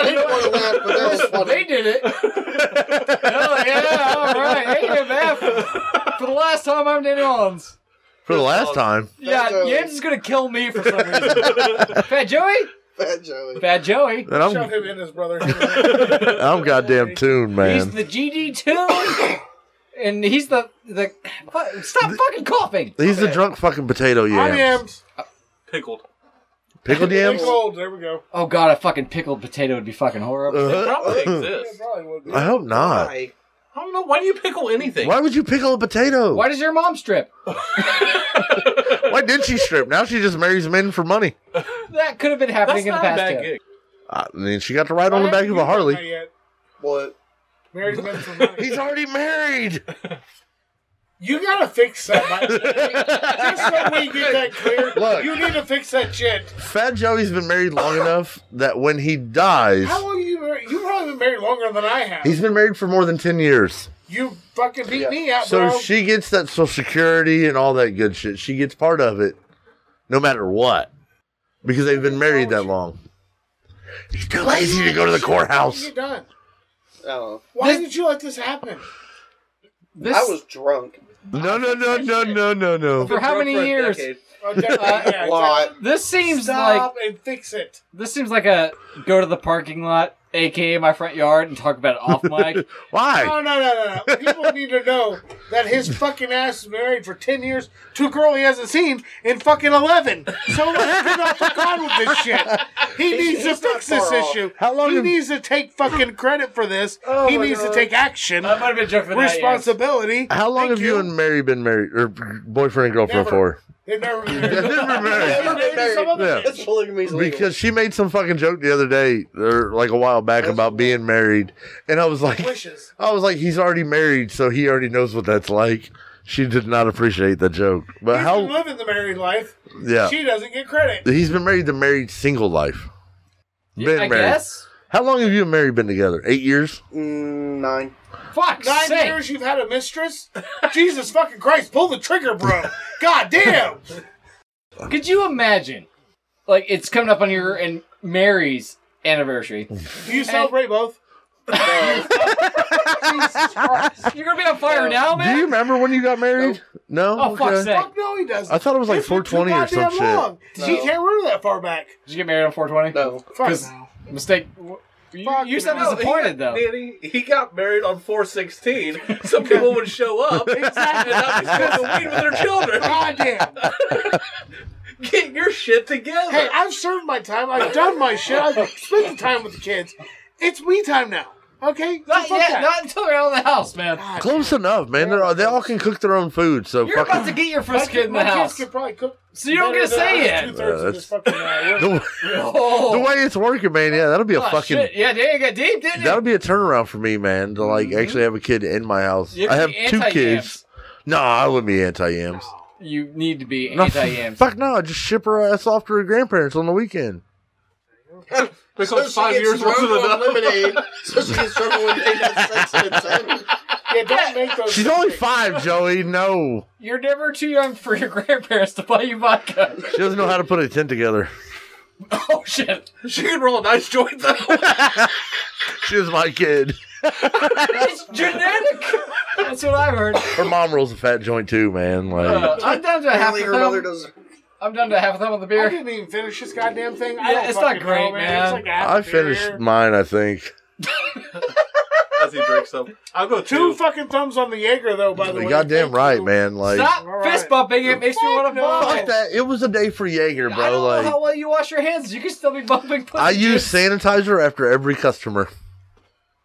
C: didn't want to laugh, but that was funny.
A: They did it. oh yeah, all right. AMF. For the last time, I'm Danny Mullins.
G: for the last time.
A: Yeah,
C: Joey.
A: Yams is gonna kill me for some reason. Fat Joey.
C: Fat Joey.
A: Fat Joey.
G: And
D: Shove
G: I'm
D: him in his brother.
G: I'm goddamn tuned,
A: He's
G: man.
A: the GD two, and he's the the. fu- Stop fucking coughing.
G: He's the drunk fucking potato
D: I am
G: yams.
B: Pickled.
G: Pickle
D: big
G: yams.
D: old. There we go.
A: Oh god, a fucking pickled potato would be fucking horrible.
B: It probably
G: Uh-huh.
D: Yeah,
B: exists.
D: probably would be.
G: I hope not.
E: Why?
B: I don't know. Why do you pickle anything?
G: Why would you pickle a potato?
A: Why does your mom strip?
G: Why did she strip? Now she just marries men for money.
A: That could have been
B: That's
A: happening
B: not a
A: in the past.
B: bad
A: too.
B: gig.
G: I mean, she got to ride on the back of a
D: Not
G: Harley.
D: yet.
C: What?
D: Married men for money.
G: He's already married.
D: You gotta fix that. Mike. Just so we get that clear.
G: Look.
D: You need to fix that shit.
G: Fat Joey's been married long enough that when he dies,
D: How long have you married? You've probably been married longer than I have.
G: he's been married for more than 10 years.
D: you fucking beat me out,
G: So
D: bro.
G: she gets that social security and all that good shit. She gets part of it no matter what because they've been married that long. He's too lazy to go to the courthouse.
D: You're done.
E: Oh,
D: Why
A: This-
D: did you let this happen?
A: This,
E: I was drunk.
G: No, no, no, no, no, no, no.
A: for how
B: Drunk
A: many
B: for a
A: years?
B: decade.
D: Oh, definitely, yeah, exactly.
C: Lot.
A: This seems like
D: Stop and fix it.
A: this seems like a go to the parking lot, aka my front yard, and talk about it off mic.
G: Why?
D: No, no, no, no, no. People need to know that his fucking ass is married for 10 years to a girl he hasn't seen in fucking 11. So let's get off the ground with this shit. He needs
E: he's
D: to
E: not
D: fix this
E: far off.
D: issue.
G: How long
D: he
G: have- Oh
D: needs to take fucking credit for this. he needs to take action,
A: That might have been a joke for that. yeah.
D: responsibility.
G: How long have
D: Thank
G: you and Mary been married, or boyfriend and girlfriend
D: Never.
G: for?
D: They've never been
G: They've
D: married.
G: been married.
E: Never been married.
D: Some other
G: Yeah.
D: bitch.
E: That's polygamy.
G: Because she made some fucking joke the other day, or like a while back, about being married, and I was like,
D: Wishes.
G: I was like, he's already married, so he already knows what that's like. She did not appreciate the joke, but
D: He's been
G: how?
D: living the married life.
G: Yeah,
D: She doesn't get credit.
G: he's been married the married single life. Been
A: I
G: married.
A: guess.
G: How long have you and Mary been together? Eight years.
E: Mm, nine.
A: Fuck.
D: Nine
A: sake.
D: years you've had a mistress? Jesus fucking Christ, pull the trigger, bro. God damn.
A: Could you imagine? Like it's coming up on your and Mary's anniversary.
D: Do you celebrate both?
A: You're gonna be on fire now,
G: Do
A: man.
G: you remember when you got married? No.
A: Oh, fuck's sake.
D: Fuck no, he doesn't.
G: I thought it was like
D: It's been too
G: 420 or some
D: goddamn
G: shit.
D: long. She can't remember that far back.
A: Did you get married on 420?
E: No.
D: Fuck
A: 'Cause-
D: no.
A: Mistake. You,
D: Fuck
A: you sound
D: no.
A: disappointed
B: No,
A: though.
B: he, Danny, he got married on 416, so people would show up exactly. and not be smoking weed with their children.
D: God damn.
B: Get your shit together.
D: Hey, I've served my time. I've done my shit. I've spent the time with the kids. It's me time now. Okay, so
A: Not
D: fuck
A: yet.
D: that.
A: Not until they're out of the house, man.
D: God,
G: Close enough, man. They're, all- they all can cook their own food, so
A: You're about to
G: fucking.
A: get your
D: my
A: first
D: kid-
A: kid in
D: my
A: the
D: kids
A: house,
D: could probably cook
A: so you don't
D: better
A: get to
D: than
A: say
D: I was
A: it.
D: two-thirds
G: Yeah,
D: of this fucking hour.
G: The,
A: Oh.
G: the way it's working, man, yeah, that'll be a
A: Oh,
G: fucking.
A: shit. Yeah, dang, it got deep, didn't it?
G: That'll be a turnaround for me, man, to like actually have a kid in my house.
A: Mm-hmm. You're
G: I have
A: gonna be
G: two
A: anti-yams.
G: kids. No, I wouldn't be anti yams.
A: You need to be
G: No,
A: anti-yams.
G: fuck no, I'd just ship her ass off to her grandparents on the weekend.
B: Because
C: she
B: five
C: gets
B: years
C: drunk
B: wasn't
C: on
B: enough.
C: lemonade, so she gets drunk on lemonade and has sex in a sandwich.
D: Yeah, don't make those.
G: She's only five, Joey. No,
A: You're never too young for your grandparents to buy you vodka.
G: she doesn't know how to put a tent together.
A: Oh shit!
B: She can roll a nice joint though.
G: She was my kid.
A: It's genetic. That's what I heard.
G: Her mom rolls a fat joint too, man. Like,
A: Uh, I'm down to a half a
C: Apparently, her mother
A: thumb.
C: does.
A: I'm down to half a thumb on the
D: I
A: beer.
D: didn't even finish this goddamn thing.
A: Yeah,
D: I don't
A: it's not
D: fucking
A: great,
D: know, man.
A: man.
D: It's like half
G: I
D: a
G: finished
D: beer.
G: mine, I think.
B: As he drinks them. I'll go
D: Two
B: two.
D: fucking thumbs on the Jaeger, though. By the way,
G: Goddamn
D: Thank
G: right,
D: you.
G: man. Like,
A: Stop
D: All
A: fist
D: right.
A: bumping. It makes me want to
D: no.
A: vomit.
G: fuck that. It was a day for Jaeger,
A: I
G: bro.
A: don't know
G: Like,
A: how well you wash your hands. You can still be bumping pussy
G: I use
A: juice
G: sanitizer after every customer.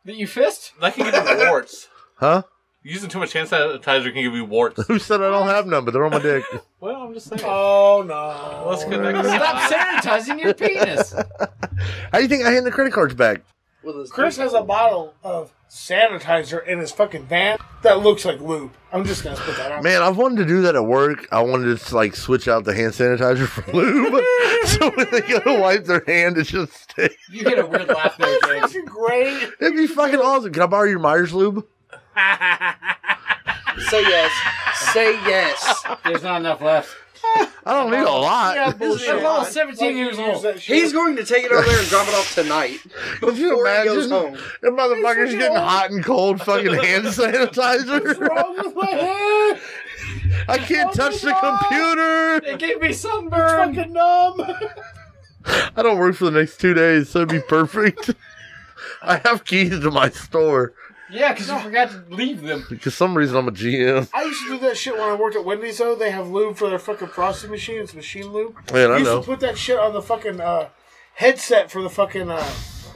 A: that you fist.
B: That can give you warts.
G: Huh?
B: Using too much hand sanitizer can give you warts.
G: Who said I don't have none? But they're on my dick.
B: Well, I'm just saying.
D: Oh no.
B: Let's connect.
A: Stop sanitizing your penis.
G: How do you think I hand the credit cards back?
C: With his
D: Chris has a bottle of sanitizer in his fucking van that looks like lube. I'm just gonna put that out.
G: Man, I've wanted to do that at work. I wanted to like switch out the hand sanitizer for lube, so when they go to wipe their hand, it just stays.
A: You get a weird laugh there, James.
D: fucking great.
G: It'd be fucking awesome. Can I borrow your Myers lube?
C: Say yes. Say yes.
A: There's not enough left.
G: I don't need a lot.
D: Oh, Yeah,
A: They're
D: bullshit.
A: all 17 years
D: Use
A: old.
D: that shit.
C: He's going to take it over there and drop it off tonight
G: Could you
C: before he goes
G: imagine?
C: home.
G: That motherfucker's getting hot and cold fucking hand sanitizer.
D: wrong with my head?
G: I can't touch the
D: Oh God.
G: computer.
A: It gave me sunburn.
D: Fucking numb.
G: I don't work for the next two days, so it'd be perfect. I have keys to my store
A: Yeah, because you forgot to leave them.
G: because some reason I'm a GM.
D: I used to do that shit when I worked at Wendy's. Though they have lube for their fucking frosting machine. It's machine lube.
G: Man,
D: I
G: I
D: used
G: know.
D: to put that shit on the fucking uh, headset for the fucking uh,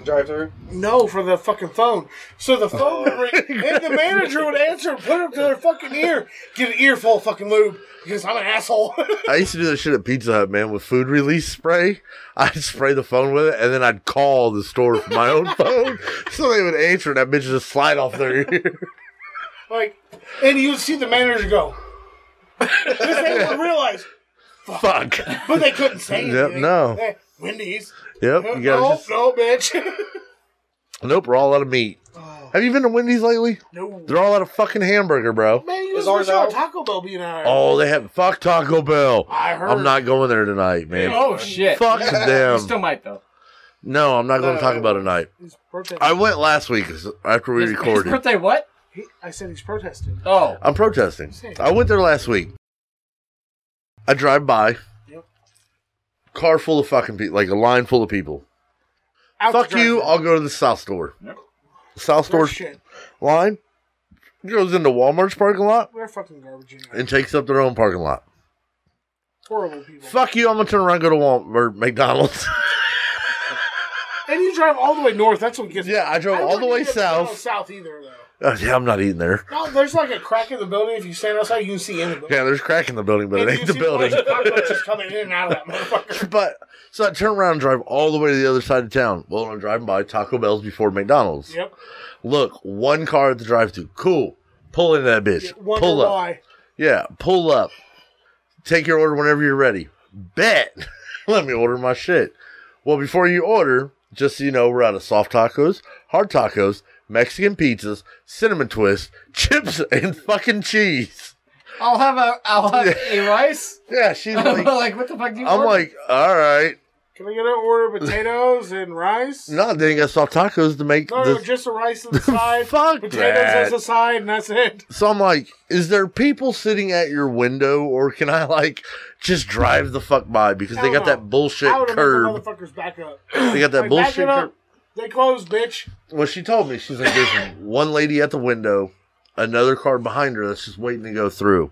C: Drive through.
D: no for the fucking phone. So the phone would ring, and the manager would answer, and put it up to their fucking ear, get an earful of fucking lube because I'm an asshole.
G: I used to do that shit at Pizza Hut, man, with food release spray. I'd spray the phone with it, and then I'd call the store from my own phone, so they would answer, and that bitch just slide off their ear.
D: like, and you would see the manager go. Because they would realize,
G: Fuck.
D: but they couldn't say
G: Yep,
D: anything.
G: no.
D: Hey, Wendy's.
G: Yep.
D: No,
G: You gotta just,
D: no, bitch.
G: nope. We're all out of meat. Have you been to Wendy's lately?
D: no.
G: They're all out of fucking hamburger, bro.
D: Man, you
C: Is
D: just
C: ours
D: wish our
C: out?
D: Taco Bell being out.
G: Oh, they have fuck Taco Bell.
D: I heard.
G: I'm not going there tonight, man.
A: Oh shit.
G: Fuck
A: You
G: them.
A: still might though.
G: No, I'm not going to talk about it tonight.
D: He's protesting.
G: I went last week after we
A: His- His
G: recorded.
A: birthday what?
D: He- I said he's protesting.
A: Oh.
G: I'm protesting. I went there last week. I drive by.
D: Yep.
G: Car full of fucking people, like a line full of people.
D: Out
G: Fuck
D: the drive-thru.
G: you, I'll go to the South Store.
A: Yep.
G: South Store
D: We're shit.
G: line goes into Walmart's parking lot
D: We're fucking garbage. Anyway.
G: and takes up their own parking lot.
D: Horrible people.
G: Fuck you, I'm gonna turn around and go to Walmart or McDonald's.
D: And you drive all the way north. That's what gets.
G: Yeah, I drove all
D: wouldn't
G: the way
D: even go
G: south.
D: South either though.
G: Oh, yeah, I'm not eating there.
D: No, there's like a crack in the building. If you stand outside, you can see in the building.
G: Yeah, there's crack in the building, but
D: And
G: it
D: you
G: ain't
D: can
G: the
D: see bunch
G: building.
D: of cockroaches coming in and out of that motherfucker.
G: But so I turn around and drive all the way to the other side of town. Well, I'm driving by Taco Bell's before McDonald's.
D: Yep.
G: Look, one car at the drive-through. Cool. Pull into that bitch.
D: Wonder
G: pull up.
D: why.
G: Yeah, pull up. Take your order whenever you're ready. Bet. Let me order my shit. Well, before you order, just so you know, we're out of soft tacos, hard tacos, Mexican pizzas, cinnamon twists, chips, and fucking cheese.
A: I'll have a I'll have a rice.
G: Yeah, she's
A: I'm
G: like,
A: like, what the fuck do you
G: I'm
A: order?
G: like, all right.
D: Can I get an order of potatoes and rice?
G: No, they ain't got soft tacos to make.
D: No, no,
G: this.
D: just the rice on the side.
G: Fuck
D: potatoes
G: that.
D: as a side, and that's it.
G: So I'm like, is there people sitting at your window, or can I like just drive the fuck by because they
D: Hell
G: got
D: no.
G: that bullshit
D: I would have
G: curb?
D: made the motherfuckers back up.
G: They got that
D: Like, back
G: bullshit
D: it
G: curb.
D: up. They closed, bitch.
G: Well, she told me she's like, there's one lady at the window, another car behind her that's just waiting to go through.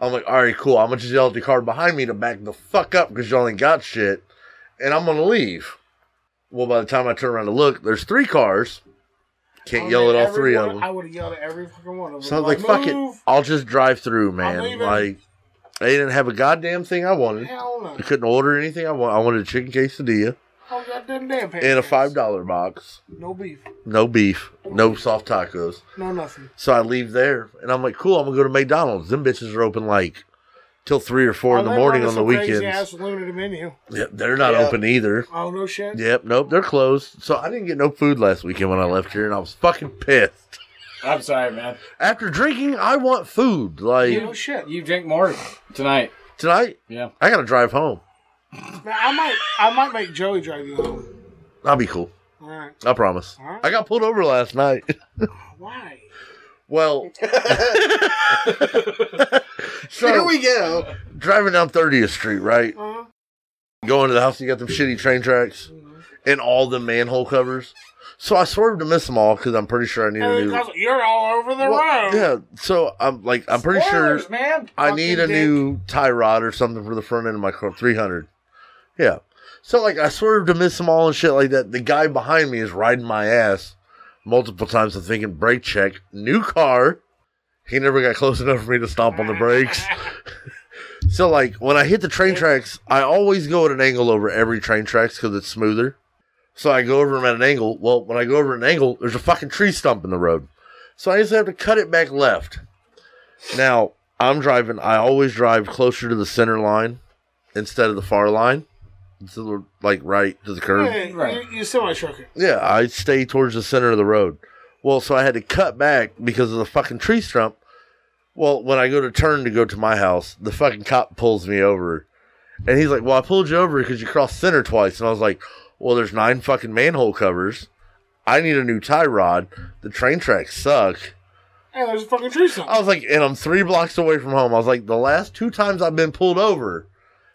G: I'm like, all right, cool. I'm gonna just yell at the car behind me to back the fuck up because y'all ain't got shit, and I'm gonna leave. Well, by the time I turn around to look, there's three cars,
D: Oh,
G: Can't yell at all three of them.
D: I would have yelled at every fucking one of them.
G: So I was like, fuck
D: "Move."
G: it. I'll just drive through, man.
D: leaving.
G: Like, I didn't have a goddamn thing I wanted.
D: Hell no.
G: I couldn't order anything I wanted. I wanted a chicken quesadilla
D: Oh, goddamn damn pancakes.
G: and a $5 box.
D: No beef.
G: No beef, no soft tacos.
D: No nothing.
G: So I leave there and I'm like, cool, I'm going to go to McDonald's. Them bitches are open like till 3 or 4 in the
D: Oh, they
G: morning
D: wanted
G: on the
D: some
G: weekends.
D: Crazy-ass limited menu.
G: Yep, they're not
E: Yeah.
G: open either.
D: Oh, no shit.
G: Yep, nope, they're closed. So I didn't get no food last weekend when I left here and I was fucking pissed.
A: I'm sorry, man.
G: After drinking, I want food. Like,
D: No shit.
A: You drink more tonight.
G: tonight,
A: Yeah.
G: I got to drive home.
D: Man, I might, I might make Joey drive you home.
G: I'll be cool.
D: All right.
G: I promise.
D: Alright.
G: I got pulled over last night.
D: Why?
G: well, so
C: Here we go.
G: driving down 30th Street, right?
D: Uh-huh.
G: Going to the house, you got them shitty train tracks and all the manhole covers. So I swerved to miss them all because I'm pretty sure I need a
D: And
G: new.
D: because you're all over the
G: Well,
D: road.
G: yeah, so I'm like, I'm pretty sure
A: Spoilers, man.
G: I need a
D: Fucking
G: new tie rod or something for the front end of my car, 300. Yeah. So, like, I swerved to miss them all and shit like that. The guy behind me is riding my ass multiple times. I'm thinking, brake check, new car. He never got close enough for me to stomp on the brakes. so, like, when I hit the train tracks, I always go at an angle over every train tracks because it's smoother. So I go over them at an angle. Well, when I go over an angle, there's a fucking tree stump in the road. So I just have to cut it back left. Now, I'm driving, I always drive closer to the center line instead of the far line. It's a little, like right to the curb.
D: Hey,
A: Right.
D: You, you semi trucker.
G: Yeah, I stay towards the center of the road. Well, so I had to cut back because of the fucking tree stump. Well, when I go to turn to go to my house, the fucking cop pulls me over. And he's like, Well, I pulled you over because you crossed center twice. And I was like, Well, there's nine fucking manhole covers. I need a new tie rod. The train tracks suck.
D: Hey, there's a fucking tree stump.
G: I was like, and I'm three blocks away from home. I was like, the last two times I've been pulled over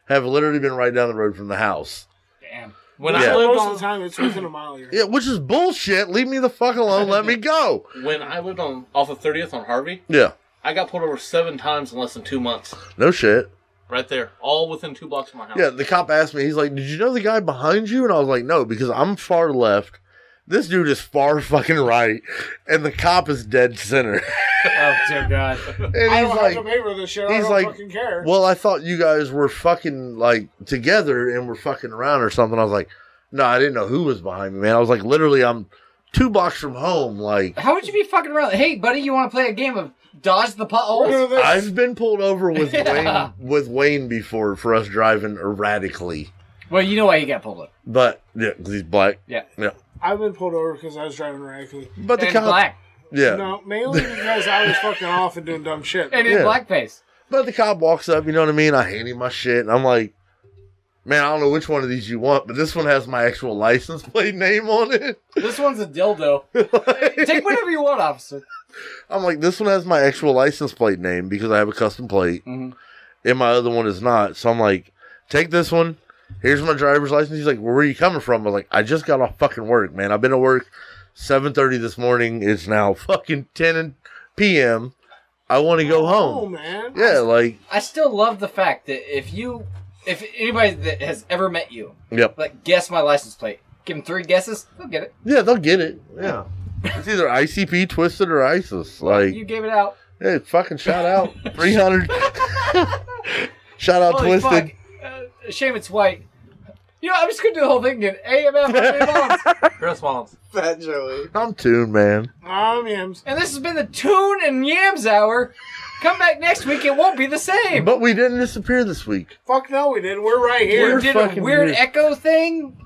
G: have literally been right down the road from the house.
A: Damn.
B: When
G: Yeah.
B: I lived
D: Most of the
B: on
D: time, it's within a mile of your
G: Yeah, which is bullshit. Leave me the fuck alone. Let me go.
B: when I lived on off of 30th on Harvey,
G: Yeah.
B: I got pulled over seven times in less than two months.
G: No shit.
B: Right there, all within two blocks of my house.
G: Yeah, the cop asked me, he's like, Did you know the guy behind you? And I was like, No, because I'm far left. This dude is far fucking right. And the cop is dead center.
A: Oh dear God.
G: And
D: I
G: he's
D: don't
G: like,
D: have to pay for this shit. I
G: he's
D: don't
G: like,
D: fucking care.
G: Well, I thought you guys were fucking like together and were fucking around or something. I was like, No, I didn't know who was behind me, man. I was like, Literally, I'm two blocks from home. Like,
A: How would you be fucking around? Hey, buddy, you want to play a game of dodge the
D: Look at
A: potholes?
D: this.
G: I've been pulled over with
A: Yeah.
G: Wayne with Wayne before for us driving erratically.
A: Well, you know why you got pulled up.
G: But yeah, 'cause he's black.
A: Yeah.
D: I've been pulled over because I was driving erratically.
G: But the
A: and
G: cop,
A: black.
G: yeah.
D: No, mainly because I was fucking off and doing dumb shit.
A: And in
G: Yeah.
A: blackface.
G: But the cop walks up, you know what I mean? I hand him my shit, and I'm like, man, I don't know which one of these you want, but this one has my actual license plate name on it.
A: This one's a dildo. Take whatever you want, officer.
G: I'm like, this one has my actual license plate name because I have a custom plate,
D: Mm-hmm.
A: Mhm.
G: and my other one is not. So I'm like, take this one. Here's my driver's license. He's like, where are you coming from? I was like, I just got off fucking work, man. I've been at work 7:30 this morning. It's now fucking 10 p.m. I want to go
D: Oh,
G: home.
D: man.
G: Yeah, like,
A: I still love the fact that if you, if anybody that has ever met you,
G: yep,
A: like guess my license plate, give them three guesses, they'll get it.
G: yeah, they'll get it. Yeah, it's either ICP, Twisted, or ISIS. Like,
A: You gave it out.
G: Hey, fucking shout out 300. shout out
A: Holy
G: Twisted.
A: fuck. Uh, shame it's white. You know, I'm just gonna do the whole thing again. AMF, AMF.
B: Chris Mullins.
C: Fat Joey.
G: I'm tuned, man.
D: Um, yams.
A: and this has been the Tune and Yams Hour. Come back next week, it won't be the same.
G: But we didn't disappear this week.
D: Fuck no, we did. We're right
A: We
D: here.
G: We're
A: did a
G: fucking
A: weird
G: weird.
A: echo thing.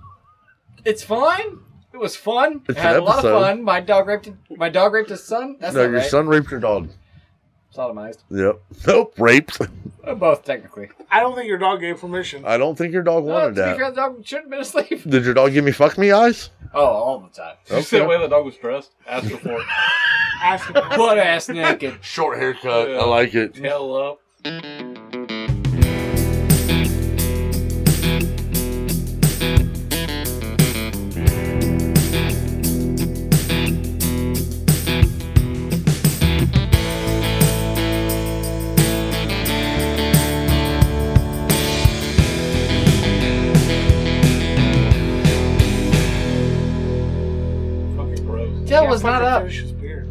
A: It's fine. It was fun.
G: It's
A: I had
G: an
A: a lot of
G: episode.
A: fun. My dog raped my dog raped his son. That's
G: no,
A: not
G: your
A: right.
G: son raped your dog.
A: Sodomized.
G: Yep. Nope, raped.
A: Uh, Both technically.
D: I don't think your dog gave permission.
G: I don't think your dog
A: No, to
G: wanted
A: be
G: that.
A: fair, the dog shouldn't have been asleep.
G: Did your dog give me fuck me eyes?
A: Oh, all the time.
B: You see the way the dog was dressed? Asked for it.
D: Ask him.
A: Butt ass naked.
G: Short haircut.
B: Yeah.
G: I like it.
B: Tail up. Fucking gross.
A: That was not up.
D: Finish his beer.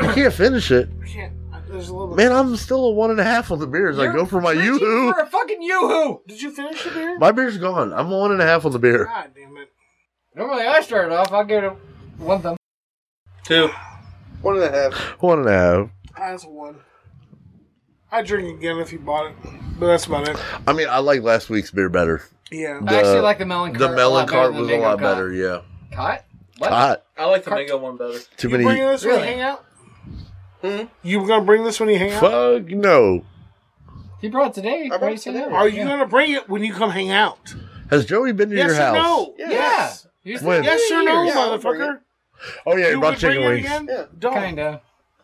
G: I can't finish it.
D: I can't. Oh, I- There's a little.
G: Man, I'm still a one and a half on the beers. I
A: You're
G: go for my
A: reaching
G: yoo-hoo.
A: For a fucking yoo-hoo.
D: Did you finish the beer?
G: My beer's gone. I'm a one and a half on the beer.
D: God damn it!
A: Normally I start off. I'll give it a one thumb.
B: Two.
C: One and a half.
G: One and a half.
D: That's one. I drink again if you bought it, but that's about it.
G: I mean, I like last week's beer better.
D: Yeah.
A: I actually like the melon
G: The
A: cart.
G: melon cart
A: cart
G: was a lot better. Yeah,
A: Cot? What?
G: hot.
B: I like the mango one better.
G: Too
D: you bringing
G: many.
D: this when you
A: Really?
D: hang out?
C: Hmm?
D: You gonna bring this when you hang out?
G: Fuck no.
A: He brought it today.
C: I
A: Why
C: brought
A: you
C: it
A: say
C: today.
A: that?
D: Are you
A: Yeah.
D: gonna bring it when you come hang out?
G: Has Joey been to
D: yes
G: your house?
D: or no?
A: Yeah.
C: Yes.
A: You said
G: When?
A: three
D: Yes or no,
A: years.
C: Yeah, I'll bring
D: motherfucker?
G: Oh yeah, he
D: you
G: brought
D: would
G: chicken
D: bring it
G: wings.
D: again?
C: Yeah.
D: Don't
A: Kinda.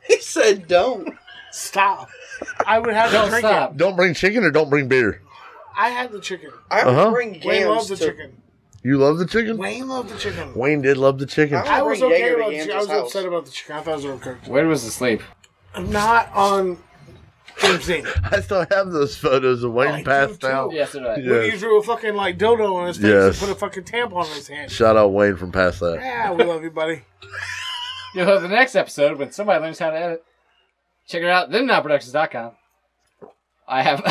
C: He said don't.
D: stop. I would have
A: Don't
D: to drink
A: stop.
D: it.
G: Don't bring chicken or don't bring beer.
D: I had the chicken.
C: I would
G: Uh-huh.
C: bring
D: Wayne
C: yams
D: loved
C: to.
D: the chicken.
G: You love the chicken. Wayne,
D: Wayne loved the chicken.
G: did love the chicken.
C: I
D: Oh, I
C: would
D: was
C: bring
D: okay
C: Jaeger
D: about
C: to
D: the chicken. I
C: Yams'
D: was
C: house.
D: upset about the chicken. I thought it was overcooked.
A: Where was the sleep?
D: I'm not on Team Zing.
G: I still have those photos of
D: I
G: Wayne
D: do
G: passed
D: too.
G: out.
A: Yes, did I?
G: Yeah.
D: When you drew a fucking like dildo on his face
G: Yes.
D: and put a fucking tampon on his hand.
G: Shout out Wayne from past that.
D: Yeah, we love you, buddy.
A: You'll have the next episode when somebody learns how to edit. Check it out, themnotproductions.com. I have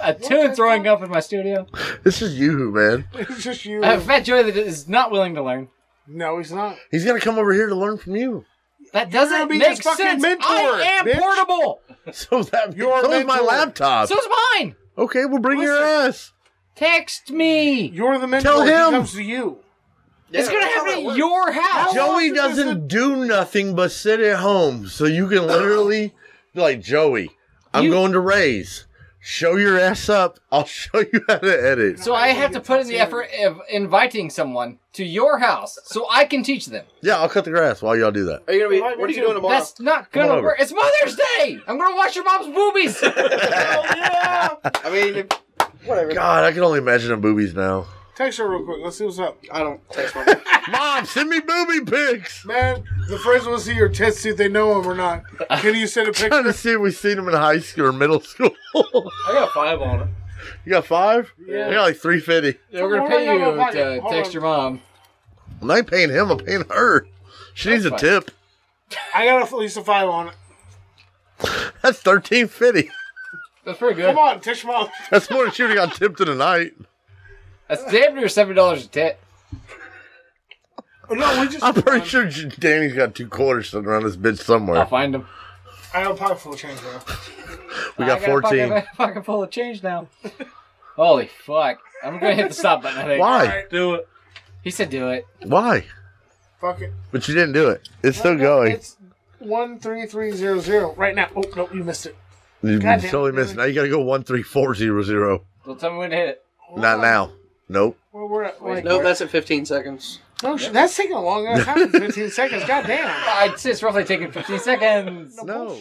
A: a tune throwing up in my studio.
G: This is you, man.
D: It's just you.
A: I have Fat Joey that is not willing to learn.
D: No, he's not.
G: He's gonna come over here to learn from you.
A: That
D: gonna
A: doesn't
D: be
A: make
D: his fucking
A: sense.
D: mentor,
A: I am
D: bitch.
A: portable.
G: So that
D: You're a
G: so is my
D: mentor.
G: laptop.
A: So's mine.
G: okay, we'll bring your
D: Listen.
G: ass.
A: Text me.
D: You're the mentor.
G: Tell him.
D: He comes to you.
A: it's
C: Yeah,
A: gonna
C: that's how that
A: happen at
C: works.
A: your house.
D: Joe-
G: Joey
D: often does
G: doesn't do nothing but sit at home, so you can literally be like Joey. I'm
A: You-
G: going to raise. Show your ass up. I'll show you how to edit.
A: So I have to put in the effort of inviting someone to your house so I can teach them.
G: yeah, I'll cut the grass while y'all do that.
C: Are you gonna be?
D: Why would
C: What are you
D: you-
C: doing tomorrow?
A: That's not
G: Come
A: gonna
G: over.
A: work. It's Mother's Day. I'm gonna watch your mom's boobies.
C: I mean, if- whatever.
G: God, I can only imagine the boobies now.
D: Text her real quick. Let's see what's up.
C: I don't text my mom.
G: Mom, send me booby pics.
D: Man, the friends will see your tits, see if they know him or not. Can you send a
G: Trying to
D: picture?
G: see if we've seen them in high school or middle school. you
B: I got five on it.
G: got five? I got like three fifty.
A: They're gonna
D: Hold
A: pay
D: on,
A: you
D: hold on,
A: to
D: hold on.
A: text your mom.
G: I'm not paying him. I'm paying her. She needs a
A: That's
G: tip.
D: I got at least a five on it.
G: That's thirteen fifty.
A: That's pretty good.
D: Come on, text mom.
G: That's more than she would've got tipped in the night.
A: That's damn near seven dollars a tit.
D: Oh, no, we just.
G: I'm pretty sure J- Danny's got two quarters sitting around this bitch
A: I'll
G: somewhere.
A: find them.
D: I have a pocket full of change, bro.
G: We
A: I
G: got
A: got a
G: fourteen.
A: pocket, pocket full of change now. Holy fuck! I'm gonna hit the stop button. I think.
G: Why?
B: Do it.
A: He said do it.
G: Why?
D: Fuck it.
G: But you didn't do it. It's still going.
D: It's one three three zero zero right now. Oh no, you missed it.
G: You
D: goddamn
G: totally missed. Now you gotta go one three four zero zero.
A: So tell me when to hit it.
G: Not now. Nope.
D: Well, we're at like,
E: No, that's at 15 seconds.
D: no, shit, that's taking a long ass time. Fifteen seconds. Goddamn.
A: I'd say it's roughly taking 15 seconds.
G: No.
D: bullshit.